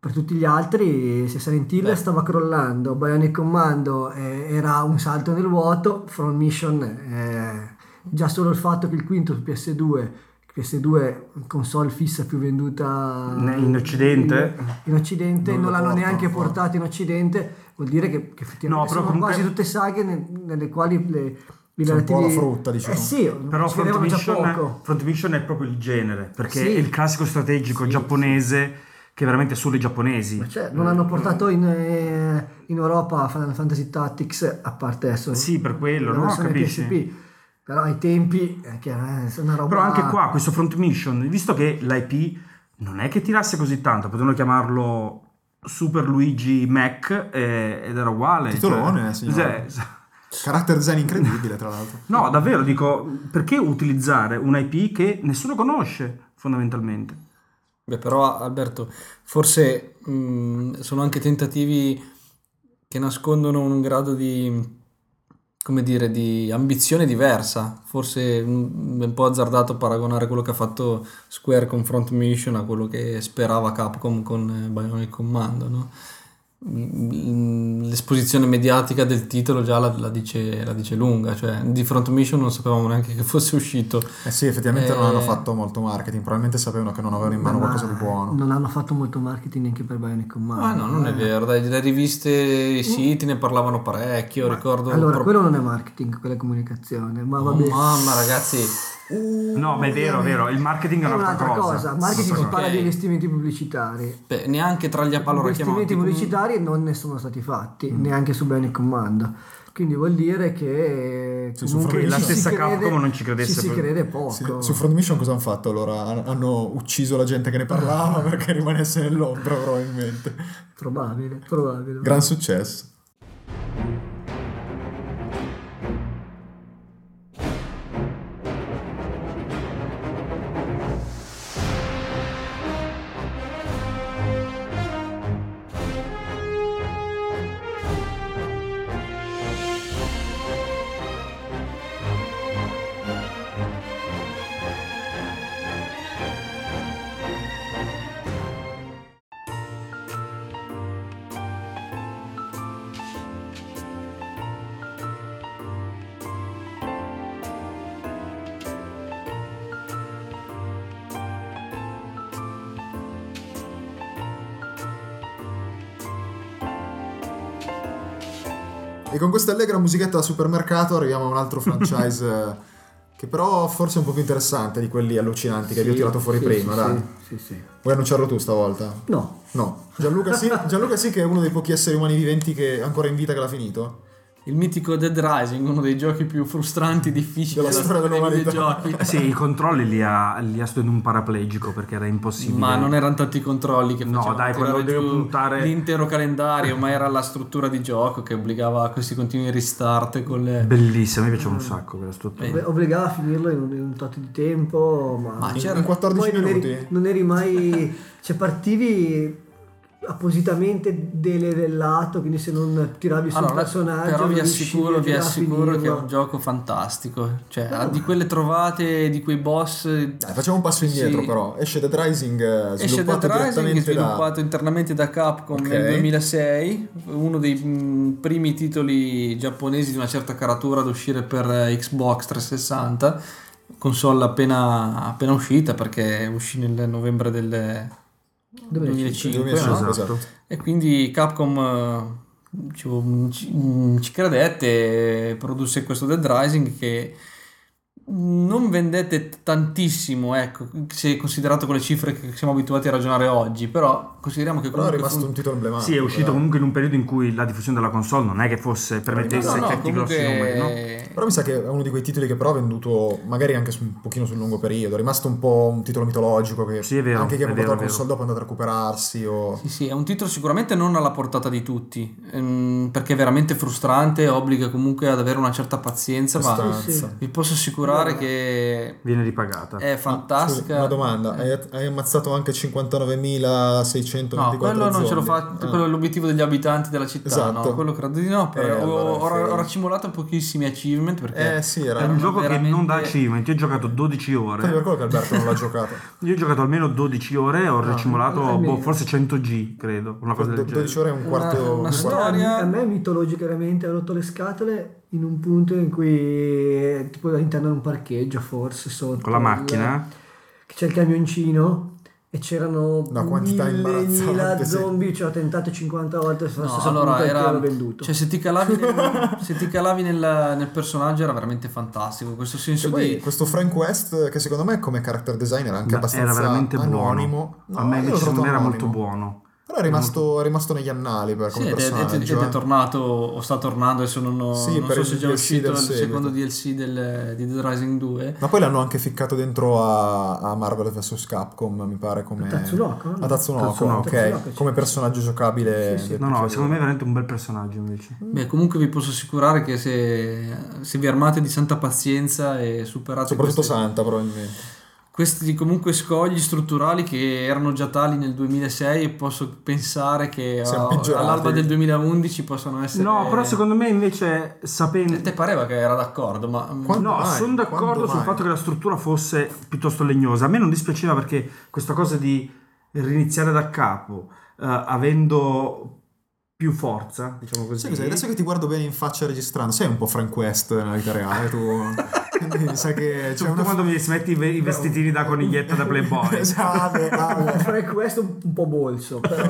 Speaker 4: Per tutti gli altri, se Silent Hill
Speaker 5: Beh.
Speaker 4: stava crollando, Bionic Commando eh, era un salto nel vuoto, From Mission eh, già solo il fatto che il quinto su PS2, PS2 console fissa più venduta
Speaker 3: Ne- in Occidente?
Speaker 4: in, in Occidente,
Speaker 2: Non lo
Speaker 4: non, l'hanno
Speaker 2: portano
Speaker 4: neanche
Speaker 2: fuori.
Speaker 4: portata in Occidente, vuol dire che,
Speaker 3: No,
Speaker 4: che effettivamente
Speaker 3: però
Speaker 4: sono
Speaker 3: comunque-
Speaker 4: quasi tutte saghe nel- nelle quali le, i
Speaker 2: Sono un po' la
Speaker 4: relativi-
Speaker 2: frutta, diciamo.
Speaker 4: Eh sì,
Speaker 3: Però Front
Speaker 4: si vedevano già
Speaker 3: Mission,
Speaker 4: poco.
Speaker 3: Front Mission è proprio il genere, perché
Speaker 4: Sì.
Speaker 3: è il classico strategico
Speaker 4: Sì,
Speaker 3: giapponese che veramente solo i giapponesi.
Speaker 4: Ma cioè, non
Speaker 3: Mm.
Speaker 4: hanno portato in, eh, in Europa Final Fantasy Tactics a parte adesso.
Speaker 3: Sì, per quello,
Speaker 4: la
Speaker 3: no?
Speaker 4: versione
Speaker 3: Capisci?
Speaker 4: PSP. Però ai tempi eh, che, eh, sono una roba
Speaker 3: Mm. Però anche qua, questo Front Mission, visto che l'IP non è che tirasse così tanto, potevano chiamarlo Super Luigi Mac eh, ed era uguale.
Speaker 2: Titolone, eh, signore.
Speaker 3: cioè,
Speaker 2: Character design incredibile, tra l'altro.
Speaker 3: no, davvero, dico, perché utilizzare un IP che nessuno conosce, fondamentalmente?
Speaker 5: Beh, però Alberto, forse mh, sono anche tentativi che nascondono un grado di, come dire, di ambizione diversa. Forse mh, è un po' azzardato paragonare quello che ha fatto Square con Front Mission a quello che sperava Capcom con eh, Bionic Commando, no? Mm, L'esposizione mediatica del titolo già la, la dice, la dice lunga, cioè di Front Mission non sapevamo neanche che fosse uscito.
Speaker 2: Eh sì, effettivamente non
Speaker 5: Eh.
Speaker 2: hanno fatto molto marketing, probabilmente sapevano che non avevano in mano
Speaker 4: Ma
Speaker 2: qualcosa di buono.
Speaker 4: Non hanno fatto molto marketing neanche per Bionic Command.
Speaker 5: Ah no, non è vero, dai, le riviste, i siti ne parlavano parecchio, ricordo...
Speaker 4: Allora,
Speaker 5: pro-
Speaker 4: quello non è marketing, quella è comunicazione, ma
Speaker 5: Oh,
Speaker 4: vabbè.
Speaker 5: mamma ragazzi,
Speaker 3: No, ma è vero, è vero, il marketing è
Speaker 4: È
Speaker 3: un'altra, cosa.
Speaker 4: marketing si
Speaker 5: cosa.
Speaker 4: parla di
Speaker 5: Ok.
Speaker 4: investimenti pubblicitari.
Speaker 5: beh, neanche tra gli Apallora chiamati...
Speaker 4: investimenti pubblicitari non ne sono stati fatti, neanche su Bionic Command. Quindi vuol dire che
Speaker 2: Sì, su Front-
Speaker 4: comunque ci
Speaker 2: la
Speaker 4: si
Speaker 3: stessa
Speaker 4: crede-
Speaker 3: Capcom non ci credesse
Speaker 4: Ci si
Speaker 3: proprio.
Speaker 4: crede
Speaker 2: Sì,
Speaker 4: poco.
Speaker 2: su Front Mission cosa hanno fatto allora? Han- Hanno ucciso la gente che ne parlava perché rimanesse nell'ombra probabilmente.
Speaker 4: Probabile, probabile.
Speaker 2: Gran successo. E con questa allegra musichetta da supermercato arriviamo a un altro franchise eh, che però forse è un po' più interessante di quelli allucinanti che vi ho tirato fuori
Speaker 4: Sì,
Speaker 2: prima.
Speaker 4: sì,
Speaker 2: dai.
Speaker 4: sì, sì, sì.
Speaker 2: Vuoi annunciarlo tu stavolta?
Speaker 4: No,
Speaker 2: No. Gianluca sì, Gianluca sì che è uno dei pochi esseri umani viventi che è ancora in vita che l'ha finito.
Speaker 5: Il mitico Dead Rising, uno dei giochi più frustranti, difficili
Speaker 2: Della
Speaker 5: della
Speaker 2: storia
Speaker 5: storia dei
Speaker 2: dell'umanità.
Speaker 5: videogiochi.
Speaker 3: Eh, Sì, i controlli li ha, li ha studiato un paraplegico perché era impossibile.
Speaker 5: Ma non erano tanti i controlli che
Speaker 3: No,
Speaker 5: facevano
Speaker 3: dai, quando
Speaker 5: tirare
Speaker 3: devi
Speaker 5: giù
Speaker 3: puntare-
Speaker 5: l'intero calendario, ma era la struttura di gioco che obbligava a questi continui restart con le...
Speaker 3: Bellissimo, mi piaceva un sacco quella struttura.
Speaker 5: Beh,
Speaker 4: Beh, obbligava a finirlo in un, in un tot di tempo, ma,
Speaker 5: Ma
Speaker 4: Ah, certo. Poi
Speaker 5: c'era-
Speaker 2: In 14
Speaker 4: non
Speaker 2: minuti.
Speaker 4: eri, non eri mai. cioè, partivi appositamente delevellato, quindi se non tiravi sul
Speaker 5: Allora,
Speaker 4: personaggio.
Speaker 5: Ah, però
Speaker 4: non
Speaker 5: vi
Speaker 4: riuscivi
Speaker 5: assicuro, vi
Speaker 4: a
Speaker 5: assicuro che è
Speaker 4: finirlo.
Speaker 5: un gioco fantastico. Cioè, ha di quelle trovate, di quei boss.
Speaker 2: Dai, facciamo un passo indietro
Speaker 5: Sì.
Speaker 2: però. Esce Dead Rising eh,
Speaker 5: Esce Dead
Speaker 2: sviluppato
Speaker 5: Rising,
Speaker 2: direttamente da-
Speaker 5: sviluppato internamente da Capcom
Speaker 2: Ok.
Speaker 5: nel 2006, uno dei mh, primi titoli giapponesi di una certa caratura ad uscire per eh, Xbox 360, console appena, appena uscita perché uscì nel novembre del 2005.
Speaker 2: 2005,
Speaker 5: no?
Speaker 2: esatto.
Speaker 5: E quindi Capcom eh, ci, mm, ci- ci credette e produsse questo Dead Rising che non vendette tantissimo, ecco, se considerato con le cifre che siamo abituati a ragionare oggi, però consideriamo che
Speaker 2: Però è
Speaker 5: comunque
Speaker 2: rimasto
Speaker 5: fu-
Speaker 2: un titolo emblematico. eh.
Speaker 3: Sì, è uscito
Speaker 5: eh.
Speaker 2: dai.
Speaker 3: comunque in un periodo in cui la diffusione della console non è che fosse permettesse
Speaker 5: No, no,
Speaker 3: certi grossi numeri, no?
Speaker 5: comunque-
Speaker 2: Però mi sa che è uno di quei titoli che però ha venduto magari anche su- un pochino sul lungo periodo, è rimasto un po' un titolo mitologico che
Speaker 3: Sì, è vero,
Speaker 2: anche chi ha
Speaker 3: è
Speaker 2: comprato la
Speaker 3: vero, è
Speaker 2: console dopo è andato a recuperarsi o...
Speaker 5: Sì, sì, è un titolo sicuramente non alla portata di tutti, ehm, perché è veramente frustrante, obbliga comunque ad avere una certa pazienza, ma
Speaker 2: Abbastanza.
Speaker 4: Sì, sì.
Speaker 5: vi posso assicurare che
Speaker 3: Viene ripagata.
Speaker 5: è
Speaker 2: Scusi,
Speaker 5: fantastica.
Speaker 2: Ah, una domanda,
Speaker 5: Eh.
Speaker 2: hai, hai ammazzato anche 59.624
Speaker 5: No, quello non ce
Speaker 2: zombie?
Speaker 5: lo fa,
Speaker 2: Ah.
Speaker 5: quello è l'obiettivo degli abitanti della città,
Speaker 2: Esatto.
Speaker 5: no? Quello credo di no, però
Speaker 2: Eh,
Speaker 5: ho,
Speaker 2: allora,
Speaker 5: ho ra-
Speaker 2: sì.
Speaker 5: ho raccimolato pochissimi achievement perché...
Speaker 2: Eh sì, era...
Speaker 3: È un
Speaker 5: erano
Speaker 3: gioco che non dà
Speaker 5: veramente-
Speaker 3: achievement. Io ho giocato 12
Speaker 2: Infatti per
Speaker 3: ore.
Speaker 2: quello che Alberto non l'ha giocato.
Speaker 3: Io ho giocato almeno 12 ore, ho racimolato
Speaker 4: almeno.
Speaker 3: boh, forse 100 G, credo, una cosa
Speaker 2: Do-
Speaker 3: del
Speaker 2: 12
Speaker 3: genere.
Speaker 2: ore e un quarto...
Speaker 5: Una- una
Speaker 2: un quarto-
Speaker 5: storia-
Speaker 4: Esatto, A me mitologicamente ha rotto le scatole in eh, un punto in cui tipo all'interno di un parcheggio forse sotto
Speaker 3: Con la
Speaker 4: il-
Speaker 3: macchina.
Speaker 4: che c'è il camioncino e c'erano
Speaker 2: Una quantità
Speaker 4: mille, mille
Speaker 2: imbarazzante, sì.
Speaker 4: zombie, ci ho tentato 50 volte, sono
Speaker 5: No,
Speaker 4: stato
Speaker 5: allora era...
Speaker 4: venduto.
Speaker 5: Cioè, se ti calavi, nel, se ti calavi nel, nel personaggio era veramente fantastico. Questo senso
Speaker 2: E poi
Speaker 5: di...
Speaker 2: questo Frank West, che secondo me come character design era anche
Speaker 3: Ma
Speaker 2: abbastanza
Speaker 3: era veramente
Speaker 2: anonimo.
Speaker 3: buono. a me
Speaker 2: io l'ho
Speaker 3: invece non
Speaker 2: trovato
Speaker 3: era
Speaker 2: anonimo.
Speaker 3: molto buono.
Speaker 2: Però è rimasto, è rimasto negli annali per,
Speaker 5: Sì,
Speaker 2: come
Speaker 5: ed è, ed è-
Speaker 2: personaggio.
Speaker 5: ed è
Speaker 2: eh.
Speaker 5: tornato, o sta tornando, adesso non, ho,
Speaker 2: Sì,
Speaker 5: non
Speaker 2: per
Speaker 5: so
Speaker 2: il
Speaker 5: se è già
Speaker 2: DLC
Speaker 5: uscito
Speaker 2: del
Speaker 5: il
Speaker 2: seguito.
Speaker 5: secondo DLC del- di Dead Rising 2.
Speaker 2: Ma poi l'hanno anche ficcato dentro a, a Marvel vs. Capcom, mi pare, come...
Speaker 4: A Tatsunoko, no?
Speaker 2: A Tatsunoko,
Speaker 3: Tatsunoko.
Speaker 2: ok.
Speaker 4: Tatsunoko, sì.
Speaker 2: Come personaggio giocabile.
Speaker 4: Sì, sì.
Speaker 2: del
Speaker 3: No, no,
Speaker 2: gioco.
Speaker 3: secondo me è veramente un bel personaggio invece.
Speaker 5: Beh, comunque vi posso assicurare che se, se vi armate di santa pazienza e superate
Speaker 2: Soprattutto
Speaker 5: queste-
Speaker 2: Santa, probabilmente.
Speaker 5: questi comunque scogli strutturali che erano già tali nel 2006 e posso pensare che
Speaker 2: Siamo
Speaker 5: a-
Speaker 2: peggiorati.
Speaker 5: all'alba del 2011 possano essere...
Speaker 3: No, però secondo me invece
Speaker 5: me...
Speaker 3: sapendo...
Speaker 5: Te pareva che era d'accordo, ma... mm,
Speaker 2: Quando
Speaker 3: No,
Speaker 2: mai?
Speaker 3: sono d'accordo
Speaker 2: Quando
Speaker 3: sul
Speaker 2: mai?
Speaker 3: fatto che la struttura fosse piuttosto legnosa. A me non dispiaceva perché questa cosa di riniziare da capo, eh, avendo più forza, diciamo così.
Speaker 2: Sai cos'è? Adesso che ti guardo bene in faccia registrando, sei un po' Frank West nella vita reale, tu... Quindi sai che c'è
Speaker 3: Soprattutto
Speaker 2: una...
Speaker 3: quando mi smetti i ve- i vestitini da coniglietta da Playboy.
Speaker 2: Esatto, esatto.
Speaker 4: Frank West un, un po' bolso, però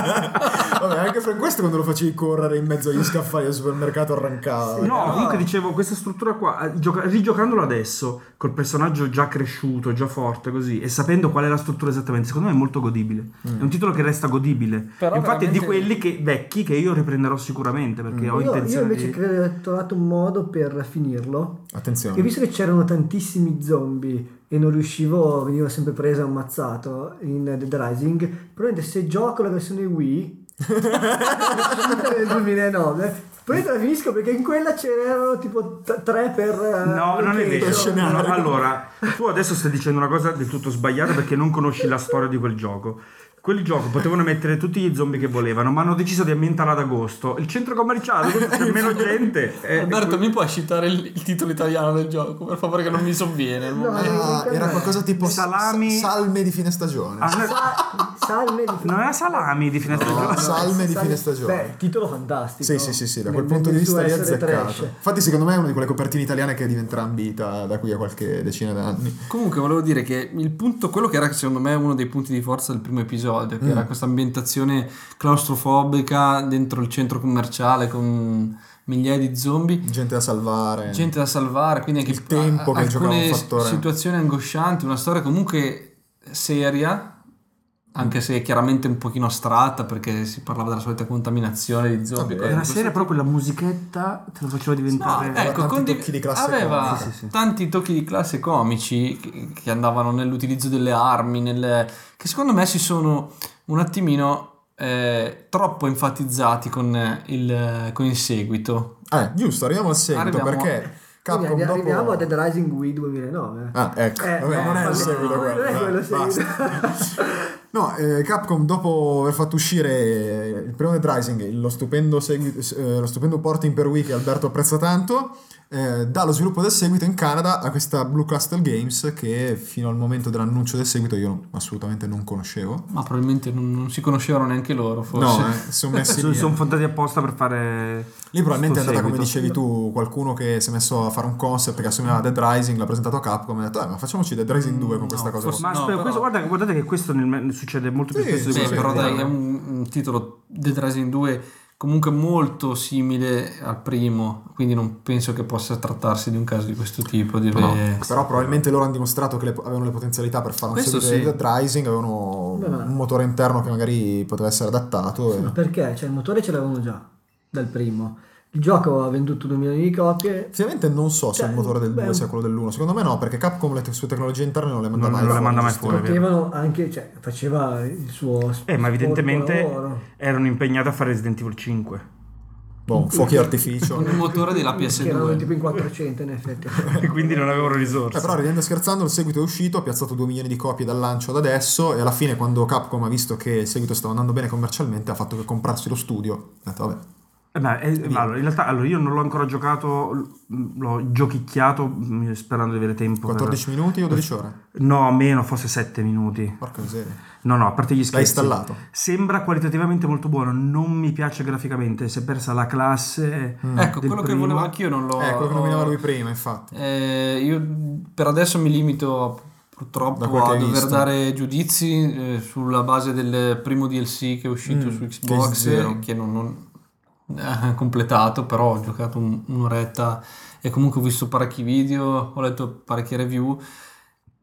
Speaker 2: Vabbè, anche Frank West quando lo facevi correre in mezzo agli scaffali al supermercato arrancava.
Speaker 3: No, comunque dicevo, questa struttura qua, eh, gioca- rigiocandola adesso, col personaggio già cresciuto, già forte così, e sapendo qual è la struttura esattamente, secondo me è molto godibile. È un titolo che resta godibile.
Speaker 5: Però
Speaker 3: Infatti è di
Speaker 5: veramente-
Speaker 3: quelli che- vecchi che io riprenderò sicuramente perché ho
Speaker 4: Mm. io, io
Speaker 3: intenzione
Speaker 4: invece
Speaker 3: di...
Speaker 4: credo di aver trovato un modo per finirlo.
Speaker 2: Attenzione.
Speaker 4: Che visto che c'erano tantissimi zombie e non riuscivo, venivo sempre preso e ammazzato in Dead Rising, probabilmente se gioco la versione Wii del 2009, probabilmente la finisco perché in quella c'erano tipo t- tre per... eh,
Speaker 3: No, non è
Speaker 4: location.
Speaker 3: vero.
Speaker 2: scenario.
Speaker 3: No, allora, tu adesso stai dicendo una cosa del tutto sbagliata perché non conosci la storia di quel gioco. Quel gioco potevano mettere tutti gli zombie che volevano, ma hanno deciso di ambientarla ad agosto. Il centro commerciale c'è meno gente. Eh,
Speaker 5: Alberto, mi puoi citare il, il titolo italiano del gioco? Per favore, che non mi sovviene.
Speaker 4: No,
Speaker 2: Ah, era qualcosa tipo
Speaker 3: Salami.
Speaker 2: sa- salme di fine stagione.
Speaker 3: ah, non è-
Speaker 4: Sa- Salme di
Speaker 3: non era salami di finestra
Speaker 2: No,
Speaker 3: giornata.
Speaker 2: salme di
Speaker 4: Sal-
Speaker 2: fine stagione.
Speaker 4: Beh, titolo fantastico.
Speaker 2: Sì, sì, sì, sì, da
Speaker 4: Nel-
Speaker 2: quel punto di
Speaker 4: nel
Speaker 2: vista
Speaker 4: suo
Speaker 2: lì è
Speaker 4: essere
Speaker 2: azzeccato.
Speaker 4: trash.
Speaker 2: Infatti, secondo me è una di quelle copertine italiane che diventerà ambita da qui a qualche decina d'anni.
Speaker 5: Comunque volevo dire che il punto, quello che era secondo me uno dei punti di forza del primo episodio,
Speaker 2: Mm.
Speaker 5: che era questa ambientazione claustrofobica dentro il centro commerciale con migliaia di zombie,
Speaker 2: Gente da salvare.
Speaker 5: gente da salvare, quindi anche
Speaker 2: Eh. Il tempo che giocava un
Speaker 5: alcune
Speaker 2: fattore.
Speaker 5: situazioni angoscianti, una storia comunque seria, anche se chiaramente un pochino astratta perché si parlava della solita contaminazione di
Speaker 2: Vabbè,
Speaker 5: zombie. cose di
Speaker 3: Era
Speaker 5: questo
Speaker 3: seria, però quella musichetta te lo faceva
Speaker 5: No,
Speaker 3: diventare.
Speaker 2: eh.
Speaker 5: ecco,
Speaker 2: tanti
Speaker 5: condiv-
Speaker 2: tocchi di classe
Speaker 5: aveva
Speaker 2: comica.
Speaker 3: Sì, sì, sì.
Speaker 5: tanti tocchi di classe comici che, che andavano nell'utilizzo delle armi, nel- che secondo me si sono un attimino eh, troppo enfatizzati con eh, il, con il seguito.
Speaker 2: Eh, giusto, arriviamo al seguito
Speaker 5: Arriviamo-
Speaker 2: perché
Speaker 4: Quindi
Speaker 2: Capcom
Speaker 4: arri-
Speaker 2: dopo.
Speaker 4: arriviamo a Dead Rising Wii 2009.
Speaker 2: Ah, ecco,
Speaker 4: Eh,
Speaker 2: Vabbè,
Speaker 4: no,
Speaker 2: non è
Speaker 4: no,
Speaker 2: il seguito
Speaker 4: no,
Speaker 2: quello.
Speaker 4: non è
Speaker 2: dai,
Speaker 4: quello il
Speaker 2: basta. No, eh, Capcom dopo aver fatto uscire eh, il primo Dead Rising, lo stupendo, segui- eh, lo stupendo porting per Wii che Alberto apprezza tanto, eh, dà lo sviluppo del seguito in Canada a questa Blue Castle Games che fino al momento dell'annuncio del seguito io non- assolutamente non conoscevo.
Speaker 5: Ma probabilmente non, non si conoscevano neanche loro, forse.
Speaker 2: No, eh, si sono messi
Speaker 3: Sono,
Speaker 2: lì.
Speaker 3: sono fondati apposta per fare.
Speaker 2: Lì probabilmente è
Speaker 3: sto
Speaker 2: andata come
Speaker 3: seguito.
Speaker 2: dicevi tu, qualcuno che si è messo a fare un concept che assomigliava a Dead Rising, l'ha presentato a Capcom e ha detto "Eh, ma facciamoci Dead
Speaker 4: Mm,
Speaker 2: Rising 2 con questa
Speaker 5: no,
Speaker 2: cosa".
Speaker 5: forse-
Speaker 2: qua".
Speaker 3: Ma
Speaker 5: No,
Speaker 3: aspetta,
Speaker 5: però-
Speaker 3: questo- guarda- guardate che questo nel- nel- succede molto più
Speaker 2: Sì,
Speaker 3: spesso di
Speaker 2: sì,
Speaker 5: Beh,
Speaker 3: quello che
Speaker 5: però dai,
Speaker 3: pensavo.
Speaker 5: è un, un titolo Dead Rising 2 comunque molto simile al primo, quindi non penso che possa trattarsi di un caso di questo tipo. di avere-
Speaker 2: Eh, Però probabilmente loro hanno dimostrato che le- avevano le potenzialità per fare un
Speaker 5: Questo
Speaker 2: seguito di
Speaker 5: sì.
Speaker 2: Dead Rising, avevano
Speaker 4: Beh, ma-
Speaker 2: un motore interno che magari poteva essere adattato. e-
Speaker 4: Ma perché? Cioè, il motore ce l'avevano già dal primo. Il gioco ha venduto 2 milioni di copie.
Speaker 2: Effettivamente non so se
Speaker 4: Cioè,
Speaker 2: il motore del
Speaker 4: beh,
Speaker 2: 2 sia quello dell'1, secondo me no, perché Capcom le te- sue tecnologie interne non le manda
Speaker 3: Non-
Speaker 2: mai
Speaker 3: non le
Speaker 2: fuori,
Speaker 3: manda mai
Speaker 2: giusto?
Speaker 3: fuori.
Speaker 4: Potevano anche, cioè, faceva il suo s-
Speaker 3: Eh, ma
Speaker 4: sporco
Speaker 3: evidentemente
Speaker 4: lavoro.
Speaker 3: erano impegnati a fare Resident Evil 5.
Speaker 2: Boh, fuochi d'artificio.
Speaker 5: Con il motore della
Speaker 4: Che erano
Speaker 5: PS2.
Speaker 4: tipo in 400 in effetti.
Speaker 3: E quindi non avevano
Speaker 2: Eh,
Speaker 3: risorse.
Speaker 2: però ridendo e scherzando il seguito è uscito, ha piazzato 2 milioni di copie dal lancio ad adesso e alla fine quando Capcom ha visto che il seguito stava andando bene commercialmente ha fatto che comprarsi lo studio. Ha detto vabbè.
Speaker 3: Eh, ma, eh, ma allora, in realtà allora, io non l'ho ancora giocato, l- l'ho giochicchiato mh, sperando di avere tempo. per-
Speaker 2: 14 minuti o 12 ore?
Speaker 3: No, meno, forse 7 minuti.
Speaker 2: Porca miseria.
Speaker 3: No, no, a parte gli scherzi.
Speaker 2: L'hai installato?
Speaker 3: Sembra qualitativamente molto buono, non mi piace graficamente, si è persa la classe.
Speaker 5: Ecco,
Speaker 3: del
Speaker 5: quello che
Speaker 3: primo.
Speaker 5: volevo
Speaker 3: Oh.
Speaker 5: anch'io non l'ho...
Speaker 2: Eh, quello che nominava lui prima, infatti.
Speaker 5: Eh, io per adesso mi limito
Speaker 2: Da
Speaker 5: Purtroppo
Speaker 2: quel che
Speaker 5: a
Speaker 2: hai
Speaker 5: dover
Speaker 2: visto.
Speaker 5: dare giudizi eh, sulla base del primo DLC che è uscito
Speaker 2: Mm,
Speaker 5: su
Speaker 2: Case
Speaker 5: Xbox,
Speaker 2: Zero.
Speaker 5: eh, che non, non- eh, completato, però ho giocato un- un'oretta e comunque ho visto parecchi video, ho letto parecchie review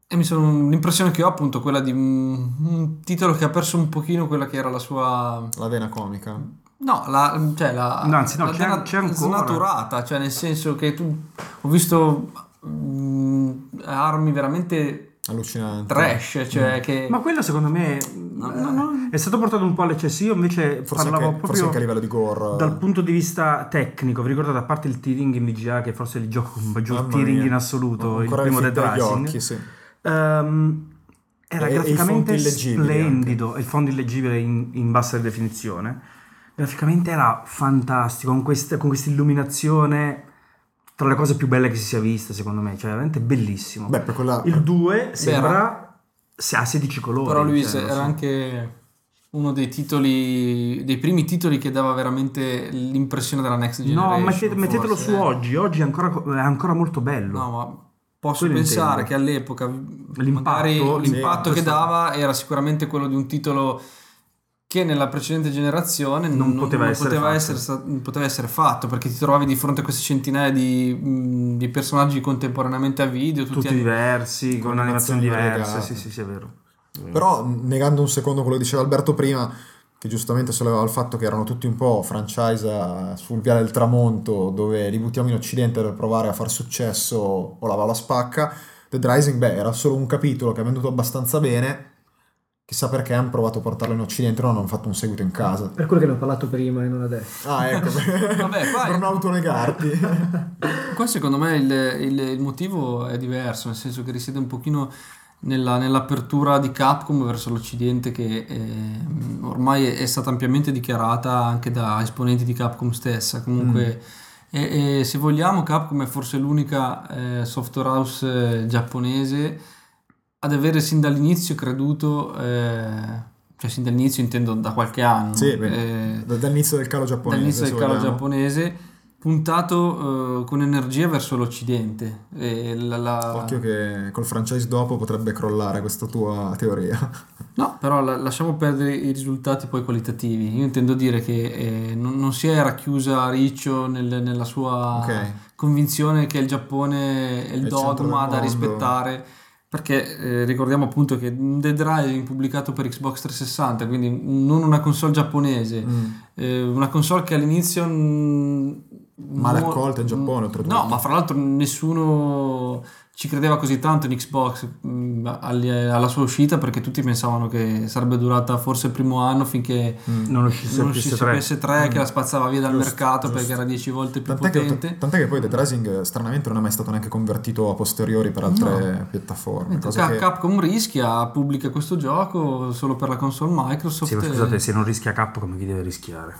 Speaker 5: e mi sono, l'impressione che ho appunto è quella di un, un titolo che ha perso un pochino quella che era la sua...
Speaker 2: La vena comica.
Speaker 5: No, la, cioè la,
Speaker 3: No, anzi, no,
Speaker 5: la
Speaker 3: c'è-
Speaker 5: dena-
Speaker 3: c'è ancora.
Speaker 5: snaturata, cioè nel senso che tu ho visto mm, armi veramente
Speaker 2: Allucinante. Mm.
Speaker 5: trash, cioè che...
Speaker 3: Mm. Ma quello secondo me eh, è stato portato un po' all'eccesso. Io invece
Speaker 2: Forse
Speaker 3: parlavo
Speaker 2: anche, forse
Speaker 3: proprio
Speaker 2: anche a livello di gore.
Speaker 3: dal punto di vista tecnico. Vi ricordate a parte il tearing in VGA, che forse è il gioco con maggior
Speaker 2: Mamma
Speaker 3: tearing
Speaker 2: mia.
Speaker 3: in assoluto, il
Speaker 2: Ancora
Speaker 3: primo
Speaker 2: il
Speaker 3: Dead
Speaker 2: filtro agli
Speaker 3: Rising.
Speaker 2: occhi, sì.
Speaker 3: Ehm, era
Speaker 2: E- e i
Speaker 3: graficamente
Speaker 2: fonti illeggibili
Speaker 3: splendido, e il fondo illegibile in, in bassa definizione. Graficamente era fantastico, con questa con questa illuminazione tra le cose più belle che si sia vista, secondo me, cioè veramente bellissimo.
Speaker 2: Beh, per quella...
Speaker 3: il 2
Speaker 5: era-
Speaker 3: sembra se ha 16 colori.
Speaker 5: Però lui
Speaker 3: cioè,
Speaker 5: se-
Speaker 3: non
Speaker 5: era
Speaker 3: so.
Speaker 5: anche uno dei titoli, dei primi titoli che dava veramente l'impressione della next generation.
Speaker 3: No, mettete- mettetelo
Speaker 5: forse,
Speaker 3: su
Speaker 5: eh.
Speaker 3: oggi, oggi è ancora, co- è ancora molto bello.
Speaker 5: No, ma posso
Speaker 3: Quello
Speaker 5: pensare
Speaker 3: intendo.
Speaker 5: che all'epoca
Speaker 3: L'impatto,
Speaker 5: magari
Speaker 3: sì,
Speaker 5: l'impatto che
Speaker 3: questo-
Speaker 5: dava era sicuramente quello di un titolo che nella precedente generazione non,
Speaker 3: poteva essere
Speaker 5: poteva
Speaker 3: fatto.
Speaker 5: essere sta- non poteva essere fatto perché ti trovavi di fronte a queste centinaia di, mh, di personaggi contemporaneamente a video, tutti,
Speaker 3: Tutti
Speaker 5: a-
Speaker 3: diversi, con,
Speaker 2: con
Speaker 3: animazioni
Speaker 2: animazioni
Speaker 3: diverse.
Speaker 2: variegate.
Speaker 3: Sì, sì, sì, è vero.
Speaker 2: Però negando un secondo quello che diceva Alberto prima, che giustamente sollevava il fatto che erano tutti un po' franchise eh, sul viale del tramonto, dove li buttiamo in occidente per provare a far successo o la va la spacca, Dead Rising, beh, era solo un capitolo che ha venduto abbastanza bene, chissà perché hanno provato a portarlo in occidente, no, non hanno fatto un seguito in casa.
Speaker 4: Per quello che ne ho parlato prima e non adesso.
Speaker 2: Ah, ecco,
Speaker 5: Vabbè, qua-
Speaker 2: per non autonegarti.
Speaker 5: Qua secondo me il, il- il motivo è diverso, nel senso che risiede un pochino nella- nell'apertura di Capcom verso l'Occidente che ehm, ormai è, è stata ampiamente dichiarata anche da esponenti di Capcom stessa. Comunque,
Speaker 2: Mm.
Speaker 5: e- e se vogliamo, Capcom è forse l'unica eh, software house eh, giapponese ad avere sin dall'inizio creduto, eh, cioè sin dall'inizio intendo da qualche anno,
Speaker 2: Sì,
Speaker 5: eh,
Speaker 2: beh, da- dall'inizio del calo giapponese. eh,
Speaker 5: dall'inizio del
Speaker 2: se
Speaker 5: calo
Speaker 2: vogliamo.
Speaker 5: giapponese puntato eh, con energia verso l'occidente E la- la-
Speaker 2: Occhio che col franchise dopo potrebbe crollare questa tua teoria.
Speaker 5: no però la- lasciamo perdere i risultati poi qualitativi io intendo dire che eh, non, non si era chiusa a riccio nel- nella sua
Speaker 2: Ok.
Speaker 5: convinzione che il Giappone è il
Speaker 2: È il centro
Speaker 5: dogma
Speaker 2: del mondo.
Speaker 5: da rispettare perché eh, ricordiamo appunto che Dead Rising pubblicato per Xbox 360 quindi non una console giapponese
Speaker 2: Mm.
Speaker 5: Eh, una console che all'inizio mh,
Speaker 2: Male
Speaker 5: mo-
Speaker 2: accolta in Giappone, oltretutto.
Speaker 5: No, ma fra l'altro nessuno ci credeva così tanto in Xbox mh, agli- alla sua uscita perché tutti pensavano che sarebbe durata forse il primo anno finché
Speaker 3: Non uscisse
Speaker 5: non
Speaker 3: il
Speaker 5: uscisse
Speaker 3: PS3.
Speaker 5: PS3 che la spazzava via dal
Speaker 2: Mm, Giusto,
Speaker 5: mercato perché
Speaker 2: giusto.
Speaker 5: era 10 volte più
Speaker 2: Tant'è che,
Speaker 5: potente.
Speaker 2: tant'è che poi Dead Rising eh, stranamente non è mai stato neanche convertito a posteriori per altre piattaforme.
Speaker 5: Mentre
Speaker 2: Cosa
Speaker 5: Cap-
Speaker 2: che
Speaker 5: Capcom rischia, pubblica questo gioco solo per la console Microsoft.
Speaker 3: Sì, ma scusate, se non rischia K, come chi deve rischiare?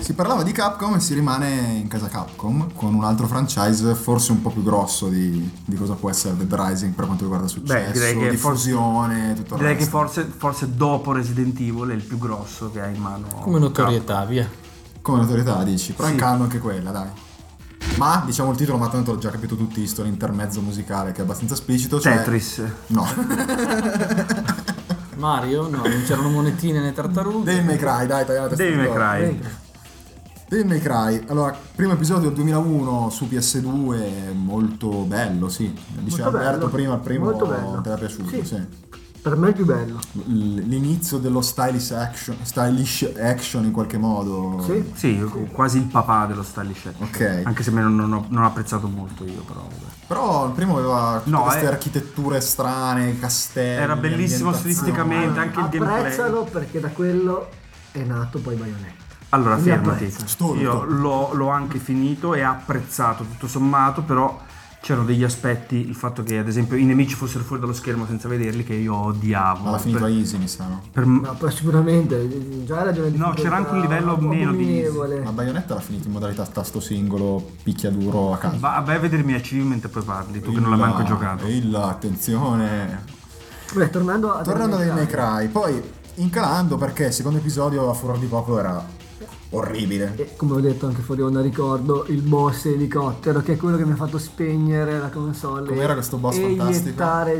Speaker 2: Si parlava di Capcom e si rimane in casa Capcom con un altro franchise forse un po' più grosso di, di cosa può essere Dead Rising per quanto riguarda successo,
Speaker 3: Beh, direi che
Speaker 2: diffusione, tutto il
Speaker 3: Direi che
Speaker 2: resto.
Speaker 3: forse, forse dopo Resident Evil è il più grosso che ha in mano.
Speaker 5: come notorietà, via.
Speaker 2: Come notorietà dici, però
Speaker 3: Sì.
Speaker 2: in calma anche quella, dai. Ma diciamo il titolo, ma tanto l'ho già capito tutti, sto l'intermezzo musicale che è abbastanza esplicito. Cioè...
Speaker 3: Tetris.
Speaker 2: No,
Speaker 5: Mario, no, non c'erano monetine né tartarughe.
Speaker 2: Devil May Cry, dai, tagliamo la testa
Speaker 3: Devil May
Speaker 2: fuori.
Speaker 3: Cry.
Speaker 2: Devil May Cry, allora, primo episodio del 2001 su PS2, molto bello, sì. Diceva
Speaker 4: Molto
Speaker 2: Alberto
Speaker 4: bello.
Speaker 2: prima, il primo
Speaker 4: Molto bello.
Speaker 2: te l'ha piaciuto, sì.
Speaker 4: Sì. Per me è il più bello.
Speaker 2: l- l'inizio dello stylish action, stylish action in qualche modo.
Speaker 4: Sì.
Speaker 3: Sì, quasi il papà dello stylish action.
Speaker 2: Ok.
Speaker 3: Anche se me non, non ho, non ho apprezzato molto io, però. vabbè.
Speaker 2: Però il primo aveva tutte
Speaker 3: No,
Speaker 2: queste
Speaker 3: eh.
Speaker 2: architetture strane, castelli.
Speaker 3: Era bellissimo
Speaker 2: ambientazioni.
Speaker 3: stilisticamente, anche il gameplay.
Speaker 4: Apprezzalo perché da quello è nato poi Bayonetta.
Speaker 3: Allora,
Speaker 4: Mi
Speaker 3: fermati.
Speaker 4: apprezzo.
Speaker 2: Stolto.
Speaker 3: Io l'ho, l'ho anche finito e apprezzato tutto sommato, però c'erano degli aspetti, il fatto che ad esempio i nemici fossero fuori dallo schermo senza vederli, che io odiavo.
Speaker 2: Ma l'ha finito
Speaker 3: Per-
Speaker 2: easy, mi sa. no?
Speaker 3: per-
Speaker 4: No, poi sicuramente già era di una
Speaker 3: No, c'era anche un livello
Speaker 4: difficoltà
Speaker 3: meno di-
Speaker 4: abominevole.
Speaker 2: Ma Bayonetta l'ha finito in modalità tasto singolo, picchiaduro a caso.
Speaker 3: Va- Vai a vedermi achievement e poi parli, tu che non l'hai
Speaker 2: Illa,
Speaker 3: manco giocato.
Speaker 2: Illa, attenzione.
Speaker 4: Beh, tornando a
Speaker 2: Tornando dai May
Speaker 4: May
Speaker 2: Cry, poi incalando perché il secondo episodio a furor di poco era orribile.
Speaker 4: E come ho detto anche fuori onda, ricordo il boss elicottero, che è quello che mi ha fatto spegnere la console.
Speaker 2: Com'era questo boss
Speaker 4: e
Speaker 2: fantastico?
Speaker 4: gettare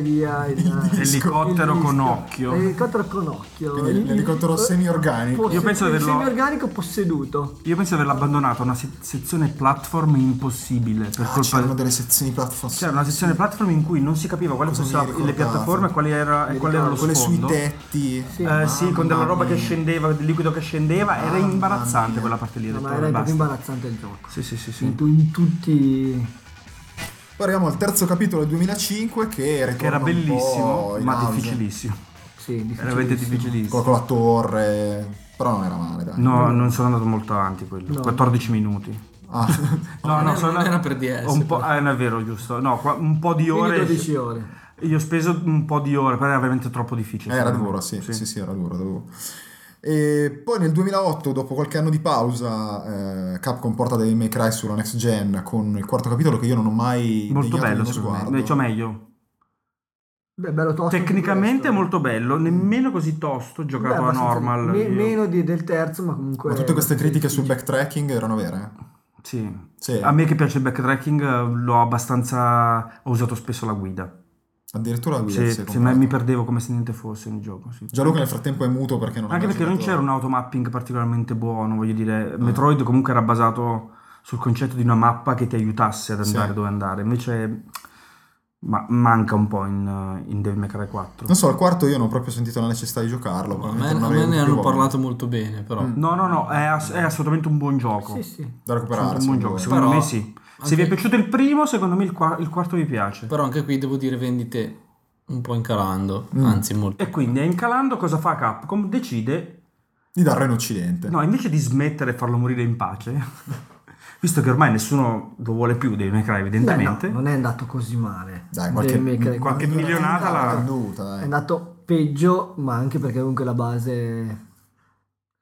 Speaker 4: via il,
Speaker 3: L'elicottero
Speaker 4: il
Speaker 3: con
Speaker 4: disco.
Speaker 3: occhio.
Speaker 4: L'elicottero con occhio.
Speaker 2: Quindi l'elicottero semi-organico.
Speaker 4: Posse-
Speaker 3: Io penso di
Speaker 4: il
Speaker 3: averlo-
Speaker 4: semi-organico posseduto.
Speaker 3: Io penso di averla abbandonata una se- sezione platform impossibile per
Speaker 2: Ah,
Speaker 3: colpa
Speaker 2: c'erano delle sezioni platform.
Speaker 3: C'era una sezione platform in cui non si capiva quale
Speaker 2: Cosa mi
Speaker 3: fossero le
Speaker 2: ricordavo?
Speaker 3: piattaforme e quali era, e quale era lo
Speaker 2: Quelle sui
Speaker 3: sfondo.
Speaker 2: tetti.
Speaker 4: Sì.
Speaker 3: Eh, sì, con della roba che
Speaker 2: scende
Speaker 3: scendeva, del liquido che scendeva, era
Speaker 2: Mamma
Speaker 3: imbarazzante
Speaker 2: mia.
Speaker 3: quella parte lì. ho
Speaker 4: No,
Speaker 3: detto,
Speaker 4: ma era
Speaker 3: "Vabbè,
Speaker 4: proprio
Speaker 3: basta".
Speaker 4: imbarazzante il gioco.
Speaker 3: Sì, sì, sì, sì.
Speaker 4: In, tu- in tutti...
Speaker 2: Poi arriviamo al terzo capitolo del 2005 che, ritorna
Speaker 3: Che era
Speaker 2: un po'
Speaker 3: bellissimo,
Speaker 2: in
Speaker 3: ma
Speaker 2: auge.
Speaker 3: difficilissimo.
Speaker 4: Sì,
Speaker 3: Era veramente
Speaker 2: Quello
Speaker 3: difficilissimo.
Speaker 4: difficilissimo.
Speaker 2: con la torre, però non era male, dai.
Speaker 3: No, non sono andato molto avanti quello.
Speaker 4: No.
Speaker 3: 14 minuti.
Speaker 2: Ah,
Speaker 3: No, no,
Speaker 5: non
Speaker 3: sono
Speaker 5: era per DS,
Speaker 3: Un po', ah, non è vero, giusto. No, qua- un po' di
Speaker 4: Quindi
Speaker 3: ore.
Speaker 4: 12 ore.
Speaker 3: Io ho speso un po' di ore, però era veramente troppo difficile.
Speaker 2: era
Speaker 3: secondo me.
Speaker 2: duro, sì, sì, sì, era duro, era duro. E poi nel 2008, dopo qualche anno di pausa, eh, Capcom porta dei May Cry sulla next gen con il quarto capitolo che io non ho mai degnato
Speaker 3: Molto
Speaker 2: di
Speaker 3: bello,
Speaker 2: uno
Speaker 3: secondo
Speaker 2: sguardo.
Speaker 3: me. Cioè, meglio.
Speaker 4: Beh, bello tosto.
Speaker 3: Tecnicamente
Speaker 4: molto
Speaker 3: molto bello, nemmeno così tosto, giocato
Speaker 4: Beh,
Speaker 3: a
Speaker 4: abbastanza-
Speaker 3: normal.
Speaker 4: me-
Speaker 3: io-
Speaker 4: meno di- del terzo, ma comunque.
Speaker 2: Ma tutte
Speaker 3: eh,
Speaker 2: queste critiche sul
Speaker 4: back
Speaker 2: backtracking erano vere? eh?
Speaker 3: Sì.
Speaker 2: Sì,
Speaker 3: A me che piace il backtracking eh, l'ho abbastanza... ho usato spesso la guida.
Speaker 2: addirittura la guida
Speaker 3: Sì,
Speaker 2: si è
Speaker 3: sì, ma
Speaker 2: comprata.
Speaker 3: mi perdevo come se niente fosse nel gioco. sì.
Speaker 2: Gianluca nel frattempo è muto perché non ha
Speaker 3: Anche
Speaker 2: mai
Speaker 3: perché non
Speaker 2: giocato.
Speaker 3: c'era un automapping particolarmente buono, voglio dire, Metroid comunque era basato sul concetto di una mappa che ti aiutasse ad andare
Speaker 2: Sì.
Speaker 3: dove andare, invece ma- manca un po' in, in Devil May Cry 4.
Speaker 2: Non so, al quarto io non ho proprio sentito la necessità di giocarlo.
Speaker 5: A
Speaker 2: probabilmente
Speaker 5: me,
Speaker 2: non
Speaker 5: a
Speaker 2: avrei
Speaker 5: me ne
Speaker 2: avuto
Speaker 5: hanno
Speaker 2: più voglia
Speaker 5: parlato molto bene, però.
Speaker 2: Mm.
Speaker 3: No, no, no, è, ass- è assolutamente un buon gioco.
Speaker 4: Sì, sì.
Speaker 2: da recuperare.
Speaker 3: Assolutamente un buon gioco,
Speaker 2: secondo
Speaker 3: secondo me
Speaker 5: Però-
Speaker 3: sì. Se
Speaker 5: anche-
Speaker 3: vi è piaciuto il primo, secondo me il, qua- il quarto vi piace.
Speaker 5: Però anche qui devo dire vendite un po' incalando,
Speaker 2: Mm.
Speaker 5: anzi molto.
Speaker 3: E quindi è incalando cosa fa Capcom? Decide
Speaker 2: me. Di darlo in Occidente.
Speaker 3: No, invece di smettere e farlo morire in pace, visto che ormai nessuno lo vuole più dei May Cry,
Speaker 4: Beh, Eh no,
Speaker 3: evidentemente.
Speaker 4: non è andato così male.
Speaker 2: Dai, qualche-
Speaker 4: Dei Maker-
Speaker 3: qualche
Speaker 4: no,
Speaker 3: milionata
Speaker 4: è
Speaker 3: l'ha
Speaker 4: andato-
Speaker 2: venduta, eh. dai.
Speaker 4: È andato peggio, ma anche perché comunque la base.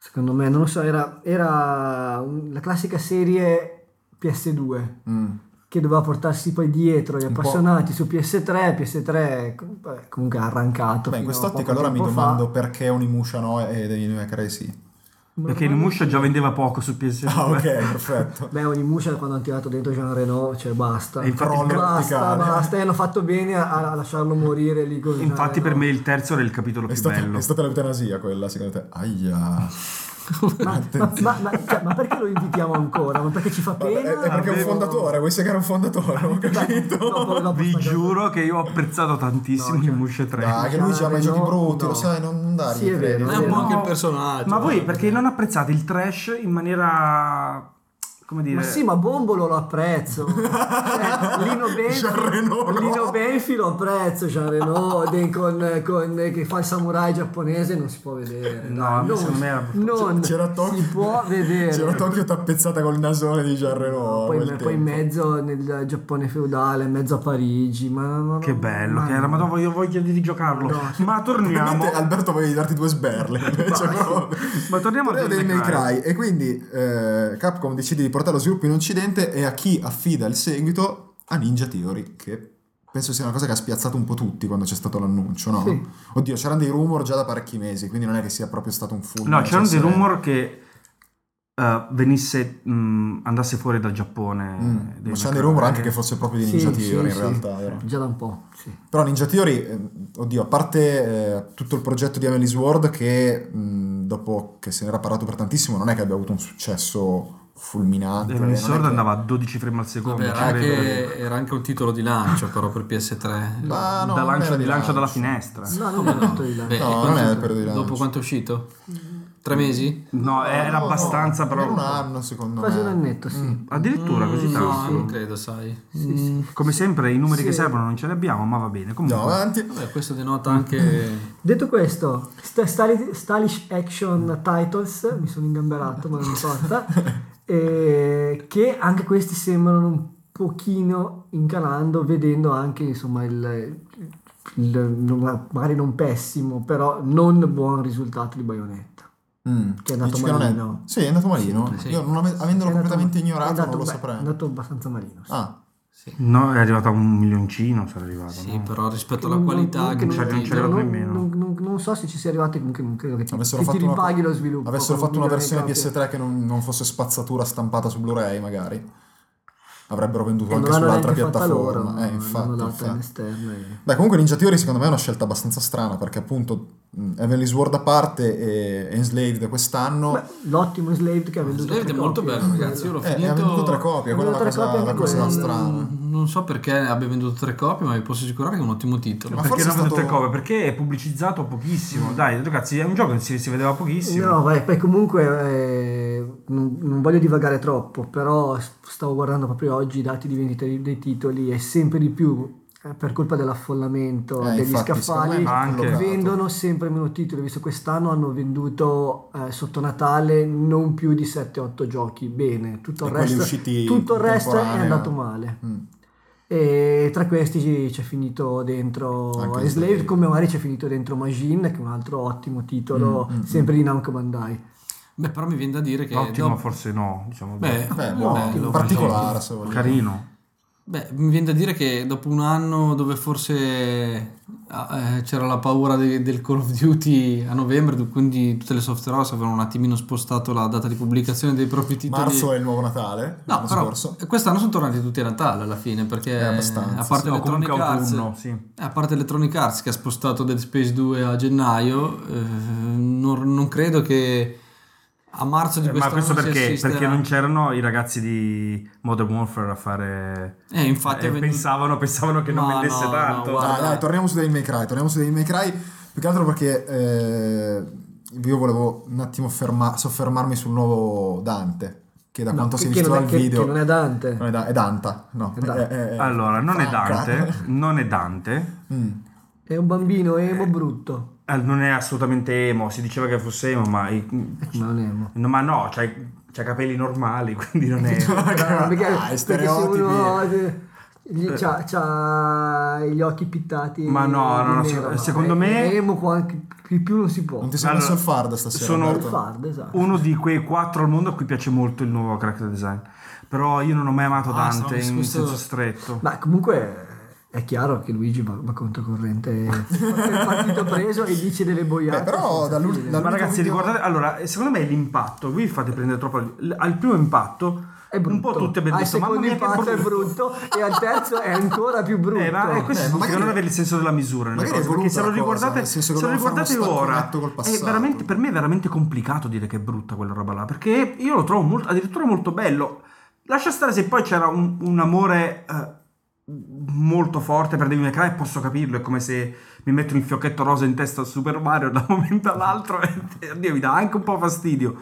Speaker 4: Secondo me, non lo so, era, era un- la classica serie PS2
Speaker 2: Mm.
Speaker 4: che doveva portarsi poi dietro gli
Speaker 2: Un po'.
Speaker 4: appassionati su PS3, PS3 com- vabbè, comunque ha arrancato.
Speaker 2: Beh, in
Speaker 4: fino a
Speaker 2: quest'ottica
Speaker 4: poco
Speaker 2: allora mi
Speaker 4: tempo fa.
Speaker 2: domando perché Onimusha no e dei New Cry sì.
Speaker 4: Ma-
Speaker 3: Perché
Speaker 4: ma-
Speaker 3: Numusha già vendeva poco su PS2.
Speaker 2: Ah, ok, perfetto.
Speaker 4: Beh, ogni muscia quando hanno tirato dentro Jean Reno, cioè basta.
Speaker 3: E infatti-
Speaker 2: Crollo
Speaker 4: basta,
Speaker 2: verticale.
Speaker 4: basta. E hanno fatto bene a, a lasciarlo morire lì così.
Speaker 3: Infatti,
Speaker 4: eh,
Speaker 3: per
Speaker 4: no.
Speaker 3: me il terzo era il capitolo
Speaker 2: È
Speaker 3: più
Speaker 2: stata,
Speaker 3: bello.
Speaker 2: è stata l'eutanasia quella, secondo te? Aia.
Speaker 4: Ma, ma- ma- ma- cioè, ma perché lo invitiamo ancora? Ma perché ci fa
Speaker 2: Vabbè,
Speaker 4: pena?
Speaker 2: è, è perché è un
Speaker 4: Avevo-
Speaker 2: fondatore, vuoi segare un fondatore? Non ho capito.
Speaker 4: Dopo- dopo
Speaker 3: Vi
Speaker 4: sta cosa.
Speaker 3: giuro che io ho apprezzato tantissimo
Speaker 4: No, cioè-
Speaker 3: Numusha 3.
Speaker 2: Dai, Ah, che lui ci ha mai
Speaker 4: No,
Speaker 2: giochi brutti,
Speaker 4: no.
Speaker 2: lo sai, non, non dargli
Speaker 4: Sì, è
Speaker 2: credito.
Speaker 5: Ma è
Speaker 4: vero,
Speaker 5: un po'
Speaker 4: No,
Speaker 5: anche il personaggio.
Speaker 3: Ma voi
Speaker 5: eh.
Speaker 3: perché non apprezzate il trash in maniera. come dire.
Speaker 4: Ma sì, ma Bombolo lo apprezzo. Cioè, Lino,
Speaker 2: Jean Reno, no.
Speaker 4: Benfi, Lino Benfi lo apprezzo, Jean Reno de- con, con- che fa il samurai giapponese non si può vedere.
Speaker 3: No,
Speaker 4: dai, non,
Speaker 3: secondo me era-
Speaker 4: non
Speaker 2: C'era Tokyo,
Speaker 4: si può vedere.
Speaker 2: C'era Tokyo tappezzata col nasone di Jean Reno. a
Speaker 4: poi,
Speaker 2: quel
Speaker 4: poi
Speaker 2: tempo.
Speaker 4: in mezzo nel Giappone feudale, in mezzo a Parigi, ma no, no,
Speaker 3: Che
Speaker 4: no,
Speaker 3: bello
Speaker 4: ma
Speaker 3: che era,
Speaker 4: no.
Speaker 3: ma voglio, voglio di rigiocarlo.
Speaker 4: No,
Speaker 3: Ma torniamo.
Speaker 2: Veramente, Alberto volevi darti due sberle invece
Speaker 4: Ma-
Speaker 2: però-
Speaker 3: Ma torniamo
Speaker 2: Torniamo
Speaker 3: a
Speaker 2: dei
Speaker 3: Devil
Speaker 2: May
Speaker 3: May Cry.
Speaker 2: Cry e quindi eh, Capcom decide di portare lo sviluppo in occidente e a chi affida il seguito a Ninja Theory che penso sia una cosa che ha spiazzato un po' tutti quando c'è stato l'annuncio no?
Speaker 4: Sì.
Speaker 2: oddio c'erano dei rumor già da parecchi mesi quindi non è che sia proprio stato un fulmine
Speaker 3: No, c'erano dei
Speaker 2: cioè,
Speaker 3: rumor che eh, venisse, mh, andasse fuori dal Giappone.
Speaker 2: Mm,
Speaker 3: eh,
Speaker 2: ma
Speaker 3: dei
Speaker 2: c'erano dei
Speaker 3: Mac-
Speaker 2: rumor anche che fosse proprio di
Speaker 4: Sì,
Speaker 2: Ninja
Speaker 4: sì,
Speaker 2: Theory in
Speaker 4: sì.
Speaker 2: realtà era.
Speaker 4: Già da un po', sì.
Speaker 2: Però Ninja Theory, ehm, oddio, a parte eh, tutto il progetto di mm, Amelie's World che mh, dopo che se n'era parlato per tantissimo non è che abbia avuto un successo fulminante.
Speaker 3: Heaven
Speaker 2: non è
Speaker 3: Sword
Speaker 2: che-
Speaker 3: andava a 12 frame al secondo.
Speaker 5: Vabbè, era,
Speaker 3: ci credo.
Speaker 5: anche, era anche un titolo di lancio però per PS3.
Speaker 2: Ma Ah, no,
Speaker 3: da
Speaker 2: non
Speaker 3: lancio,
Speaker 2: era
Speaker 3: di lancio dalla finestra.
Speaker 2: Ah.
Speaker 4: No, non è tutto di là.
Speaker 5: Beh,
Speaker 2: No,
Speaker 5: e
Speaker 2: non
Speaker 5: quanto-
Speaker 2: era il periodo di lancio.
Speaker 5: Dopo quanto è uscito? Tre mesi?
Speaker 3: No, era
Speaker 2: No, no,
Speaker 3: abbastanza però.
Speaker 2: era un anno secondo
Speaker 4: Quasi
Speaker 2: me.
Speaker 4: un annetto, sì.
Speaker 3: Addirittura così
Speaker 5: Mm,
Speaker 3: tanto.
Speaker 5: No, non credo, sai. Mm,
Speaker 2: eh,
Speaker 3: Come sempre i numeri
Speaker 4: Sì.
Speaker 3: che servono non ce li abbiamo, ma va bene.
Speaker 2: Andiamo
Speaker 3: Comunque,
Speaker 2: avanti.
Speaker 5: Vabbè, questo
Speaker 2: Mm.
Speaker 5: denota anche...
Speaker 4: Detto questo, st- stali- Stylish Action Titles, mi sono ingamberato ma non importa, eh, che anche questi sembrano un pochino incanando, vedendo anche insomma il, il- non- magari non pessimo, però non buon risultato di Bayonetta.
Speaker 2: Mm.
Speaker 4: Che è andato
Speaker 2: Dici che non
Speaker 4: malino.
Speaker 2: È... Sì, è andato malino.
Speaker 5: Sì.
Speaker 2: Io non ave- avendolo
Speaker 4: È andato-
Speaker 2: completamente
Speaker 4: è
Speaker 2: ignorato
Speaker 4: andato
Speaker 2: non lo
Speaker 4: ba-
Speaker 2: saprei.
Speaker 4: È andato abbastanza malino. sì.
Speaker 2: Ah,
Speaker 3: no, è arrivato a un milioncino. Sarà arrivato.
Speaker 5: Sì,
Speaker 3: no?
Speaker 5: però rispetto alla
Speaker 4: Non-
Speaker 5: qualità che
Speaker 3: non c'è-
Speaker 5: non
Speaker 3: non
Speaker 5: ti-
Speaker 3: c'è- c'era
Speaker 4: non-
Speaker 3: nemmeno.
Speaker 4: non- non- non so se ci sia arrivati comunque non credo che ti,
Speaker 2: avessero
Speaker 4: che ti
Speaker 2: fatto una-
Speaker 4: ripaghi lo sviluppo
Speaker 2: avessero
Speaker 4: con un
Speaker 2: fatto una
Speaker 4: milione di
Speaker 2: versione
Speaker 4: copie.
Speaker 2: PS3 che non, non fosse spazzatura stampata su Blu-ray, magari. Avrebbero venduto
Speaker 4: E non
Speaker 2: anche
Speaker 4: l'hanno
Speaker 2: sull'altra
Speaker 4: neanche fatta
Speaker 2: piattaforma.
Speaker 4: loro,
Speaker 2: eh,
Speaker 4: l'hanno
Speaker 2: infatti,
Speaker 4: data
Speaker 2: infatti.
Speaker 4: all'esterno e-
Speaker 2: Beh, comunque Ninja Theory secondo me è una scelta abbastanza strana perché appunto mh, Heavenly Sword a parte e Enslaved quest'anno
Speaker 4: Beh, l'ottimo Enslaved che ha venduto
Speaker 5: Enslaved è
Speaker 4: tre
Speaker 5: molto
Speaker 4: copie.
Speaker 5: bello, ragazzi. Io l'ho
Speaker 2: eh,
Speaker 5: finito.
Speaker 2: ha venduto tre copie,
Speaker 4: Ha
Speaker 2: quella è
Speaker 4: venduto
Speaker 2: la
Speaker 4: tre copie
Speaker 2: cosa, la
Speaker 4: anche Mm.
Speaker 2: cosa
Speaker 4: quello.
Speaker 2: strana.
Speaker 5: Non so perché abbia venduto tre copie, ma vi posso assicurare che è un ottimo titolo.
Speaker 2: Ma
Speaker 3: perché
Speaker 2: forse è
Speaker 3: non vedete
Speaker 2: stato-
Speaker 3: cover? Perché è pubblicizzato pochissimo. Dai, ragazzi, è un gioco che si, si vedeva pochissimo.
Speaker 4: No, vai, poi comunque eh, non, non voglio divagare troppo, però s- stavo guardando proprio oggi i dati di vendita di- dei titoli e sempre di più eh, per colpa dell'affollamento
Speaker 2: Eh,
Speaker 4: degli
Speaker 2: infatti, secondo me
Speaker 4: scaffali
Speaker 2: va
Speaker 3: anche-
Speaker 2: collocato.
Speaker 4: vendono sempre meno titoli, visto che quest'anno hanno venduto eh, sotto Natale non più di 7-8 giochi, bene, tutto il
Speaker 2: E quelli
Speaker 4: resto,
Speaker 2: usciti
Speaker 4: tutto il
Speaker 2: in
Speaker 4: resto è
Speaker 2: temporanea.
Speaker 4: andato male.
Speaker 2: Mm.
Speaker 4: E tra questi ci- c'è finito dentro
Speaker 2: Anche
Speaker 4: Enslaved,
Speaker 2: Enslaved.
Speaker 4: come magari c'è finito dentro Machine, che è un altro ottimo titolo,
Speaker 2: Mm, mm,
Speaker 4: sempre di Namco Bandai.
Speaker 5: Beh, però mi viene da dire che.
Speaker 3: Ottimo,
Speaker 5: dopo-
Speaker 3: forse no. Diciamo,
Speaker 5: Beh,
Speaker 2: Beh,
Speaker 5: bello,
Speaker 2: buono,
Speaker 5: bello.
Speaker 2: particolare se vogliamo.
Speaker 3: carino.
Speaker 5: Beh, mi viene da dire che dopo un anno dove forse eh, c'era la paura de- del Call of Duty a novembre, du- quindi tutte le software house avevano un attimino spostato la data di pubblicazione dei propri titoli.
Speaker 2: Marzo è il nuovo Natale,
Speaker 5: No,
Speaker 2: l'anno
Speaker 5: però
Speaker 2: scorso.
Speaker 5: quest'anno sono tornati tutti a Natale alla fine, perché
Speaker 2: Eh, abbastanza,
Speaker 5: a parte
Speaker 3: No,
Speaker 5: Electronic
Speaker 3: comunque
Speaker 5: Arts, eh,
Speaker 3: autunno, sì.
Speaker 5: A parte Electronic Arts che ha spostato Dead Space 2 a gennaio, eh, non, non credo che a marzo di
Speaker 3: Eh, Ma
Speaker 5: quest'anno
Speaker 3: questo
Speaker 5: si
Speaker 3: perché?
Speaker 5: assisterà-
Speaker 3: Perché non c'erano i ragazzi di Modern Warfare a fare...
Speaker 5: Eh, infatti
Speaker 3: Eh,
Speaker 5: ha venduto-
Speaker 3: pensavano, pensavano che non
Speaker 5: Ma
Speaker 3: vendesse
Speaker 5: no,
Speaker 3: tanto.
Speaker 5: no, guarda.
Speaker 2: Dai, dai, torniamo su Devil May Cry, torniamo su Devil May Cry, più che altro perché eh, io volevo un attimo ferma- soffermarmi sul nuovo Dante, che da quanto si è
Speaker 4: che, che
Speaker 2: visto
Speaker 4: non è,
Speaker 2: dal
Speaker 4: che-
Speaker 2: video... Eh.
Speaker 4: che non è Dante.
Speaker 2: Non è Da- è Danta, no.
Speaker 4: È Dante.
Speaker 2: eh,
Speaker 3: allora, non è
Speaker 2: Franca.
Speaker 3: Dante, non è Dante,
Speaker 2: Mm.
Speaker 4: È un bambino emo brutto.
Speaker 3: eh, non è assolutamente emo, si diceva che fosse emo, ma,
Speaker 4: Ma non è emo.
Speaker 3: no, ma no, c'ha i- c'ha i capelli normali, quindi non è...
Speaker 4: Però, Cioè, perché-
Speaker 2: Ah,
Speaker 4: perché se
Speaker 2: stereotipi.
Speaker 4: uno, eh, gli- c'ha, c'ha gli occhi pittati.
Speaker 3: Ma no,
Speaker 4: di
Speaker 3: no, no,
Speaker 4: nero,
Speaker 3: se-
Speaker 4: ma
Speaker 3: secondo
Speaker 4: è-
Speaker 3: me-
Speaker 4: È emo qua anche- più, più non si può.
Speaker 2: Non ti sei
Speaker 3: Allora,
Speaker 2: messo il fard stasera.
Speaker 3: sono-
Speaker 2: Alberto?
Speaker 4: Fardo, esatto.
Speaker 3: Uno di quei quattro al mondo a cui piace molto il nuovo character design. Però io non ho mai amato
Speaker 5: Ah,
Speaker 3: Dante
Speaker 5: stavamo
Speaker 3: in
Speaker 5: discutendo-
Speaker 3: senso stretto.
Speaker 4: Ma comunque è chiaro che Luigi va, va contro corrente è partito preso e dice delle boiate.
Speaker 2: Beh, però
Speaker 4: senza
Speaker 2: dall'ul-
Speaker 4: fine.
Speaker 2: dal-
Speaker 3: Ma ragazzi,
Speaker 2: video-
Speaker 3: ricordate, allora, eh, secondo me è l'impatto, voi fate prendere troppo al, al primo impatto
Speaker 4: È
Speaker 3: un po'
Speaker 4: brutto.
Speaker 3: tutti abbiamo
Speaker 4: Al
Speaker 3: detto, mamma
Speaker 4: secondo
Speaker 3: mia che
Speaker 4: impatto è brutto e al terzo è ancora più brutto.
Speaker 3: Eh, ma eh, questo
Speaker 2: Eh, ma
Speaker 3: significa
Speaker 2: magari-
Speaker 3: non avere il senso della misura nelle
Speaker 2: magari
Speaker 3: cose,
Speaker 2: è
Speaker 3: perché se lo
Speaker 2: voluta la cosa,
Speaker 3: riguardate,
Speaker 2: nel senso che
Speaker 3: se lo
Speaker 2: volevano fare
Speaker 3: riguardate
Speaker 2: uno stacco
Speaker 3: ora,
Speaker 2: netto col
Speaker 3: è
Speaker 2: passato.
Speaker 3: veramente, per me è veramente complicato dire che è brutta quella roba là, perché io lo trovo molto, addirittura molto bello. Lascia stare se poi c'era un, un amore eh, molto forte per Devil May Cry, posso capirlo, è come se mi metto un fiocchetto rosa in testa a Super Mario da un momento all'altro e e, oddio, mi dà anche un po' fastidio.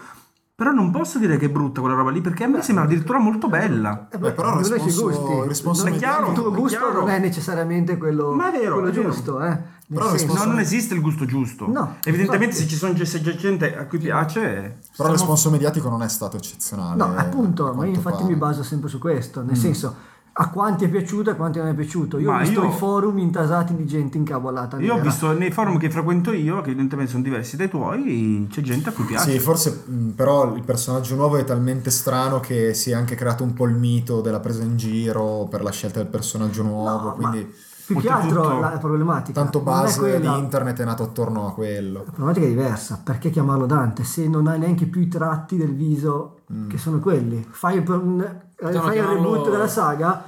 Speaker 3: Però non posso dire che è brutta quella roba lì, perché a me sembra addirittura molto bella.
Speaker 4: Eh,
Speaker 2: Beh, però il
Speaker 4: ognuno ha i suoi
Speaker 2: risponso-
Speaker 4: gusti.
Speaker 2: il risponso
Speaker 4: Non-
Speaker 3: mediano-
Speaker 4: il tuo gusto
Speaker 3: chiaro.
Speaker 4: non è necessariamente quello,
Speaker 3: Ma è vero,
Speaker 4: quello
Speaker 3: è vero.
Speaker 4: giusto, eh. Nel
Speaker 2: Però il
Speaker 4: senso-
Speaker 3: No,
Speaker 2: risponso-
Speaker 3: non esiste il gusto giusto.
Speaker 4: No,
Speaker 3: Evidentemente
Speaker 4: infatti.
Speaker 3: se ci sono se c'è gente a cui piace...
Speaker 2: Però il responso mediatico non è stato eccezionale.
Speaker 4: No, appunto,
Speaker 2: a
Speaker 4: ma
Speaker 2: quanto
Speaker 4: io
Speaker 2: Mm.
Speaker 4: infatti
Speaker 2: pare.
Speaker 4: mi baso sempre su questo, nel senso a quanti è piaciuto e a quanti non è piaciuto. Io
Speaker 3: Ma
Speaker 4: ho visto
Speaker 3: io-
Speaker 4: i forum intasati di gente incavolata.
Speaker 3: Io ho
Speaker 4: nera.
Speaker 3: visto nei forum che frequento io, che evidentemente sono diversi dai tuoi, c'è gente a cui piace.
Speaker 2: Sì, forse mh, però il personaggio nuovo è talmente strano che si è anche creato un po' il mito della presa in giro per la scelta del personaggio nuovo,
Speaker 4: No, ma
Speaker 2: quindi
Speaker 4: più che
Speaker 3: Oltretutto-
Speaker 4: altro la problematica
Speaker 2: tanto
Speaker 4: non è
Speaker 2: base
Speaker 4: quella.
Speaker 2: di internet è nato attorno a quello.
Speaker 4: La problematica è diversa, perché chiamarlo Dante se non hai neanche più i tratti del viso
Speaker 2: Mm.
Speaker 4: che sono quelli? Fai, per un- eh,
Speaker 5: no,
Speaker 4: fai il
Speaker 5: chiamalo-
Speaker 4: reboot della saga,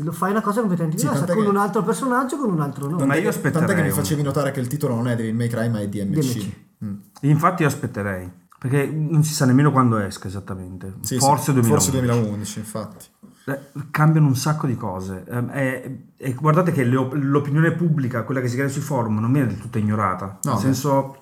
Speaker 4: lo fai una cosa completamente
Speaker 2: Sì,
Speaker 4: diversa,
Speaker 2: tant'è
Speaker 4: con
Speaker 2: che-
Speaker 4: un altro personaggio, con un altro nome.
Speaker 3: Ma io
Speaker 2: Tant'è che
Speaker 3: aspetterei
Speaker 2: mi
Speaker 3: un-
Speaker 2: facevi notare che il titolo non è Devil May Cry ma è DMC.
Speaker 4: DMC.
Speaker 2: Mm.
Speaker 3: Infatti io aspetterei. Perché non si sa nemmeno quando esca esattamente.
Speaker 2: Sì,
Speaker 3: forse,
Speaker 2: sì,
Speaker 3: 2011.
Speaker 2: forse 2011, infatti.
Speaker 3: Eh, Cambiano un sacco di cose. Ehm, E, e guardate che le op- l'opinione pubblica, quella che si crea sui forum, non viene del tutto ignorata.
Speaker 2: No,
Speaker 3: Nel
Speaker 2: beh.
Speaker 3: senso,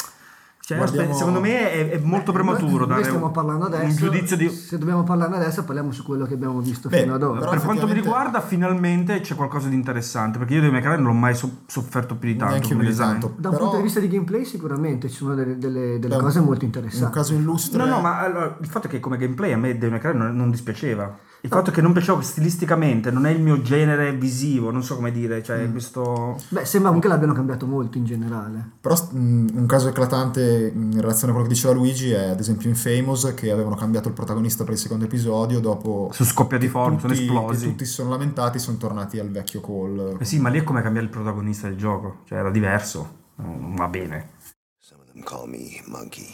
Speaker 3: cioè,
Speaker 2: Guardiamo-
Speaker 3: aspe- secondo me è, è molto
Speaker 4: Beh,
Speaker 3: prematuro
Speaker 4: noi- noi
Speaker 3: dare
Speaker 4: stiamo
Speaker 3: un-
Speaker 4: parlando adesso,
Speaker 3: un giudizio di...
Speaker 4: Se dobbiamo parlarne adesso, parliamo su quello che abbiamo visto
Speaker 2: Beh,
Speaker 4: fino ad ora.
Speaker 2: però-
Speaker 3: per quanto mi
Speaker 2: effettivamente-
Speaker 3: riguarda, finalmente c'è qualcosa di interessante. Perché io di Mac Ryan non l'ho mai so- sofferto più di tanto.
Speaker 2: Neanche io
Speaker 3: come
Speaker 2: più di
Speaker 3: design.
Speaker 2: tanto.
Speaker 4: da un
Speaker 2: però-
Speaker 4: punto di vista di gameplay, sicuramente ci sono delle, delle- delle
Speaker 2: Beh,
Speaker 4: cose molto
Speaker 2: Un
Speaker 4: interessanti.
Speaker 2: caso illustre.
Speaker 3: No, no, ma allora, il fatto è che come gameplay a me Devil May Cry non, non dispiaceva. Il fatto che non piaceva stilisticamente, non è il mio genere visivo, non so come dire,
Speaker 2: Mm.
Speaker 3: cioè questo...
Speaker 4: Beh, sembra anche l'abbiano cambiato molto in generale.
Speaker 2: Però st- mh, un caso eclatante in relazione a quello che diceva Luigi è ad esempio in Famous che avevano cambiato il protagonista per il secondo episodio dopo
Speaker 3: Su scoppia di forma, sono
Speaker 2: tutti,
Speaker 3: esplosi.
Speaker 2: che tutti si sono lamentati sono tornati al vecchio call.
Speaker 3: Eh sì, ma lì è come cambiare il protagonista del gioco, cioè era diverso, non non va bene.
Speaker 7: Some of them call me Monkey.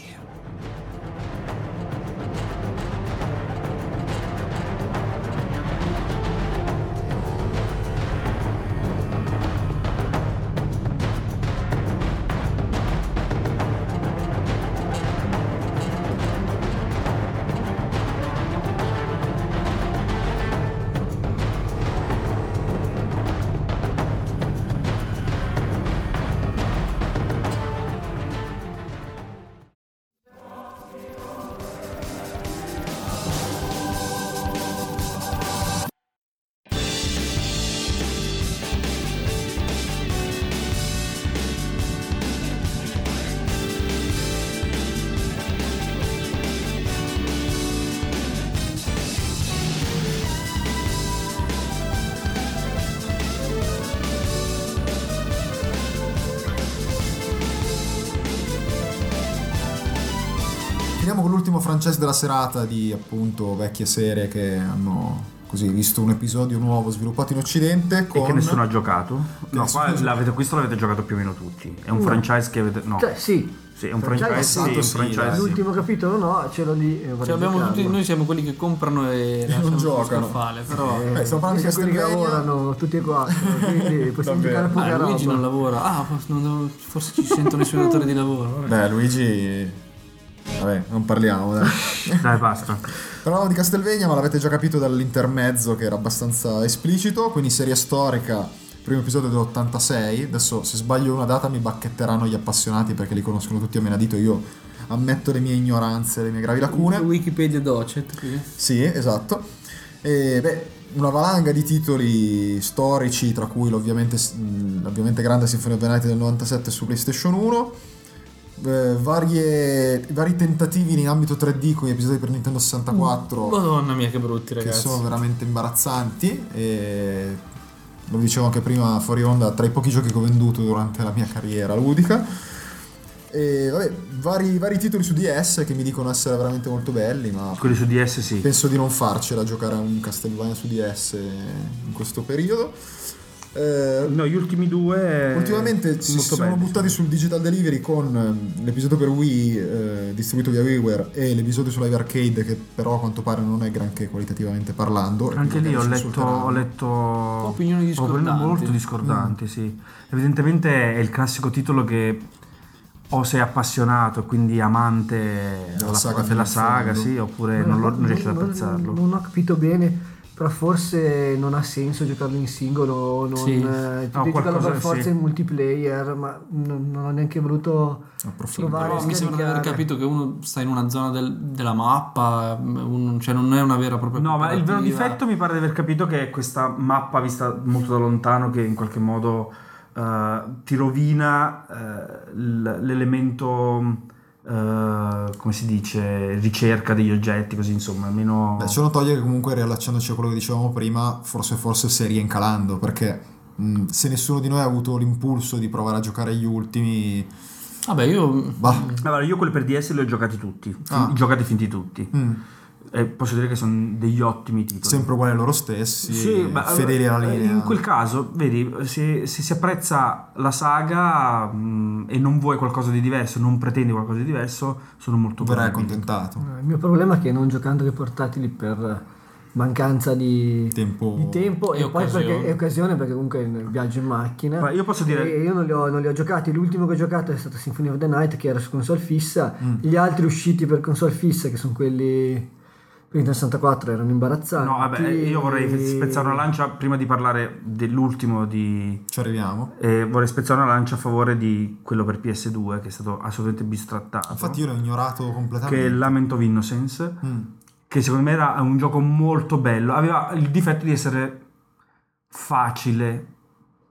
Speaker 2: Finiamo con l'ultimo franchise della serata di appunto vecchie serie che hanno così visto un episodio nuovo sviluppato in occidente con
Speaker 3: E che nessuno ha giocato? No,
Speaker 2: nessuno
Speaker 3: qua
Speaker 2: ha giocato.
Speaker 3: l'avete- questo l'avete giocato più o meno tutti. È un
Speaker 2: Mm.
Speaker 4: No.
Speaker 3: franchise che avete... No,
Speaker 4: Cioè, sì,
Speaker 3: sì, è un
Speaker 4: franchise
Speaker 3: franchise... sì, è un
Speaker 2: passato, sì,
Speaker 3: franchise-
Speaker 2: dai.
Speaker 4: l'ultimo capitolo no, c'era di... eh, vorrei
Speaker 5: Cioè, abbiamo
Speaker 4: giocarlo.
Speaker 5: tutti- noi siamo quelli che comprano e
Speaker 2: non
Speaker 5: lasciano
Speaker 2: giocano.
Speaker 5: scaffale, però
Speaker 2: Eh, stiamo parlando di
Speaker 4: Io sono quelli che
Speaker 2: Castlevania.
Speaker 4: lavorano tutti e quattro, quindi possiamo giocare a
Speaker 2: Davvero.
Speaker 5: Ah,
Speaker 4: poca
Speaker 5: Luigi
Speaker 4: roba.
Speaker 5: non lavora. Ah, for- non devo- forse ci sento nessun datore di lavoro. vabbè.
Speaker 2: Beh, Luigi vabbè, non parliamo, dai.
Speaker 3: Dai, basta.
Speaker 2: Parlavamo di Castelvegna, ma l'avete già capito dall'intermezzo che era abbastanza esplicito, quindi serie storica, primo episodio dell'86, adesso se sbaglio una data mi bacchetteranno gli appassionati perché li conoscono tutti a menadito, io ammetto le mie ignoranze, le mie gravi lacune.
Speaker 5: Wikipedia Docet. qui.
Speaker 2: Sì, esatto. E, beh, una valanga di titoli storici, tra cui l'ovviamente, mh, l'ovviamente grande Sinfonia of the Night del 97 su PlayStation 1. eh, varie- vari tentativi in ambito 3D con gli episodi per Nintendo 64
Speaker 5: Madonna mia, che brutti
Speaker 2: che
Speaker 5: Mm. Boh, ragazzi.
Speaker 2: sono veramente imbarazzanti e lo dicevo anche prima fuori onda tra i pochi giochi che ho venduto durante la mia carriera ludica e vabbè vari, vari titoli su DS che mi dicono essere veramente molto belli ma
Speaker 3: Quelli su DS sì.
Speaker 2: penso di non farcela giocare a un Castlevania su DS in questo periodo Eh,
Speaker 3: No, gli ultimi due... eh,
Speaker 2: Ultimamente si
Speaker 3: molto
Speaker 2: sono
Speaker 3: belli,
Speaker 2: buttati
Speaker 3: sì.
Speaker 2: sul digital delivery con ehm, l'episodio per Wii eh, distribuito via WiiWare e l'episodio sull'Ive Arcade che però a quanto pare non è granché qualitativamente parlando. e
Speaker 3: Anche
Speaker 2: quindi
Speaker 3: lì ho
Speaker 2: magari ci
Speaker 3: letto,
Speaker 2: insulteranno.
Speaker 3: ho letto
Speaker 5: Opinioni discordanti.
Speaker 3: opinioni molto discordanti, sì. Evidentemente è il classico titolo che o sei appassionato e quindi amante
Speaker 2: Della
Speaker 3: alla-
Speaker 2: saga fino
Speaker 3: della
Speaker 2: in
Speaker 3: saga,
Speaker 2: fondo.
Speaker 3: sì, oppure Eh, non, lo- non riesci ad
Speaker 4: non-
Speaker 3: apprezzarlo.
Speaker 4: Non ho capito bene, però forse non ha senso giocarlo in singolo, non,
Speaker 5: Sì.
Speaker 4: eh,
Speaker 3: No,
Speaker 4: devi giocarlo
Speaker 3: qualcosa-
Speaker 4: per forza
Speaker 3: sì.
Speaker 4: in multiplayer, ma non, non ho neanche voluto
Speaker 2: Approfondire.
Speaker 4: provare a
Speaker 5: Però mi sembra di aver
Speaker 4: scaricare.
Speaker 5: capito che uno sta in una zona del- della mappa, un- cioè non è una vera e propria
Speaker 3: No, ma il vero
Speaker 5: cooperativa.
Speaker 3: difetto mi pare di aver capito che è questa mappa vista molto da lontano che in qualche modo eh, ti rovina eh, l- l'elemento, eh, come si dice, ricerca degli oggetti, così insomma, almeno...
Speaker 2: Beh, ciò non toglie che comunque riallacciandoci a quello che dicevamo prima, forse forse si è rincalando perché mh, se nessuno di noi ha avuto l'impulso di provare a giocare agli ultimi...
Speaker 5: Vabbè, io
Speaker 2: Bah.
Speaker 3: Allora, io quelli per DS li ho giocati tutti, fin-
Speaker 2: Ah.
Speaker 3: giocati finti tutti.
Speaker 2: mm,
Speaker 3: E posso dire che sono degli ottimi titoli.
Speaker 2: sempre uguali a loro stessi,
Speaker 3: ma-
Speaker 2: fedeli alla
Speaker 3: eh,
Speaker 2: linea.
Speaker 3: In quel caso, vedi, se, se si apprezza la saga mh, e non vuoi qualcosa di diverso, non pretendi qualcosa di diverso, sono molto
Speaker 2: verrai
Speaker 3: bravi.
Speaker 2: accontentato.
Speaker 4: Eh, Il mio problema è che non giocando ai portatili per mancanza di
Speaker 8: Tempo-
Speaker 4: di tempo e,
Speaker 5: E
Speaker 4: poi
Speaker 5: occasione.
Speaker 4: perché è occasione perché comunque viaggio in macchina.
Speaker 3: Ma io posso dire-
Speaker 4: E io non li, ho, non li ho giocati, l'ultimo che ho giocato è stato Symphony of the Night che era su console fissa,
Speaker 3: Mm.
Speaker 4: gli altri usciti per console fissa che sono quelli... Quindi nel 64 erano imbarazzanti.
Speaker 3: No, vabbè, io vorrei spezzare una lancia prima di parlare dell'ultimo di...
Speaker 8: Ci arriviamo.
Speaker 3: eh, vorrei spezzare una lancia a favore di quello per PS2 che è stato assolutamente bistrattato.
Speaker 8: Infatti io l'ho ignorato
Speaker 3: che è
Speaker 8: completamente.
Speaker 3: Lament of Innocence,
Speaker 8: Mm.
Speaker 3: che secondo me era un gioco molto bello. Aveva il difetto di essere facile.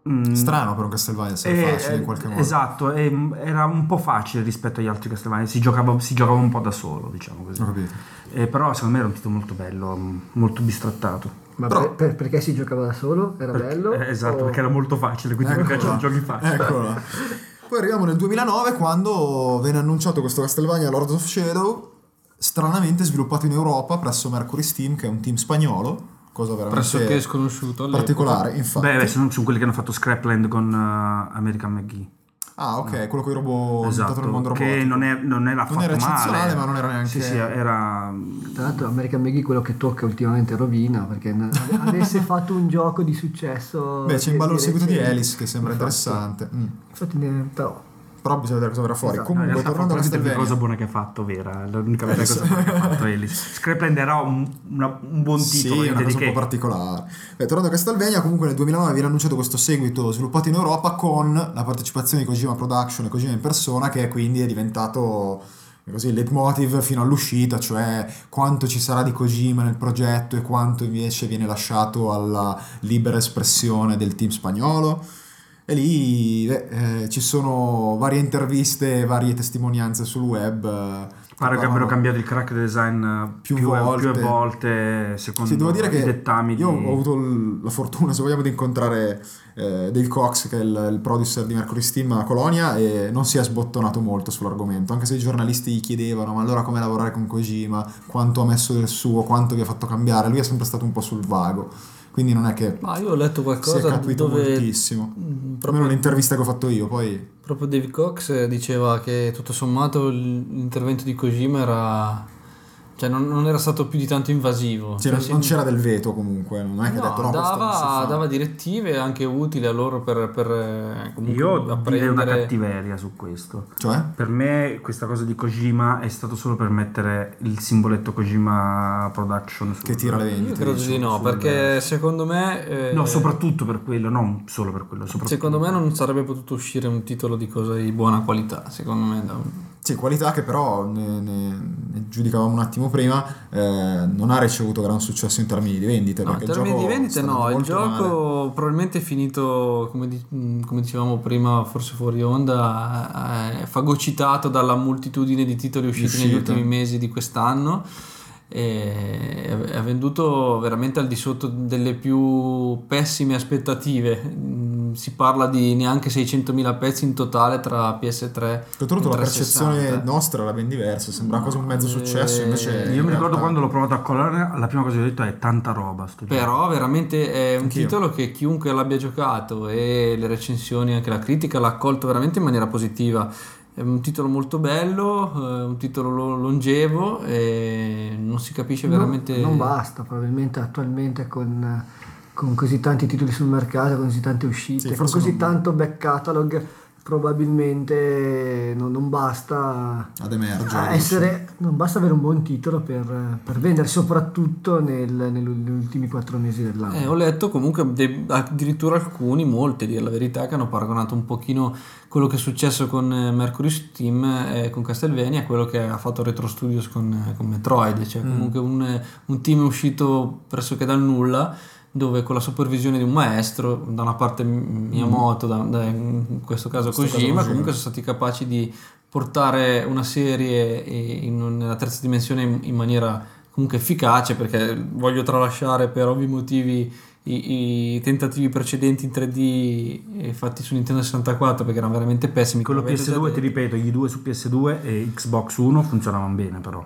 Speaker 3: mm,
Speaker 8: Strano per un Castlevania essere
Speaker 3: e-
Speaker 8: facile in qualche modo.
Speaker 3: Eh, Esatto, e, mm, era un po' facile rispetto agli altri Castlevania, si giocava, si giocava un po' da solo, diciamo così.
Speaker 8: Ho capito.
Speaker 3: Eh, però secondo me era un titolo molto bello, mm, molto bistrattato.
Speaker 4: Ma
Speaker 8: Però-
Speaker 4: per- per- perché si giocava da solo? Era bello?
Speaker 3: Eh, esatto,
Speaker 4: O-
Speaker 3: perché era molto facile, quindi
Speaker 2: Ecco
Speaker 3: mi piacciono i giochi facili.
Speaker 8: Eccola.
Speaker 2: Poi arriviamo nel 2009 quando venne annunciato questo Castlevania Lord of Shadow, stranamente sviluppato in Europa presso Mercury Steam, che è un team spagnolo, cosa
Speaker 5: pressoché
Speaker 2: veramente
Speaker 5: sconosciuto. all'epoca.
Speaker 2: particolare, infatti.
Speaker 3: Beh, beh, sono, sono quelli che hanno fatto Scrapland con eh, American McGee.
Speaker 2: ah, ok, quello con i robot
Speaker 3: Esatto,
Speaker 2: inventato nel mondo robotico.
Speaker 3: che non, è, non era
Speaker 2: Non era
Speaker 3: affatto
Speaker 2: eccezionale,
Speaker 3: male.
Speaker 2: ma non era neanche-
Speaker 3: Sì, sì, era...
Speaker 4: Tra l'altro American McGee quello che tocca ultimamente rovina perché n- avesse fatto un gioco di successo.
Speaker 2: Beh, c'è in
Speaker 4: di-
Speaker 2: ballo il seguito di
Speaker 4: recente.
Speaker 2: Alice che sembra
Speaker 4: Infatti.
Speaker 3: Esatto.
Speaker 2: interessante. Mm.
Speaker 4: Infatti, ne- però
Speaker 2: Però bisogna vedere cosa verrà fuori.
Speaker 4: Esatto.
Speaker 3: No, in
Speaker 2: Comunque,
Speaker 3: realtà
Speaker 2: tornando Eh, a
Speaker 3: fortunatamente è la
Speaker 2: Castlevania.
Speaker 3: cosa buona che ha fatto, vera. L'unica vera cosa buona che ha fatto Alice. Scrapland era un, una- un buon
Speaker 2: Sì,
Speaker 3: titolo,
Speaker 2: una
Speaker 3: niente di
Speaker 2: cosa un po'
Speaker 3: che.
Speaker 2: particolare. Beh, tornando a Castlevania, comunque nel 2009 viene annunciato questo seguito sviluppato in Europa con la partecipazione di Kojima Production e Kojima in persona, che quindi è diventato così il leitmotiv fino all'uscita, cioè quanto ci sarà di Kojima nel progetto e quanto invece viene lasciato alla libera espressione del team spagnolo. E lì beh, eh, ci sono varie interviste, varie testimonianze sul web. eh, che
Speaker 3: Pare che abbiano
Speaker 2: parlano-
Speaker 3: cambiato il crack design eh,
Speaker 2: Più
Speaker 3: più, più volte.
Speaker 2: volte.
Speaker 3: secondo
Speaker 2: Sì, devo dire
Speaker 3: i
Speaker 2: che
Speaker 3: dettami
Speaker 2: io
Speaker 3: di-
Speaker 2: ho avuto l- la fortuna, se vogliamo, di incontrare eh, Dale Cox, che è il, il producer di Mercury Steam a Colonia, e non si è sbottonato molto sull'argomento, anche se i giornalisti gli chiedevano, ma allora come lavorare con Kojima, quanto ha messo del suo, quanto vi ha fatto cambiare, lui è sempre stato un po' sul vago, quindi non è che
Speaker 5: Ma io ho letto
Speaker 2: si è
Speaker 5: qualcosa
Speaker 2: capito
Speaker 5: dove
Speaker 2: moltissimo.
Speaker 5: Mm,
Speaker 2: Almeno
Speaker 5: proprio,
Speaker 2: l'intervista che ho fatto io, poi...
Speaker 5: proprio David Cox diceva che tutto sommato l- l'intervento di Kojima era cioè non, non era stato più di tanto invasivo.
Speaker 2: cioè,
Speaker 5: Cioè,
Speaker 2: non,
Speaker 5: si-
Speaker 2: non c'era del veto comunque, non è che
Speaker 5: no,
Speaker 2: ha detto no, questo non si
Speaker 5: dava,
Speaker 2: fa".
Speaker 5: dava direttive anche utili a loro per, per eh, comunque
Speaker 3: Io direi una
Speaker 5: apprendere-
Speaker 3: cattiveria su questo.
Speaker 2: Cioè?
Speaker 3: Per me questa cosa di Kojima è stato solo per mettere il simboletto Kojima Production sul-
Speaker 2: Che tira le vendite.
Speaker 5: Io credo di
Speaker 2: dici?
Speaker 5: no,
Speaker 3: sul-
Speaker 5: perché secondo me eh,
Speaker 3: No, soprattutto per quello, non solo per quello. soprattutto.
Speaker 5: secondo me non sarebbe potuto uscire un titolo di cosa di buona qualità, secondo me da un-
Speaker 2: Sì, qualità che però ne, ne- ne giudicavamo un attimo prima, eh, non ha ricevuto gran successo in termini di vendite.
Speaker 5: No, in
Speaker 2: perché il
Speaker 5: termini
Speaker 2: gioco
Speaker 5: di vendite
Speaker 2: sta
Speaker 5: no,
Speaker 2: andando
Speaker 5: il
Speaker 2: molto male.
Speaker 5: gioco probabilmente è finito, come, di- mh, come dicevamo prima, forse fuori onda, eh, fagocitato dalla multitudine di titoli usciti negli
Speaker 2: Uscite.
Speaker 5: ultimi mesi di quest'anno. E è è venduto veramente al di sotto delle più pessime aspettative. Mm, Si parla di neanche 600.000 pezzi in totale tra PS3
Speaker 2: Tra l'altro la
Speaker 5: e 360.
Speaker 2: percezione nostra era ben diversa, sembrava quasi un mezzo successo,
Speaker 5: Eh,
Speaker 2: invece... in
Speaker 5: io
Speaker 3: Io mi ricordo
Speaker 2: realtà-
Speaker 3: quando l'ho provato a Colonia, la prima cosa che ho detto è tanta roba. Sto
Speaker 4: Ecco,
Speaker 3: gioco.
Speaker 5: Però veramente è un
Speaker 2: Anch'io.
Speaker 5: titolo che chiunque l'abbia giocato e le recensioni, anche la critica, l'ha accolto veramente in maniera positiva. È un titolo molto bello, eh, un titolo lo- longevo e non si capisce
Speaker 4: non-
Speaker 5: veramente...
Speaker 4: non, basta, probabilmente attualmente con, con così tanti titoli sul mercato, con così tante uscite,
Speaker 2: Sì,
Speaker 4: con
Speaker 2: forse
Speaker 4: così
Speaker 2: non-
Speaker 4: tanto back catalog, probabilmente non, non basta
Speaker 2: Ad emergere.
Speaker 4: a
Speaker 2: dici.
Speaker 4: Ah, essere, non basta avere un buon titolo per, per vendere, soprattutto nel- negli ultimi quattro mesi dell'anno.
Speaker 5: Eh, ho letto comunque de- addirittura alcuni, molti a dire la verità, che hanno paragonato un pochino quello che è successo con eh, Mercury Steam e con Castlevania a quello che ha fatto Retro Studios con, eh, con Metroid, cioè comunque un, eh, un team uscito pressoché dal nulla dove con la supervisione di un maestro, da una parte M- Miyamoto, da- da- in questo caso
Speaker 2: In questo caso
Speaker 5: Kojima,
Speaker 2: Kojima.
Speaker 5: comunque sono stati capaci di portare una serie eh, in un- nella terza dimensione in, in maniera comunque efficace, perché voglio tralasciare per ovvi motivi i, i tentativi precedenti in 3D eh, fatti su Nintendo 64 perché erano veramente pessimi.
Speaker 3: Quello
Speaker 5: come avete già
Speaker 3: PS2, ti
Speaker 5: detto.
Speaker 3: ripeto, gli due su PS2 e Xbox 1 funzionavano bene però.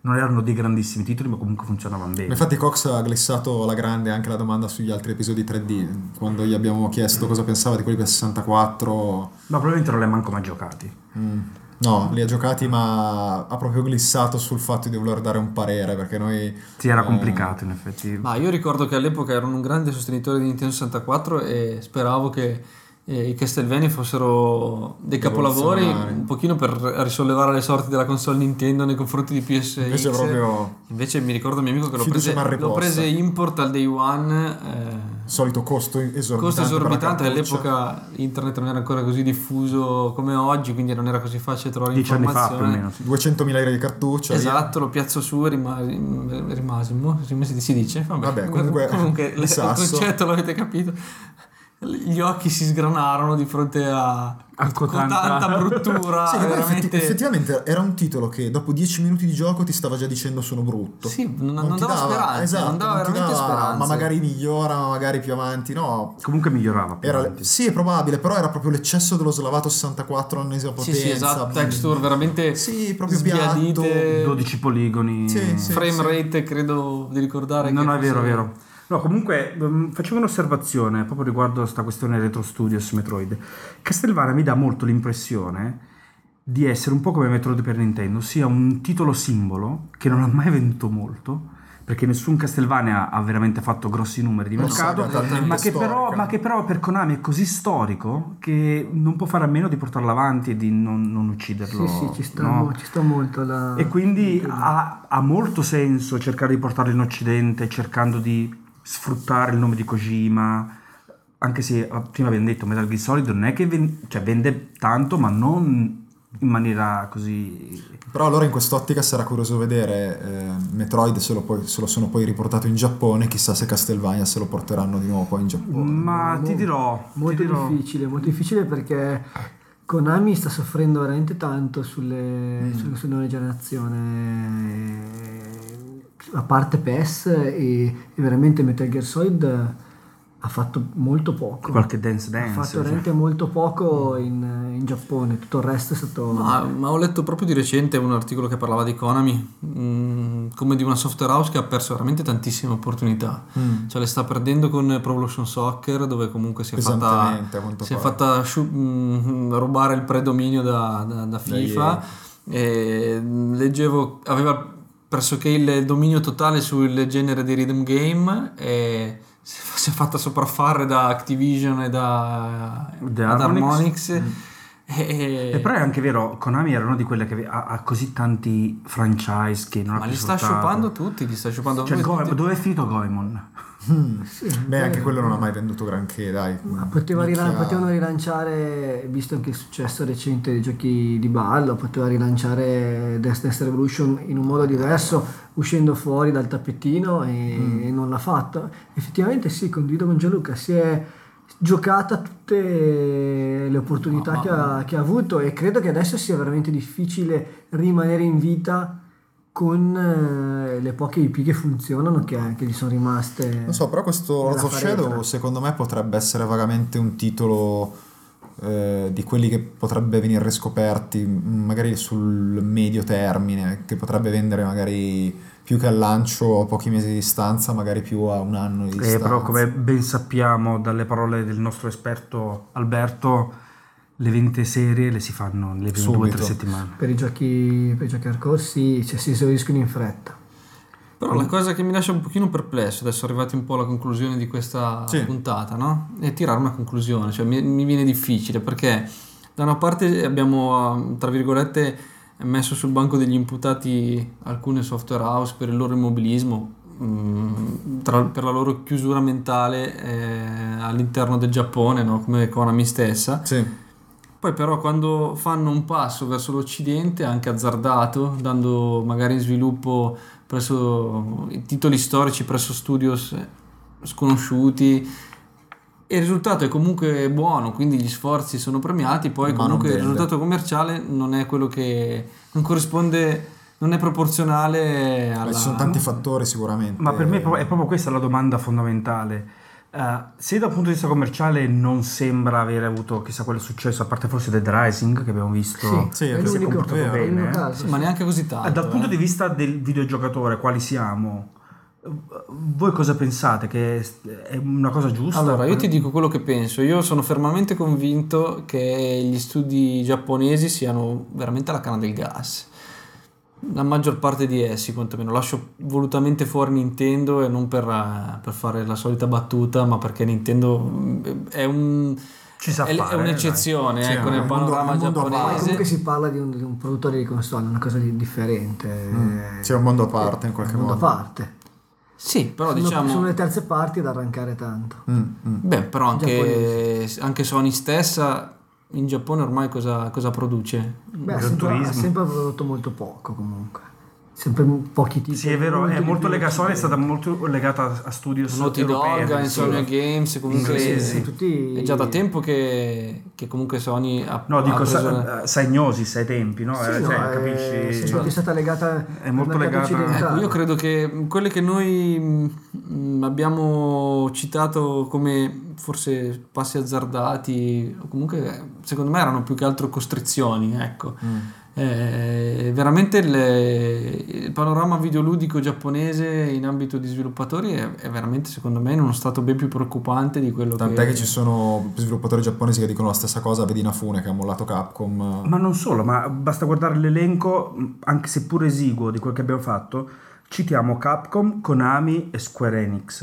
Speaker 3: Non erano dei grandissimi titoli, ma comunque funzionavano bene.
Speaker 2: Infatti Cox ha glissato alla grande anche la domanda sugli altri episodi 3D, quando gli abbiamo chiesto cosa pensava di quelli per 64...
Speaker 3: Ma probabilmente non li ha manco mai giocati.
Speaker 2: mm, No, li ha giocati ma ha proprio glissato sul fatto di voler dare un parere perché noi...
Speaker 3: Sì, era
Speaker 2: eh,
Speaker 3: complicato in effetti.
Speaker 5: Ma io ricordo che all'epoca ero un grande sostenitore di Nintendo 64 e speravo che eh, i Castlevania fossero dei capolavori
Speaker 2: Rivoluzionari.
Speaker 5: un pochino per risollevare le sorti della console Nintendo nei confronti di PS.
Speaker 2: Invece proprio
Speaker 5: Invece mi ricordo un mio amico che l'ho
Speaker 2: Fiducia
Speaker 5: prese,
Speaker 2: mal riposta.
Speaker 5: l'ho prese import al day one. eh,
Speaker 2: solito costo esorbitante.
Speaker 5: costo esorbitante
Speaker 2: per la cartuccia.
Speaker 5: all'epoca internet non era ancora così diffuso come oggi quindi non era così facile trovare
Speaker 3: Dieci anni fa più o
Speaker 5: informazioni
Speaker 3: meno. sì.
Speaker 2: 200.000 euro di cartuccia. via.
Speaker 5: esatto lo piazzo su e rimasimmo rimasimmo si dice vabbè,
Speaker 2: Vabbè, comunque, il
Speaker 5: l- il
Speaker 2: sasso.
Speaker 5: concetto l'avete capito gli occhi si sgranarono di fronte a,
Speaker 3: A
Speaker 5: con
Speaker 3: cotanta-
Speaker 5: tanta bruttura
Speaker 2: Sì, che poi
Speaker 5: veramente
Speaker 2: effetti- effettivamente era un titolo che dopo 10 minuti di gioco ti stava già dicendo sono brutto.
Speaker 5: Sì, non- non
Speaker 2: ti
Speaker 5: dava speranze,
Speaker 2: esatto,
Speaker 5: non dava
Speaker 2: ti
Speaker 5: veramente speranze.
Speaker 2: Ma magari migliora, ma magari più avanti, no.
Speaker 3: Comunque migliorava. più
Speaker 2: Era,
Speaker 3: avanti.
Speaker 2: sì, è probabile, però era proprio l'eccesso dello slavato 64 all'ennesima
Speaker 5: sì,
Speaker 2: potenza.
Speaker 5: sì, esatto,
Speaker 2: mm,
Speaker 5: texture veramente
Speaker 2: Sì, proprio
Speaker 5: sbiadite,
Speaker 2: piatto.
Speaker 3: 12 poligoni.
Speaker 2: Sì, sì.
Speaker 5: frame rate credo di ricordare
Speaker 3: Non
Speaker 5: che
Speaker 3: è vero, è
Speaker 5: fosse-
Speaker 3: vero. No, comunque mm, facevo un'osservazione proprio riguardo a questa questione Retro Studios Metroid. Castlevania mi dà molto l'impressione di essere un po' come Metroid per Nintendo, sia un titolo simbolo che non ha mai venduto molto, perché nessun Castlevania ha veramente fatto grossi numeri di
Speaker 2: Una
Speaker 3: mercato,
Speaker 2: saga talmente
Speaker 3: ma che, però,
Speaker 2: storica.
Speaker 3: ma che però per Konami è così storico che non può fare a meno di portarlo avanti e di non, non ucciderlo.
Speaker 4: Sì, sì, ci sta,
Speaker 3: Eh, no?
Speaker 4: mo- ci sta molto la...
Speaker 3: E quindi
Speaker 4: Nintendo.
Speaker 3: ha, ha molto senso cercare di portarlo in Occidente, cercando di sfruttare il nome di Kojima. Anche se ah, prima abbiamo detto Metal Gear Solid non è che ven- cioè, vende tanto, ma non in maniera così.
Speaker 2: Però allora in quest'ottica sarà curioso vedere eh, Metroid se lo, poi- se lo sono poi riportato in Giappone, chissà se Castlevania se lo porteranno di nuovo poi in Giappone.
Speaker 3: Ma
Speaker 4: Boh, mo-
Speaker 3: ti dirò. ti
Speaker 4: Molto
Speaker 3: dirò-
Speaker 4: difficile, molto difficile perché Konami sta soffrendo veramente tanto
Speaker 3: Mm.
Speaker 4: sulle, su- sulla nuova generazione, eh, a parte PES e, e veramente Metal Gear Solid ha fatto molto poco.
Speaker 3: Qualche dance
Speaker 4: ha
Speaker 3: dance.
Speaker 4: fatto
Speaker 3: cioè.
Speaker 4: veramente molto poco in, in Giappone, tutto il resto è stato...
Speaker 5: Ma, ma ho letto proprio di recente un articolo che parlava di Konami mm, come di una software house che ha perso veramente tantissime opportunità. Cioè le sta perdendo con Pro Evolution Soccer dove comunque si è fatta,
Speaker 2: Pesantemente, a quanto
Speaker 5: si è
Speaker 2: pare.
Speaker 5: fatta sciu- mm, rubare il predominio da, da- da FIFA. E, mm, leggevo, aveva pressoché il dominio totale sul genere di rhythm game e si è si è fatta sopraffare da Activision e da,
Speaker 3: Da
Speaker 5: ad
Speaker 3: Harmonix.
Speaker 5: Harmonix. Mm. E-
Speaker 3: E però è anche vero, Konami era una di quelle che ave- ha, ha così tanti franchise che non ha
Speaker 5: Ma
Speaker 3: più
Speaker 5: li sta
Speaker 3: sfruttato.
Speaker 5: sciupando tutti, li sta sciupando
Speaker 3: Cioè,
Speaker 5: tutti.
Speaker 3: Go- dove è finito Goemon?
Speaker 2: Beh, anche quello non ha mai venduto granché, dai.
Speaker 4: Ma poteva
Speaker 2: Minchia.
Speaker 4: rilan- potevano rilanciare, visto anche il successo recente dei giochi di ballo, poteva rilanciare Dance Dance Revolution in un modo diverso, uscendo fuori dal tappetino e,
Speaker 2: Mm.
Speaker 4: e non l'ha fatto. Effettivamente sì, condivido con Gianluca, si è giocata tutte le opportunità
Speaker 5: Ma-
Speaker 4: che, ha, che ha avuto e credo che adesso sia veramente difficile rimanere in vita con eh, le poche IP che funzionano, che, che gli sono rimaste.
Speaker 2: Non so, però questo
Speaker 4: nella
Speaker 2: Lords of
Speaker 4: fareta.
Speaker 2: Shadow secondo me potrebbe essere vagamente un titolo eh, di quelli che potrebbe venire riscoperti m- magari sul medio termine, che potrebbe vendere magari più che al lancio a pochi mesi di distanza, magari più a un anno di distanza.
Speaker 3: Eh, però come ben sappiamo dalle parole del nostro esperto Alberto, le 20 serie le si fanno nelle prime
Speaker 2: Subito.
Speaker 3: due o tre settimane.
Speaker 4: per i giochi, per i giochi hardcore sì, cioè, si esauriscono in fretta.
Speaker 5: Però la cosa che mi lascia un pochino perplesso, adesso arrivati un po' alla conclusione di questa
Speaker 2: Sì.
Speaker 5: puntata, no? È tirare una conclusione, cioè mi, mi viene difficile perché da una parte abbiamo, ehm, tra virgolette, messo sul banco degli imputati alcune software house per il loro immobilismo, mm, tra- per la loro chiusura mentale eh, all'interno del Giappone, no? come Konami stessa.
Speaker 2: Sì.
Speaker 5: Poi però quando fanno un passo verso l'Occidente, anche azzardato, dando magari in sviluppo presso i titoli storici presso studios eh, sconosciuti, e il risultato è comunque buono, quindi gli sforzi sono premiati, poi
Speaker 2: Ma
Speaker 5: comunque
Speaker 2: non
Speaker 5: il
Speaker 2: vende.
Speaker 5: risultato commerciale non è quello che non corrisponde, non è proporzionale alla...
Speaker 2: Beh, ci sono tanti fattori sicuramente.
Speaker 3: Ma per me è pro- è proprio questa la domanda fondamentale. Eh, se dal punto di vista commerciale non sembra aver avuto chissà quale successo, a parte forse Dead Rising che abbiamo visto,
Speaker 2: Sì,
Speaker 4: è
Speaker 2: che si è
Speaker 4: l'unico,
Speaker 2: comportato
Speaker 4: è
Speaker 3: bene,
Speaker 4: l'unico
Speaker 3: eh.
Speaker 4: caso.
Speaker 5: Sì, ma neanche così
Speaker 3: Ah,
Speaker 5: tanto.
Speaker 3: dal punto
Speaker 5: eh.
Speaker 3: di vista del videogiocatore, quali siamo? Eh, Voi cosa pensate? Che è una cosa giusta?
Speaker 5: Allora, io ti dico quello che penso. Io sono fermamente convinto che gli studi giapponesi siano veramente la canna del gas. La maggior parte di essi, quantomeno. Lascio volutamente fuori Nintendo e non per, eh, per fare la solita battuta, ma perché Nintendo mm, è un.
Speaker 3: Ci sa
Speaker 5: è, è
Speaker 3: fare, dai.
Speaker 5: un'eccezione,
Speaker 8: Sì,
Speaker 5: ecco,
Speaker 8: è
Speaker 5: nel
Speaker 8: un mondo-
Speaker 5: panorama
Speaker 8: un mondo a parte.
Speaker 4: Ma
Speaker 5: giapponese.
Speaker 4: comunque si parla di un, di un produttore di console, una cosa di- differente.
Speaker 3: Mm.
Speaker 4: eh,
Speaker 2: C'è un mondo a parte in
Speaker 4: un
Speaker 2: qualche
Speaker 4: mondo a
Speaker 2: modo.
Speaker 4: parte.
Speaker 5: Sì, però
Speaker 4: Sono-
Speaker 5: diciamo.
Speaker 4: sono le terze parti da arrancare tanto.
Speaker 2: Mm, mm.
Speaker 5: Beh, però anche,
Speaker 4: Giapponesi.
Speaker 5: anche Sony stessa in Giappone ormai cosa, cosa produce?
Speaker 4: Beh, ha
Speaker 3: Gran
Speaker 4: sempre, ha
Speaker 3: Turismo.
Speaker 4: sempre prodotto molto poco comunque. Sempre pochi titoli.
Speaker 3: Sì, è vero, è
Speaker 4: di
Speaker 3: molto
Speaker 4: più
Speaker 3: legata, Sony è
Speaker 4: occidente.
Speaker 3: stata molto legata a studios
Speaker 5: Naughty
Speaker 3: europei,
Speaker 5: Dog,
Speaker 3: addirittura.
Speaker 5: Insomnia Games, comunque
Speaker 3: Sì, sì,
Speaker 4: Sono
Speaker 3: sì.
Speaker 4: tutti-
Speaker 5: è già da tempo che, che comunque Sony ha,
Speaker 3: No,
Speaker 5: ha
Speaker 3: dico
Speaker 5: preso...
Speaker 3: sa- eh, sagnosi ai tempi, no?
Speaker 4: Sì,
Speaker 3: Eh,
Speaker 4: no,
Speaker 3: cioè,
Speaker 4: è-
Speaker 3: capisci? cioè,
Speaker 4: sì, è stata legata
Speaker 3: È molto
Speaker 4: al mercato
Speaker 3: legata-
Speaker 4: occidentale.
Speaker 5: Ecco, io credo che mh, quelle che noi mh, abbiamo citato come forse passi azzardati, o comunque secondo me erano più che altro costrizioni, ecco.
Speaker 3: Mm.
Speaker 5: Eh, veramente il, il panorama videoludico giapponese in ambito di sviluppatori è, è veramente secondo me in uno stato ben più preoccupante di quello
Speaker 2: Tant'è che ci sono sviluppatori giapponesi che dicono la stessa cosa, vedi Inafune che ha mollato Capcom.
Speaker 3: Ma non solo, ma basta guardare l'elenco, mh, anche seppur esiguo di quel che abbiamo fatto, citiamo Capcom, Konami e Square Enix.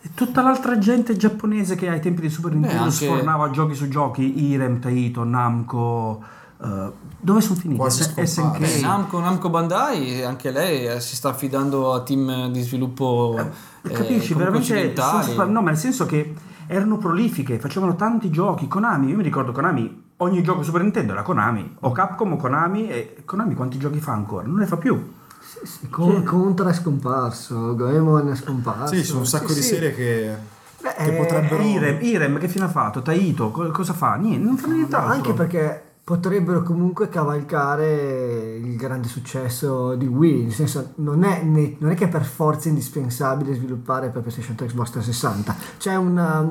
Speaker 3: E tutta l'altra gente giapponese che ai tempi di Super Nintendo
Speaker 5: anche-
Speaker 3: sfornava giochi su giochi, Irem, Taito, Namco, eh, dove sono finiti?
Speaker 2: Quasi
Speaker 3: S- Eh,
Speaker 2: scomparsi.
Speaker 3: SNK.
Speaker 5: Beh, Namco, Namco Bandai, anche lei eh, si sta affidando a team di sviluppo eh,
Speaker 3: Capisci,
Speaker 5: comunque
Speaker 3: veramente sono
Speaker 5: occidentali.
Speaker 3: spa- no, ma nel senso che erano prolifiche, facevano tanti giochi. Konami, io mi ricordo Konami, ogni gioco Super Nintendo era Konami, o Capcom o Konami, e Konami quanti giochi fa ancora? Non ne fa più.
Speaker 4: Sì, sì, con- Contra è scomparso, Goemon è scomparso.
Speaker 2: Sì, ci sono un sacco
Speaker 4: Sì,
Speaker 2: di
Speaker 4: sì.
Speaker 2: serie che,
Speaker 4: Beh,
Speaker 2: che
Speaker 4: eh,
Speaker 2: potrebbero...
Speaker 3: E Irem, Irem che fine ha fatto? Taito, co- cosa fa? Niente, non fa nient'altro.
Speaker 4: Anche perché potrebbero comunque cavalcare il grande successo di Wii, nel senso non è, ne- non è che è per forza indispensabile sviluppare per PlayStation 3 Xbox 360, c'è una,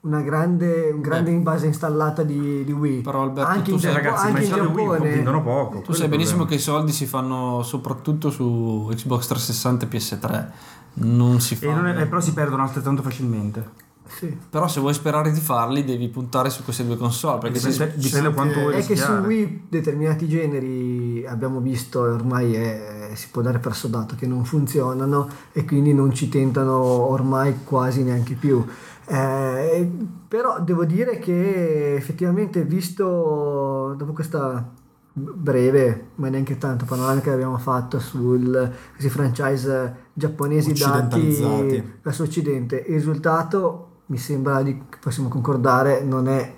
Speaker 4: una grande, un grande
Speaker 5: Beh.
Speaker 4: base installata di, di Wii,
Speaker 5: Però, Alberto,
Speaker 4: anche
Speaker 5: tu
Speaker 4: in,
Speaker 5: sei-
Speaker 3: Eh,
Speaker 4: Giappo-
Speaker 3: ragazzi, ma
Speaker 4: anche
Speaker 3: i
Speaker 4: in
Speaker 3: soldi Wii
Speaker 4: Giappone,
Speaker 3: vendono poco.
Speaker 5: Tu sai benissimo che i soldi si fanno soprattutto su Xbox 360 e PS3, non si
Speaker 3: E non
Speaker 5: fanno.
Speaker 3: è- eh, però si perdono altrettanto facilmente.
Speaker 4: Sì.
Speaker 5: Però se vuoi sperare di farli devi puntare su queste due console, perché se
Speaker 3: Dipende, dipende quanto vuoi
Speaker 4: è che su
Speaker 3: rischiare.
Speaker 4: Wii determinati generi abbiamo visto e ormai è- si può dare per sodato che non funzionano e quindi non ci tentano ormai quasi neanche più. Eh, però devo dire che effettivamente visto dopo questa breve ma neanche tanto panoramica che abbiamo fatto sul questi franchise giapponesi dati
Speaker 2: Occidentalizzati.
Speaker 4: verso occidente il risultato mi sembra di che possiamo concordare non è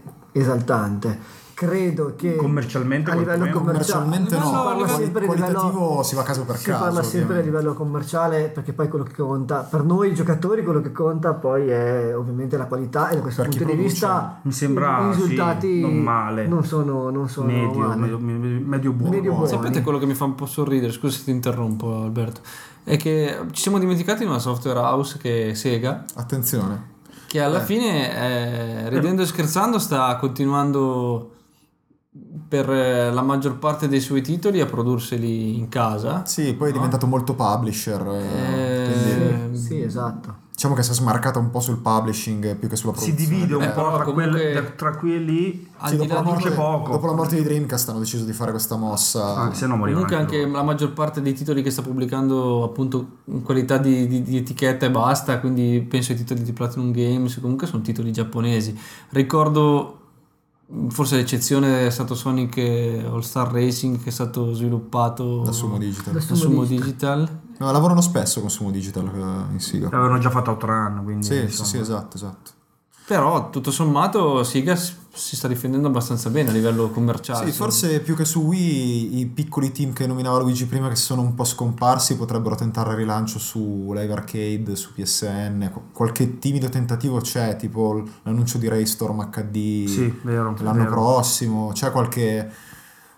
Speaker 4: esaltante credo che
Speaker 3: Commercialmente
Speaker 4: a livello
Speaker 3: quantomeno.
Speaker 4: commerciale
Speaker 2: Commercialmente no,
Speaker 5: No,
Speaker 4: parla
Speaker 5: a
Speaker 4: sempre di livello-
Speaker 2: qualitativo si va a caso per
Speaker 4: si
Speaker 2: caso.
Speaker 4: parla sempre a
Speaker 2: ovviamente.
Speaker 4: livello commerciale perché poi quello che conta per noi giocatori quello che conta poi è ovviamente la qualità e da questo
Speaker 2: Per chi
Speaker 4: punto di
Speaker 2: produce,
Speaker 4: vista
Speaker 3: mi sembra,
Speaker 4: i risultati
Speaker 3: sì, non male.
Speaker 4: non sono, non sono
Speaker 3: medio,
Speaker 4: male.
Speaker 3: medio, medio- medio buono.
Speaker 4: Medio buono.
Speaker 5: Sapete quello che mi fa un po' sorridere, scusa se ti interrompo Alberto, è che ci siamo dimenticati di una software house che è Sega,
Speaker 2: Attenzione.
Speaker 5: Che alla fine, eh, ridendo e scherzando, sta continuando per eh, la maggior parte dei suoi titoli a produrseli in casa.
Speaker 2: Sì, poi è diventato molto publisher. eh, quindi
Speaker 5: Eh,
Speaker 4: sì esatto
Speaker 2: diciamo che si è smarcata un po' sul publishing eh, più che sulla
Speaker 3: si
Speaker 2: produzione.
Speaker 3: divide un
Speaker 2: Eh,
Speaker 3: po' tra,
Speaker 5: comunque-
Speaker 3: quelle- tra quelli
Speaker 5: al
Speaker 2: sì,
Speaker 5: di
Speaker 2: dopo,
Speaker 5: là
Speaker 2: la
Speaker 5: di-
Speaker 2: morte,
Speaker 3: dice poco.
Speaker 2: dopo la morte di Dreamcast hanno deciso di fare questa mossa.
Speaker 3: ah, se no morivano
Speaker 5: Comunque anche
Speaker 3: loro.
Speaker 5: la maggior parte dei titoli che sta pubblicando appunto in qualità di, di- di etichetta e basta, quindi penso ai titoli di Platinum Games, comunque sono titoli giapponesi. Ricordo, forse l'eccezione è stato Sonic eh, All Star Racing che è stato sviluppato
Speaker 2: da Sumo Digital.
Speaker 4: Da
Speaker 5: da
Speaker 4: Sumo
Speaker 5: Sumo
Speaker 4: Digital.
Speaker 5: Digital.
Speaker 2: No, lavorano spesso con Sumo Digital eh, in Siga.
Speaker 3: avevano già fatto Outrun quindi
Speaker 2: Sì, sì,
Speaker 3: insomma.
Speaker 2: sì, esatto, esatto.
Speaker 5: Però tutto sommato Siga s- si sta difendendo abbastanza bene a livello commerciale.
Speaker 2: Sì, forse più che su Wii i piccoli team che nominava Luigi prima che sono un po' scomparsi potrebbero tentare il rilancio su Live Arcade, su PSN, qu- qualche timido tentativo c'è, tipo l- l'annuncio di Raystorm HD
Speaker 3: Sì, vero,
Speaker 2: l'anno
Speaker 3: vero.
Speaker 2: prossimo, c'è qualche...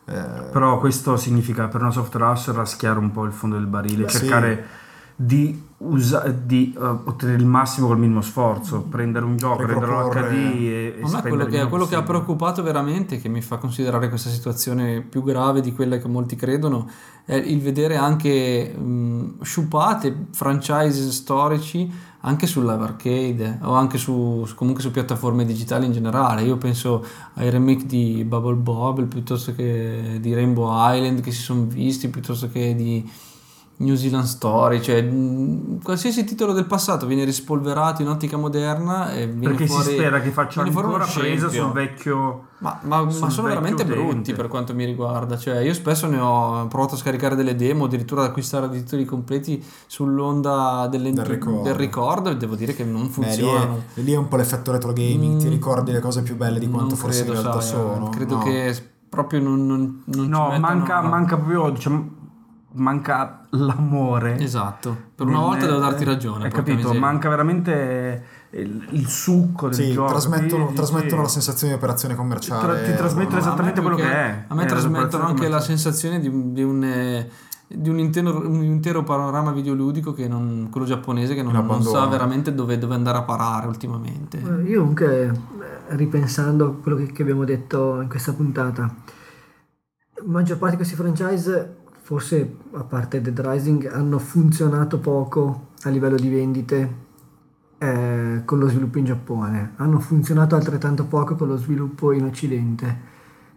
Speaker 2: eh,
Speaker 3: però questo significa per una software house raschiare un po' il fondo del barile
Speaker 2: Beh,
Speaker 3: cercare di, usa- di, eh, ottenere il massimo col minimo sforzo, prendere un gioco, renderlo
Speaker 2: Mm. Riproporre-
Speaker 3: HD e, e
Speaker 5: Ma a me quello,
Speaker 3: spendere il
Speaker 5: che,
Speaker 3: meno
Speaker 5: quello che ha
Speaker 3: possibile.
Speaker 5: preoccupato veramente, che mi fa considerare questa situazione più grave di quella che molti credono, è il vedere anche mh, sciupate franchise storici anche sul live arcade o anche su, su- comunque su piattaforme digitali in generale. Io penso ai remake di Bubble Bobble piuttosto che di Rainbow Island che si sono visti, piuttosto che di New Zealand Story, cioè mh, qualsiasi titolo del passato viene rispolverato in ottica moderna e viene
Speaker 3: Perché
Speaker 5: fuori,
Speaker 3: si spera che faccia
Speaker 5: viene fuori uno
Speaker 3: ancora presa
Speaker 5: scempio.
Speaker 3: sul vecchio...
Speaker 5: Ma, ma- ma
Speaker 3: sul
Speaker 5: sono
Speaker 3: vecchio
Speaker 5: veramente
Speaker 3: utente.
Speaker 5: brutti per quanto mi riguarda. Cioè, io spesso ne ho provato a scaricare delle demo, addirittura ad acquistare dei titoli completi sull'onda delle-
Speaker 2: Del ricordo.
Speaker 5: del ricordo, e devo dire che
Speaker 2: Beh,
Speaker 5: non
Speaker 2: lì, è,
Speaker 5: funzionano.
Speaker 2: lì è un po' l'effetto retro gaming, ti
Speaker 5: Mm.
Speaker 2: ricordi le cose più belle di quanto
Speaker 5: Non
Speaker 2: forse
Speaker 5: credo,
Speaker 2: in realtà
Speaker 5: sai, eh,
Speaker 2: sono.
Speaker 5: Credo
Speaker 2: no.
Speaker 5: che s- proprio non, non, non ci
Speaker 3: No,
Speaker 5: mettano-
Speaker 3: manca, manca proprio, diciamo, manca l'amore.
Speaker 5: Esatto, per una
Speaker 3: Nel-
Speaker 5: volta devo darti ragione.
Speaker 3: eh, Hai
Speaker 5: porca
Speaker 3: capito?
Speaker 5: miseria.
Speaker 3: Manca veramente il, il succo del
Speaker 2: Sì,
Speaker 3: gioco.
Speaker 2: trasmettono,
Speaker 3: Sì,
Speaker 2: trasmettono
Speaker 3: sì.
Speaker 2: la sensazione di operazione commerciale.
Speaker 3: Tra- ti trasmettono
Speaker 2: ormai.
Speaker 5: Ma a me
Speaker 3: esattamente
Speaker 5: più
Speaker 3: quello che è. Eh,
Speaker 5: A me
Speaker 3: È
Speaker 5: trasmettono
Speaker 3: l'operazione
Speaker 5: anche la
Speaker 3: commerciale.
Speaker 5: sensazione di, di un. eh, di un intero, un intero panorama videoludico che non, quello giapponese che non,
Speaker 2: Che lo
Speaker 5: non sa
Speaker 2: abbandona.
Speaker 5: veramente dove, dove andare a parare ultimamente.
Speaker 4: Eh, Io comunque, eh, ripensando a quello che, che abbiamo detto in questa puntata, la maggior parte di questi franchise, forse a parte Dead Rising, hanno funzionato poco a livello di vendite eh, con lo sviluppo in Giappone, hanno funzionato altrettanto poco con lo sviluppo in Occidente.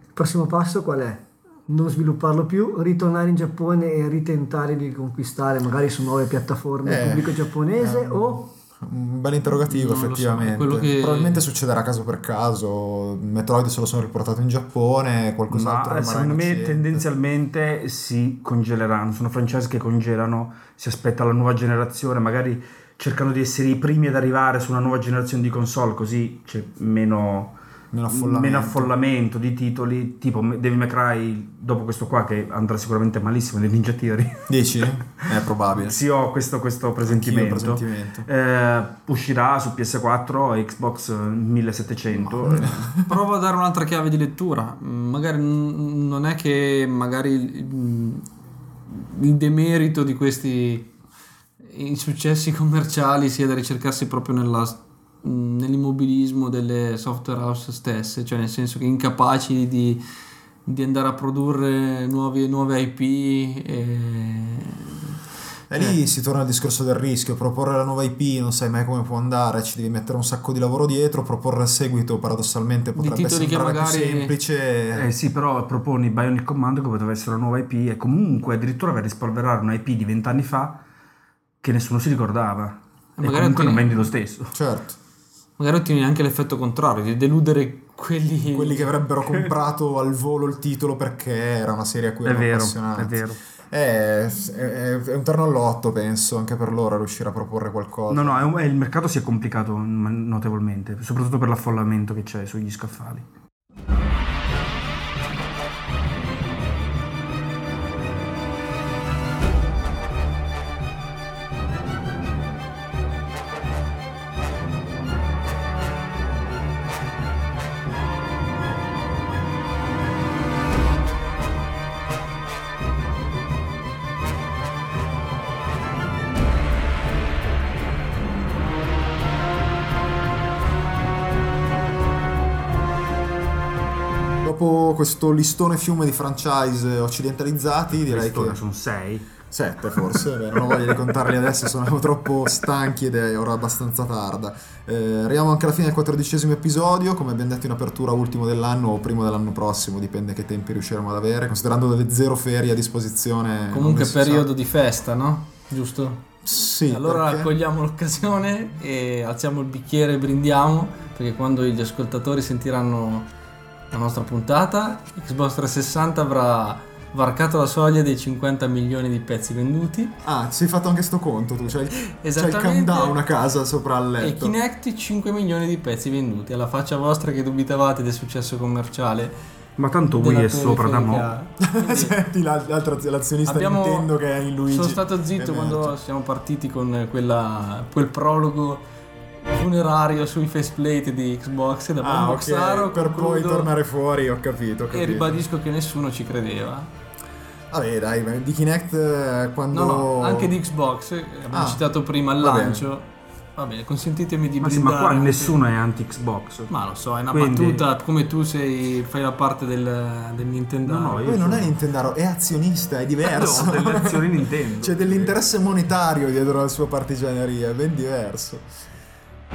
Speaker 4: Il prossimo passo qual è? Non svilupparlo più, ritornare in Giappone e ritentare di conquistare magari su nuove piattaforme il
Speaker 2: Eh,
Speaker 4: pubblico giapponese
Speaker 2: ehm,
Speaker 4: o
Speaker 2: Un bel interrogativo,
Speaker 5: Non lo so, è
Speaker 2: effettivamente.
Speaker 5: quello che-
Speaker 2: Probabilmente succederà caso per caso. Metroid se lo sono riportato in Giappone, qualcos'altro.
Speaker 3: Ma eh,
Speaker 2: rimarrà
Speaker 3: secondo me
Speaker 2: innocente.
Speaker 3: tendenzialmente si congeleranno, sono franchise che congelano, si aspetta la nuova generazione, magari cercano di essere i primi ad arrivare su una nuova generazione di console, così c'è meno,
Speaker 2: Meno affollamento.
Speaker 3: meno affollamento di titoli, tipo Devil May Cry, dopo questo qua che andrà sicuramente malissimo, dei Ninja Theory.
Speaker 2: Dici? È probabile.
Speaker 3: sì, ho questo, questo
Speaker 2: Anch'io,
Speaker 3: presentimento.
Speaker 2: presentimento.
Speaker 3: Eh, uscirà su PS4 e Xbox 1700. eh.
Speaker 5: Provo a dare un'altra chiave di lettura. Mm, Magari mm, non è che magari il, mm, il demerito di questi insuccessi commerciali sia da ricercarsi proprio nella s- mm, nell'immobilismo delle software house stesse, cioè nel senso che incapaci di, di andare a produrre nuovi- nuove IP. E... cioè,
Speaker 2: E lì
Speaker 3: Eh.
Speaker 2: si torna al discorso del rischio, proporre la nuova IP non sai mai come può andare, ci devi mettere un sacco di lavoro dietro, proporre il seguito paradossalmente potrebbe
Speaker 5: titoli che
Speaker 2: sembrare più
Speaker 5: magari-
Speaker 2: semplice.
Speaker 3: Eh sì, però proponi Bionic Commando che poteva essere una nuova IP e comunque addirittura per rispolverare una IP di vent'anni fa che nessuno si ricordava. E,
Speaker 5: magari
Speaker 3: comunque
Speaker 5: ottieni-
Speaker 3: non vendi lo stesso.
Speaker 2: Certo,
Speaker 5: Magari ottieni anche l'effetto contrario, di deludere
Speaker 2: quelli che avrebbero comprato al volo il titolo perché era una serie a cui
Speaker 3: È
Speaker 2: erano
Speaker 3: vero,
Speaker 2: appassionati.
Speaker 3: è vero.
Speaker 2: Eh, s- è, è un terno all'otto penso, anche per loro riuscire a proporre qualcosa.
Speaker 3: No, no, è un- è- il mercato si è complicato ma- notevolmente, soprattutto per l'affollamento che c'è sugli scaffali.
Speaker 2: Dopo questo listone fiume di franchise occidentalizzati direi
Speaker 3: Questo
Speaker 2: che...
Speaker 3: sono sei.
Speaker 2: Sette forse, beh, non ho voglia di contarli adesso, sono troppo stanchi ed è ora abbastanza tarda. Eh, arriviamo anche alla fine del quattordicesimo episodio, come abbiamo detto in apertura ultimo dell'anno o primo dell'anno prossimo, dipende che tempi riusciremo ad avere, considerando delle zero ferie a disposizione.
Speaker 5: Comunque
Speaker 2: non si sa.
Speaker 5: periodo di festa, no? Giusto?
Speaker 2: Sì,
Speaker 5: allora
Speaker 2: perché-
Speaker 5: cogliamo l'occasione e alziamo il bicchiere e brindiamo, perché quando gli ascoltatori sentiranno la nostra puntata, Xbox 360 avrà varcato la soglia dei 50 milioni di pezzi venduti
Speaker 2: Ah, ti sei fatto anche sto conto tu, c'è il, c'è il
Speaker 5: Esattamente.
Speaker 2: countdown a casa sopra al
Speaker 5: e
Speaker 2: letto.
Speaker 5: Kinect 5 milioni di pezzi venduti. Alla faccia vostra che dubitavate del successo commerciale.
Speaker 3: Ma tanto
Speaker 5: della
Speaker 3: Wii è
Speaker 5: tua
Speaker 3: sopra da mo'.
Speaker 5: riferica. Quindi-
Speaker 2: Senti l'al- l'altro l'azionista
Speaker 5: Abbiamo-
Speaker 2: Nintendo che è in Luigi. Eh,
Speaker 5: Sono stato
Speaker 2: Emerge.
Speaker 5: zitto quando siamo partiti con quella- quel prologo funerario sui faceplate di Xbox da
Speaker 2: Ah,
Speaker 5: Bombo
Speaker 2: ok,
Speaker 5: Xaro,
Speaker 2: per poi
Speaker 5: concludo
Speaker 2: tornare fuori, ho capito, ho
Speaker 5: E
Speaker 2: capito.
Speaker 5: ribadisco che nessuno ci credeva.
Speaker 2: Vabbè, dai, ma di Kinect eh, quando...
Speaker 5: No, no, anche di Xbox, eh, abbiamo
Speaker 2: Ah,
Speaker 5: citato prima al
Speaker 2: va bene.
Speaker 5: lancio. Va bene, consentitemi di
Speaker 3: Ma sì,
Speaker 5: brindare.
Speaker 3: ma qua
Speaker 5: anche-
Speaker 3: nessuno è anti-Xbox.
Speaker 5: Ma lo so, è una
Speaker 3: Quindi-
Speaker 5: battuta, come tu sei, fai la parte del, del Nintendo.
Speaker 3: No, no, io
Speaker 2: Poi non
Speaker 3: sono-
Speaker 2: è Nintendaro, è azionista, è diverso.
Speaker 3: No, delle azioni Nintendo.
Speaker 2: C'è dell'interesse monetario dietro la sua partigianeria, è ben diverso.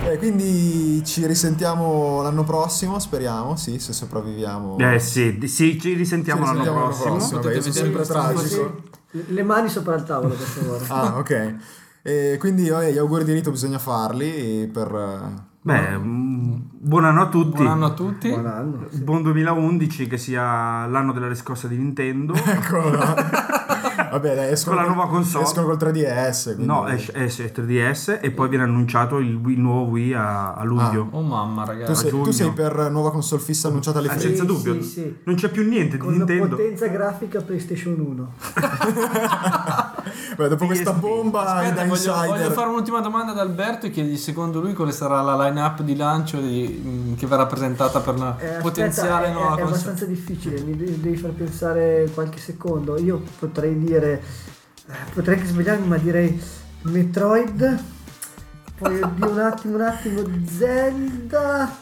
Speaker 2: Eh, quindi ci risentiamo l'anno prossimo, speriamo, sì, se sopravviviamo.
Speaker 3: Eh sì, di- sì, ci
Speaker 2: Ci
Speaker 3: risentiamo l'anno
Speaker 2: risentiamo
Speaker 3: prossimo.
Speaker 2: vabbè, io
Speaker 5: Potete
Speaker 2: sono
Speaker 5: vedere
Speaker 2: sempre
Speaker 5: questo
Speaker 2: tragico.
Speaker 4: Le le mani sopra il tavolo questa volta.
Speaker 2: Ah, ok. Eh, quindi vabbè, gli auguri di rito bisogna farli eh, per... eh,
Speaker 3: Beh, mm, buon anno a tutti.
Speaker 5: Buon anno a tutti.
Speaker 4: Buon anno. sì.
Speaker 3: Buon 2011 che sia l'anno della riscossa di Nintendo.
Speaker 2: Ecco, no. Vabbè, dai, escono
Speaker 3: Con la
Speaker 2: col-
Speaker 3: nuova console.
Speaker 2: Escono col 3DS. quindi-
Speaker 3: No, esce esce 3DS e poi viene annunciato il, Wii- il nuovo Wii a, a
Speaker 4: Ah,
Speaker 3: luglio.
Speaker 5: Oh mamma,
Speaker 2: tu,
Speaker 5: ragazzi.
Speaker 2: sei, tu
Speaker 3: giugno.
Speaker 2: sei per nuova console fissa annunciata alle
Speaker 3: Eh,
Speaker 2: feste.
Speaker 3: senza
Speaker 4: Sì,
Speaker 3: dubbio.
Speaker 4: sì, sì.
Speaker 3: Non c'è più niente di
Speaker 4: Con la
Speaker 3: Nintendo.
Speaker 4: potenza grafica PlayStation 1.
Speaker 2: Beh, dopo questa
Speaker 3: PSP.
Speaker 2: bomba da
Speaker 5: Aspetta, voglio,
Speaker 2: insider.
Speaker 5: voglio fare un'ultima domanda ad Alberto e chiedergli secondo lui quale sarà la line-up di lancio di- mh, che verrà presentata per la
Speaker 4: Eh, aspetta,
Speaker 5: potenziale
Speaker 4: è,
Speaker 5: nuova
Speaker 4: è, è
Speaker 5: console.
Speaker 4: abbastanza difficile, mi de- devi far pensare qualche secondo. Io potrei dire, eh, potrei anche sbagliarmi, ma direi Metroid, poi oddio, un attimo, un attimo, Zelda.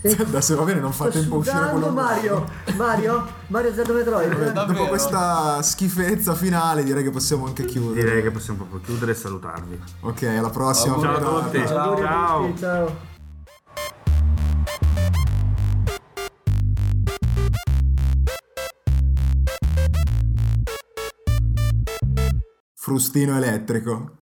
Speaker 4: e
Speaker 2: Zelda, se va bene, non fa
Speaker 4: sto
Speaker 2: tempo a uscire
Speaker 4: sudando,
Speaker 2: quello. Eh,
Speaker 4: Mario, Mario, Mario Zelda Metroid.
Speaker 5: Davvero?
Speaker 2: Dopo questa schifezza finale, direi che possiamo anche chiudere.
Speaker 3: Direi che possiamo proprio chiudere e salutarvi.
Speaker 2: Ok, alla prossima.
Speaker 5: Ciao a
Speaker 2: puntata.
Speaker 3: tutti.
Speaker 4: Auguri a
Speaker 3: Ciao.
Speaker 4: tutti, ciao.
Speaker 2: Frustino elettrico.